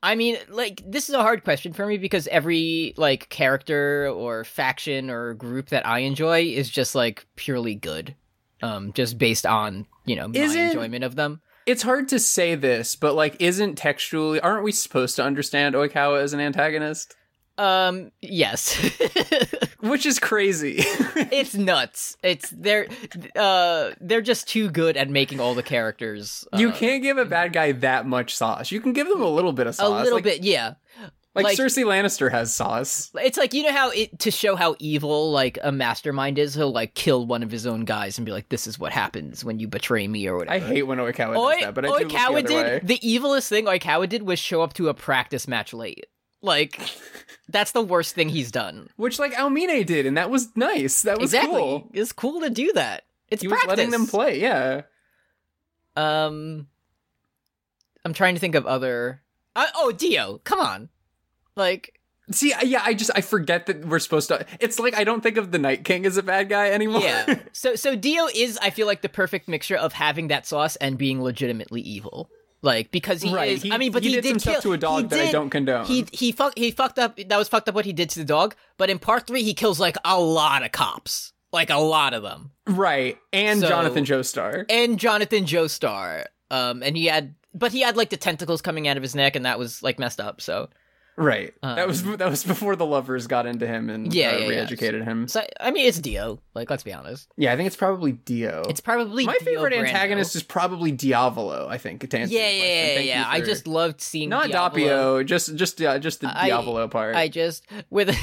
[SPEAKER 5] I mean, like, this is a hard question for me because every, like, character or faction or group that I enjoy is just, like, purely good. Um, just based on, you know, my
[SPEAKER 6] Isn't-
[SPEAKER 5] enjoyment of them.
[SPEAKER 6] It's hard to say this, but like, isn't textually? Aren't we supposed to understand Oikawa as an antagonist?
[SPEAKER 5] Um, yes.
[SPEAKER 6] Which is crazy.
[SPEAKER 5] it's nuts. It's, they're, uh, they're just too good at making all the characters. Uh,
[SPEAKER 6] you can't give a bad guy that much sauce. You can give them a little bit of
[SPEAKER 5] a
[SPEAKER 6] sauce.
[SPEAKER 5] little
[SPEAKER 6] like,
[SPEAKER 5] bit, yeah.
[SPEAKER 6] Like,
[SPEAKER 5] like-
[SPEAKER 6] Cersei Lannister has sauce.
[SPEAKER 5] It's like you know how it to show how evil like a mastermind is. He'll like kill one of his own guys and be like, "This is what happens when you betray me" or whatever.
[SPEAKER 6] I hate when Oikawa
[SPEAKER 5] Oi,
[SPEAKER 6] does that, but I do look the
[SPEAKER 5] Oikawa
[SPEAKER 6] other
[SPEAKER 5] did
[SPEAKER 6] way.
[SPEAKER 5] the evilest thing Oikawa did was show up to a practice match late. Like that's the worst thing he's done.
[SPEAKER 6] Which like Almine did, and that was nice. That was
[SPEAKER 5] exactly.
[SPEAKER 6] cool.
[SPEAKER 5] It's cool to do that. It's
[SPEAKER 6] He was
[SPEAKER 5] practice.
[SPEAKER 6] letting them play. Yeah.
[SPEAKER 5] Um I'm trying to think of other uh, oh Dio, come on. Like
[SPEAKER 6] See, I- yeah, I just I forget that we're supposed to. It's like I don't think of the Night King as a bad guy anymore.
[SPEAKER 5] yeah. so so Dio is I feel like the perfect mixture of having that sauce and being legitimately evil. Like because he
[SPEAKER 6] Right,
[SPEAKER 5] is,
[SPEAKER 6] he-
[SPEAKER 5] I mean, but
[SPEAKER 6] he
[SPEAKER 5] he,
[SPEAKER 6] did some stuff
[SPEAKER 5] kill-
[SPEAKER 6] to a dog
[SPEAKER 5] he
[SPEAKER 6] that I
[SPEAKER 5] did-
[SPEAKER 6] don't condone.
[SPEAKER 5] He he fucked he fucked up. That was fucked up what he did to the dog. But in part three, he kills like a lot of cops, like a lot of them,
[SPEAKER 6] right. And
[SPEAKER 5] So- eh,
[SPEAKER 6] Jonathan Joestar.
[SPEAKER 5] and Jonathan Joestar. Um, and he had, but he had like the tentacles coming out of his neck, and that was like messed up. So
[SPEAKER 6] Right. that was
[SPEAKER 5] Um,
[SPEAKER 6] that was before the lovers got into him and
[SPEAKER 5] Yeah,
[SPEAKER 6] uh,
[SPEAKER 5] yeah, yeah.
[SPEAKER 6] re-educated him.
[SPEAKER 5] so I mean, it's Dio. Like, let's be honest,
[SPEAKER 6] Yeah, I think it's probably Dio.
[SPEAKER 5] it's probably
[SPEAKER 6] my
[SPEAKER 5] Dio
[SPEAKER 6] favorite
[SPEAKER 5] Brando.
[SPEAKER 6] antagonist is probably Diavolo. I think. To answer
[SPEAKER 5] Yeah,
[SPEAKER 6] your
[SPEAKER 5] yeah,
[SPEAKER 6] question.
[SPEAKER 5] yeah, yeah.
[SPEAKER 6] Thank you
[SPEAKER 5] yeah. I
[SPEAKER 6] for-
[SPEAKER 5] just loved seeing
[SPEAKER 6] not
[SPEAKER 5] Diablo.
[SPEAKER 6] Doppio, just just uh, just the
[SPEAKER 5] I-
[SPEAKER 6] Diavolo part.
[SPEAKER 5] I just with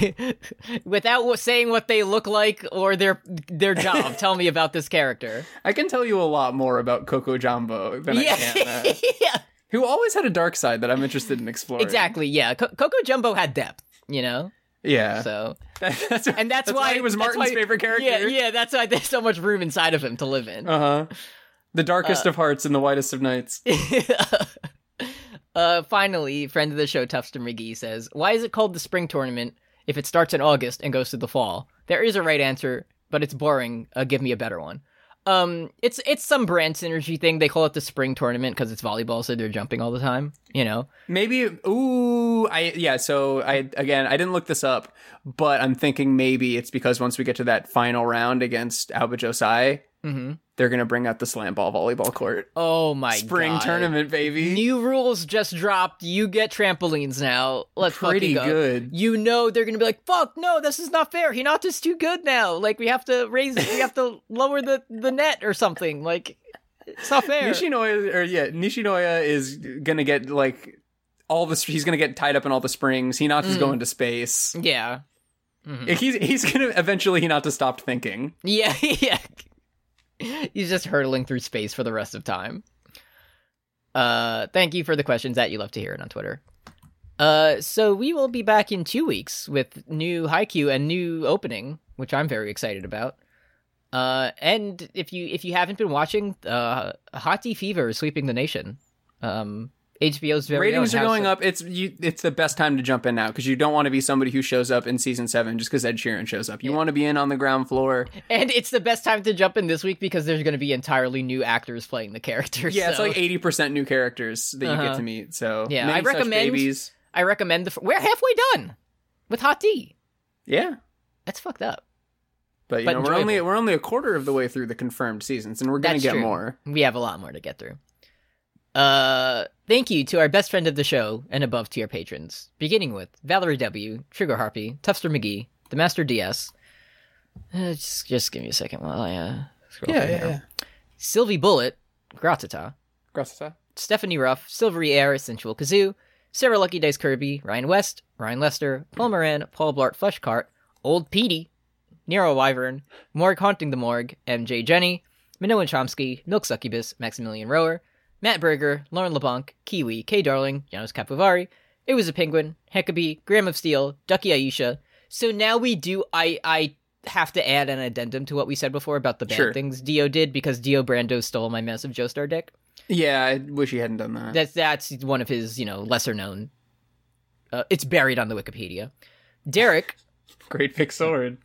[SPEAKER 5] without w- saying what they look like or their their job. tell me about this character.
[SPEAKER 6] I can tell you a lot more about Coco Jumbo than I can. Uh,
[SPEAKER 5] yeah,
[SPEAKER 6] who always had a dark side that I'm interested in exploring.
[SPEAKER 5] exactly. Yeah, Co- Coco Jumbo had depth, you know.
[SPEAKER 6] Yeah.
[SPEAKER 5] So
[SPEAKER 6] that's,
[SPEAKER 5] and that's, why,
[SPEAKER 6] he was
[SPEAKER 5] that's
[SPEAKER 6] Martin's
[SPEAKER 5] why-
[SPEAKER 6] favorite character.
[SPEAKER 5] Yeah, yeah. That's why there's so much room inside of him to live in.
[SPEAKER 6] Uh huh. The darkest of hearts and the whitest of nights.
[SPEAKER 5] uh, finally, friend of the show, Tufster McGee says, "Why is it called the spring tournament if it starts in August and goes to the fall? There is a right answer, but it's boring. Uh, give me a better one." Um, it's it's some brand synergy thing. They call it the spring tournament because it's volleyball, so they're jumping all the time. You know,
[SPEAKER 6] Maybe ooh, I yeah, so I again, I didn't look this up, but I'm thinking maybe it's because once we get to that final round against Alba Josai, they're going to bring out the slam ball volleyball court.
[SPEAKER 5] Mm-hmm. oh my
[SPEAKER 6] Spring
[SPEAKER 5] God.
[SPEAKER 6] tournament, baby.
[SPEAKER 5] New rules just dropped. You get trampolines now. Let's
[SPEAKER 6] Pretty
[SPEAKER 5] fucking go.
[SPEAKER 6] good.
[SPEAKER 5] You know they're gonna be like, "Fuck no, this is not fair. Hinata's too good now. Like we have to raise, we have to lower the the net or something. Like it's not fair."
[SPEAKER 6] Nishinoya or yeah, Nishinoya is going to get like all the he's going to get tied up in all the springs.
[SPEAKER 5] Mm-hmm.
[SPEAKER 6] Hinata's going to space.
[SPEAKER 5] yeah, Mm-hmm.
[SPEAKER 6] He's he's going to eventually Hinata stopped thinking.
[SPEAKER 5] yeah, yeah. He's just hurtling through space for the rest of time. Uh, thank you for the questions that you love to hear it on Twitter. Uh, so we will be back in two weeks with new Haikyuu and new opening, which I'm very excited about. Uh, and if you if you haven't been watching, uh, Hottie Fever is sweeping the nation. Um, HBO's very
[SPEAKER 6] Ratings
[SPEAKER 5] own
[SPEAKER 6] are
[SPEAKER 5] House
[SPEAKER 6] going
[SPEAKER 5] of-
[SPEAKER 6] up. It's you, it's the best time to jump in now because you don't want to be somebody who shows up in season seven just because Ed Sheeran shows up. You want to be in on the ground floor.
[SPEAKER 5] and it's the best time to jump in this week because there's going to be entirely new actors playing the characters.
[SPEAKER 6] Yeah, it's
[SPEAKER 5] so- Uh-huh.
[SPEAKER 6] like eighty percent new characters that you get to meet. So
[SPEAKER 5] Yeah,
[SPEAKER 6] many
[SPEAKER 5] I
[SPEAKER 6] such
[SPEAKER 5] recommend-
[SPEAKER 6] babies.
[SPEAKER 5] I recommend the. F- We're halfway done with Hot D.
[SPEAKER 6] Yeah,
[SPEAKER 5] That's fucked up.
[SPEAKER 6] but you
[SPEAKER 5] But
[SPEAKER 6] know we're only
[SPEAKER 5] enjoyable.
[SPEAKER 6] we're only a quarter of the way through the confirmed seasons, and we're gonna
[SPEAKER 5] That's
[SPEAKER 6] get
[SPEAKER 5] true.
[SPEAKER 6] more.
[SPEAKER 5] We have a lot more to get through. Uh, thank you to our best friend of the show and above tier patrons, beginning with Valerie W, Trigger Harpy, Tufster McGee, the Master DS. Uh, just, just give me a second while I uh, scroll through here. Sylvie Bullet, Gratata,
[SPEAKER 6] Gracias.
[SPEAKER 5] Stephanie Ruff, Silvery Air, Sensual Kazoo, Sarah Lucky Dice Kirby, Ryan West, Ryan Lester, Paul Moran, Paul Blart Fleshcart, Old Petey, Nero Wyvern, Morgue Haunting the Morgue, MJ Jenny, Minoan Chomsky, Milk Succubus, Maximilian Rower, Matt Berger, Lauren LeBlanc, Kiwi, K Darling, Janos Capivari, It Was a Penguin, Heckabee, Graham of Steel, Ducky Aisha. So now we do, I, I have to add an addendum to what we said before about the bad
[SPEAKER 6] Sure.
[SPEAKER 5] things Dio did because Dio Brando stole my massive Joestar deck.
[SPEAKER 6] Yeah, I wish he hadn't done that.
[SPEAKER 5] That's that's one of his, you know, lesser known. Uh, it's buried on the Wikipedia. Derek,
[SPEAKER 6] Great pick, sword.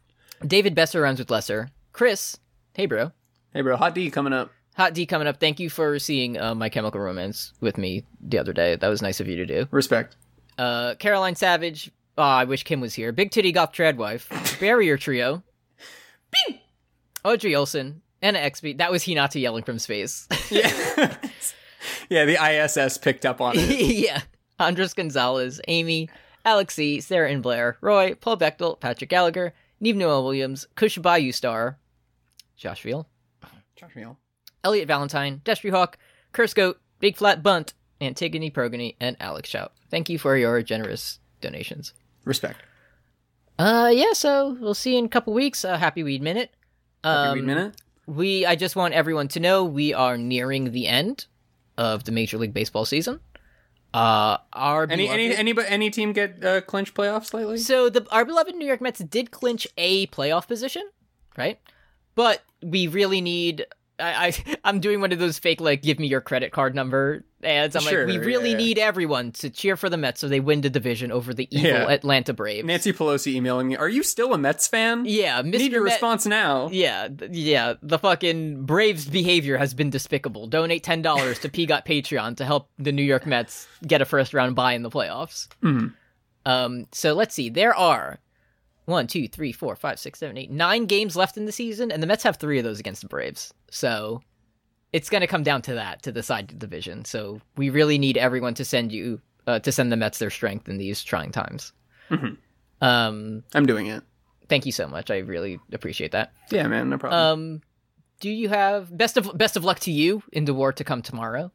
[SPEAKER 5] David Besser runs with Lesser. Chris, hey bro,
[SPEAKER 6] Hey, bro, hot D coming up.
[SPEAKER 5] Hot D coming up. Thank you for seeing uh, my Chemical Romance with me the other day. That was nice of you to do.
[SPEAKER 6] Respect.
[SPEAKER 5] Uh, Caroline Savage. Oh, I wish Kim was here. Big Titty Goth Tradwife. Barrier Trio. Bing. Audrey Olson. Anna XB. That was Hinata yelling from space.
[SPEAKER 6] Yeah. yeah, the ISS picked up on it.
[SPEAKER 5] yeah. Andres Gonzalez, Amy, Alexi, Sarah and Blair, Roy, Paul Bechtel, Patrick Gallagher, Neve Noel Williams, Kush Bayou Star, Josh Veal,
[SPEAKER 6] Josh Meal.
[SPEAKER 5] Elliot Valentine, Destry Hawk, Curse Goat, Big Flat Bunt, Antigone Progony, and Alex Shout. Thank you for your generous donations.
[SPEAKER 6] Respect.
[SPEAKER 5] Uh, yeah, so we'll see you in a couple weeks. Uh, happy Weed Minute. Um,
[SPEAKER 6] Happy Weed minute.
[SPEAKER 5] We, I just want everyone to know we are nearing the end of the Major League Baseball season. Uh, our
[SPEAKER 6] Any any
[SPEAKER 5] beloved-
[SPEAKER 6] any any team get uh, clinch playoffs lately?
[SPEAKER 5] So the our beloved New York Mets did clinch a playoff position, right? But we really need. I, I I'm doing one of those fake like give me your credit card number ads. I'm
[SPEAKER 6] Sure,
[SPEAKER 5] like we
[SPEAKER 6] yeah,
[SPEAKER 5] really
[SPEAKER 6] yeah.
[SPEAKER 5] need everyone to cheer for the Mets so they win the division over the evil
[SPEAKER 6] Yeah.
[SPEAKER 5] Atlanta Braves.
[SPEAKER 6] Nancy Pelosi emailing me, "Are you still a Mets fan?
[SPEAKER 5] yeah, Mr.
[SPEAKER 6] Need your
[SPEAKER 5] Met-
[SPEAKER 6] response now."
[SPEAKER 5] Yeah, th- yeah. The fucking Braves' behavior has been despicable. Donate ten dollars to PGOT Patreon to help the New York Mets get a first round bye in the playoffs. Um. So let's see. There are one, two, three, four, five, six, seven, eight, nine games left in the season, and the Mets have three of those against the Braves. So it's going to come down to that to decide the division. So we really need everyone to send you uh, to send the Mets their strength in these trying times. Um.
[SPEAKER 6] I'm doing it.
[SPEAKER 5] Thank you so much. I really appreciate that.
[SPEAKER 6] Yeah, man, no problem.
[SPEAKER 5] Um, do you have best of best of luck to you in the war to come tomorrow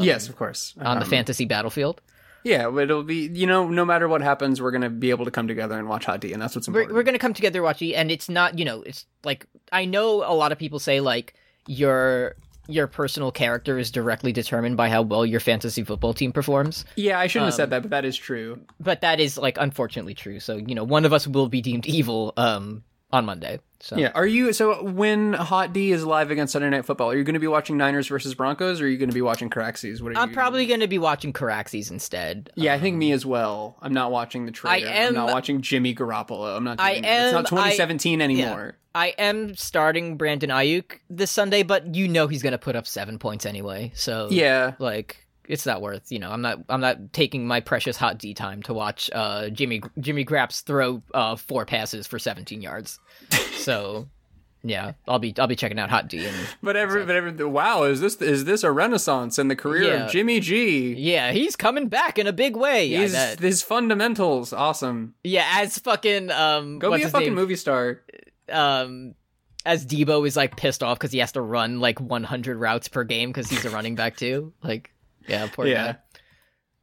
[SPEAKER 6] yes, of course.
[SPEAKER 5] on the
[SPEAKER 6] Um,
[SPEAKER 5] fantasy battlefield?
[SPEAKER 6] Yeah, it'll be you know, no matter what happens, we're gonna be able to come together and watch Hot D, and that's what's
[SPEAKER 5] We're
[SPEAKER 6] important.
[SPEAKER 5] we're gonna come together, Watchy, and it's not you know it's like I know a lot of people say like your your personal character is directly determined by how well your fantasy football team performs,
[SPEAKER 6] yeah, I shouldn't have said that, but that is true.
[SPEAKER 5] but that is like unfortunately true. So you know one of us will be deemed evil um on Monday. So
[SPEAKER 6] Yeah. Are you so when Hot D is live against Sunday Night Football? Are you going to be watching Niners versus Broncos, or are you going to be watching Caraxes? What are
[SPEAKER 5] I'm
[SPEAKER 6] you?
[SPEAKER 5] probably going to be watching Caraxes instead.
[SPEAKER 6] Yeah, I think me as well. I'm not watching the trailer. I am
[SPEAKER 5] am-
[SPEAKER 6] not watching Jimmy Garoppolo. I'm not. Doing
[SPEAKER 5] I
[SPEAKER 6] it. It's not
[SPEAKER 5] am- I-
[SPEAKER 6] 2017
[SPEAKER 5] Yeah.
[SPEAKER 6] anymore.
[SPEAKER 5] I am starting Brandon Ayuk this Sunday, but you know he's going to put up seven points anyway. So
[SPEAKER 6] Yeah.
[SPEAKER 5] like it's not worth you know I'm not I'm not taking my precious hot D time to watch uh Jimmy Jimmy Graps throw uh four passes for 17 yards. so yeah, I'll be I'll be checking out hot D and
[SPEAKER 6] But every, but every, wow, is this is this a renaissance in the career
[SPEAKER 5] Yeah.
[SPEAKER 6] of Jimmy G?
[SPEAKER 5] yeah, he's coming back in a big way. I
[SPEAKER 6] His
[SPEAKER 5] bet.
[SPEAKER 6] his fundamentals, awesome.
[SPEAKER 5] yeah, as fucking um
[SPEAKER 6] Go
[SPEAKER 5] what's
[SPEAKER 6] be a
[SPEAKER 5] his
[SPEAKER 6] fucking
[SPEAKER 5] name?
[SPEAKER 6] movie star.
[SPEAKER 5] um as Debo is like pissed off because he has to run like 100 routes per game because he's a running back too. Like, yeah, poor
[SPEAKER 6] Yeah.
[SPEAKER 5] guy.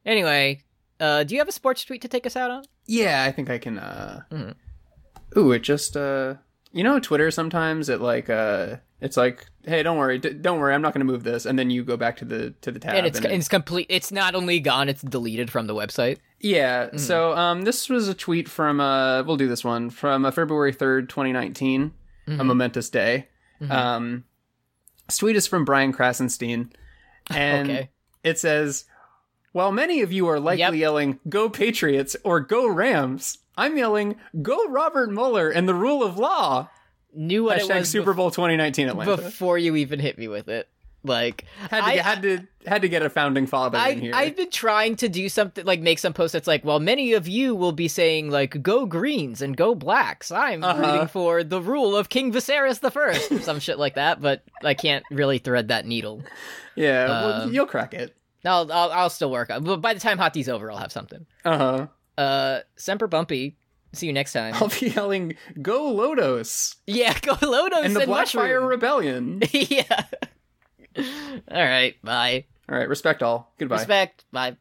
[SPEAKER 5] Anyway, uh, do you have a sports tweet to take us out on?
[SPEAKER 6] Yeah, I think I can. uh
[SPEAKER 5] Mm-hmm.
[SPEAKER 6] Ooh, it just uh, you know, Twitter sometimes it like uh, it's like, hey, don't worry, d- don't worry, I'm not gonna move this, and then you go back to the to the tab,
[SPEAKER 5] and it's
[SPEAKER 6] it-
[SPEAKER 5] it's complete. It's not only gone; it's deleted from the website.
[SPEAKER 6] Yeah.
[SPEAKER 5] Mm.
[SPEAKER 6] So um, this was a tweet from uh, we'll do this one from uh, February third, twenty
[SPEAKER 5] Mm-hmm.
[SPEAKER 6] a momentous day. Um, this tweet is from Brian Krasenstein, and
[SPEAKER 5] Okay.
[SPEAKER 6] it says, "While many of you are likely
[SPEAKER 5] Yep.
[SPEAKER 6] yelling Go Patriots or Go Rams." I'm yelling, go Robert Mueller and the rule of law.
[SPEAKER 5] Knew what it
[SPEAKER 6] Hashtag
[SPEAKER 5] was
[SPEAKER 6] Super
[SPEAKER 5] bef-
[SPEAKER 6] Bowl 2019 Atlanta.
[SPEAKER 5] before you even hit me with it. Like,
[SPEAKER 6] had, to,
[SPEAKER 5] I-
[SPEAKER 6] get- had to had to get a founding father in
[SPEAKER 5] I,
[SPEAKER 6] here.
[SPEAKER 5] I've been trying to do something like make some post that's like, well, many of you will be saying like, go greens and go blacks. I'm
[SPEAKER 6] Uh-huh.
[SPEAKER 5] rooting for the rule of King Viserys the First, some shit like that. But I can't really thread that needle.
[SPEAKER 6] yeah, well,
[SPEAKER 5] Um,
[SPEAKER 6] you'll crack it.
[SPEAKER 5] I'll I'll, I'll still work on. But by the time Hot D's over, I'll have something.
[SPEAKER 6] Uh huh.
[SPEAKER 5] Uh, Semper Bumpy. See you next time.
[SPEAKER 6] I'll be yelling, "Go Lodos!"
[SPEAKER 5] Yeah, go Lodos
[SPEAKER 6] and the
[SPEAKER 5] mushroom.
[SPEAKER 6] Blackfire Rebellion.
[SPEAKER 5] yeah. All right. Bye.
[SPEAKER 6] All right, respect all. Goodbye.
[SPEAKER 5] Respect. Bye.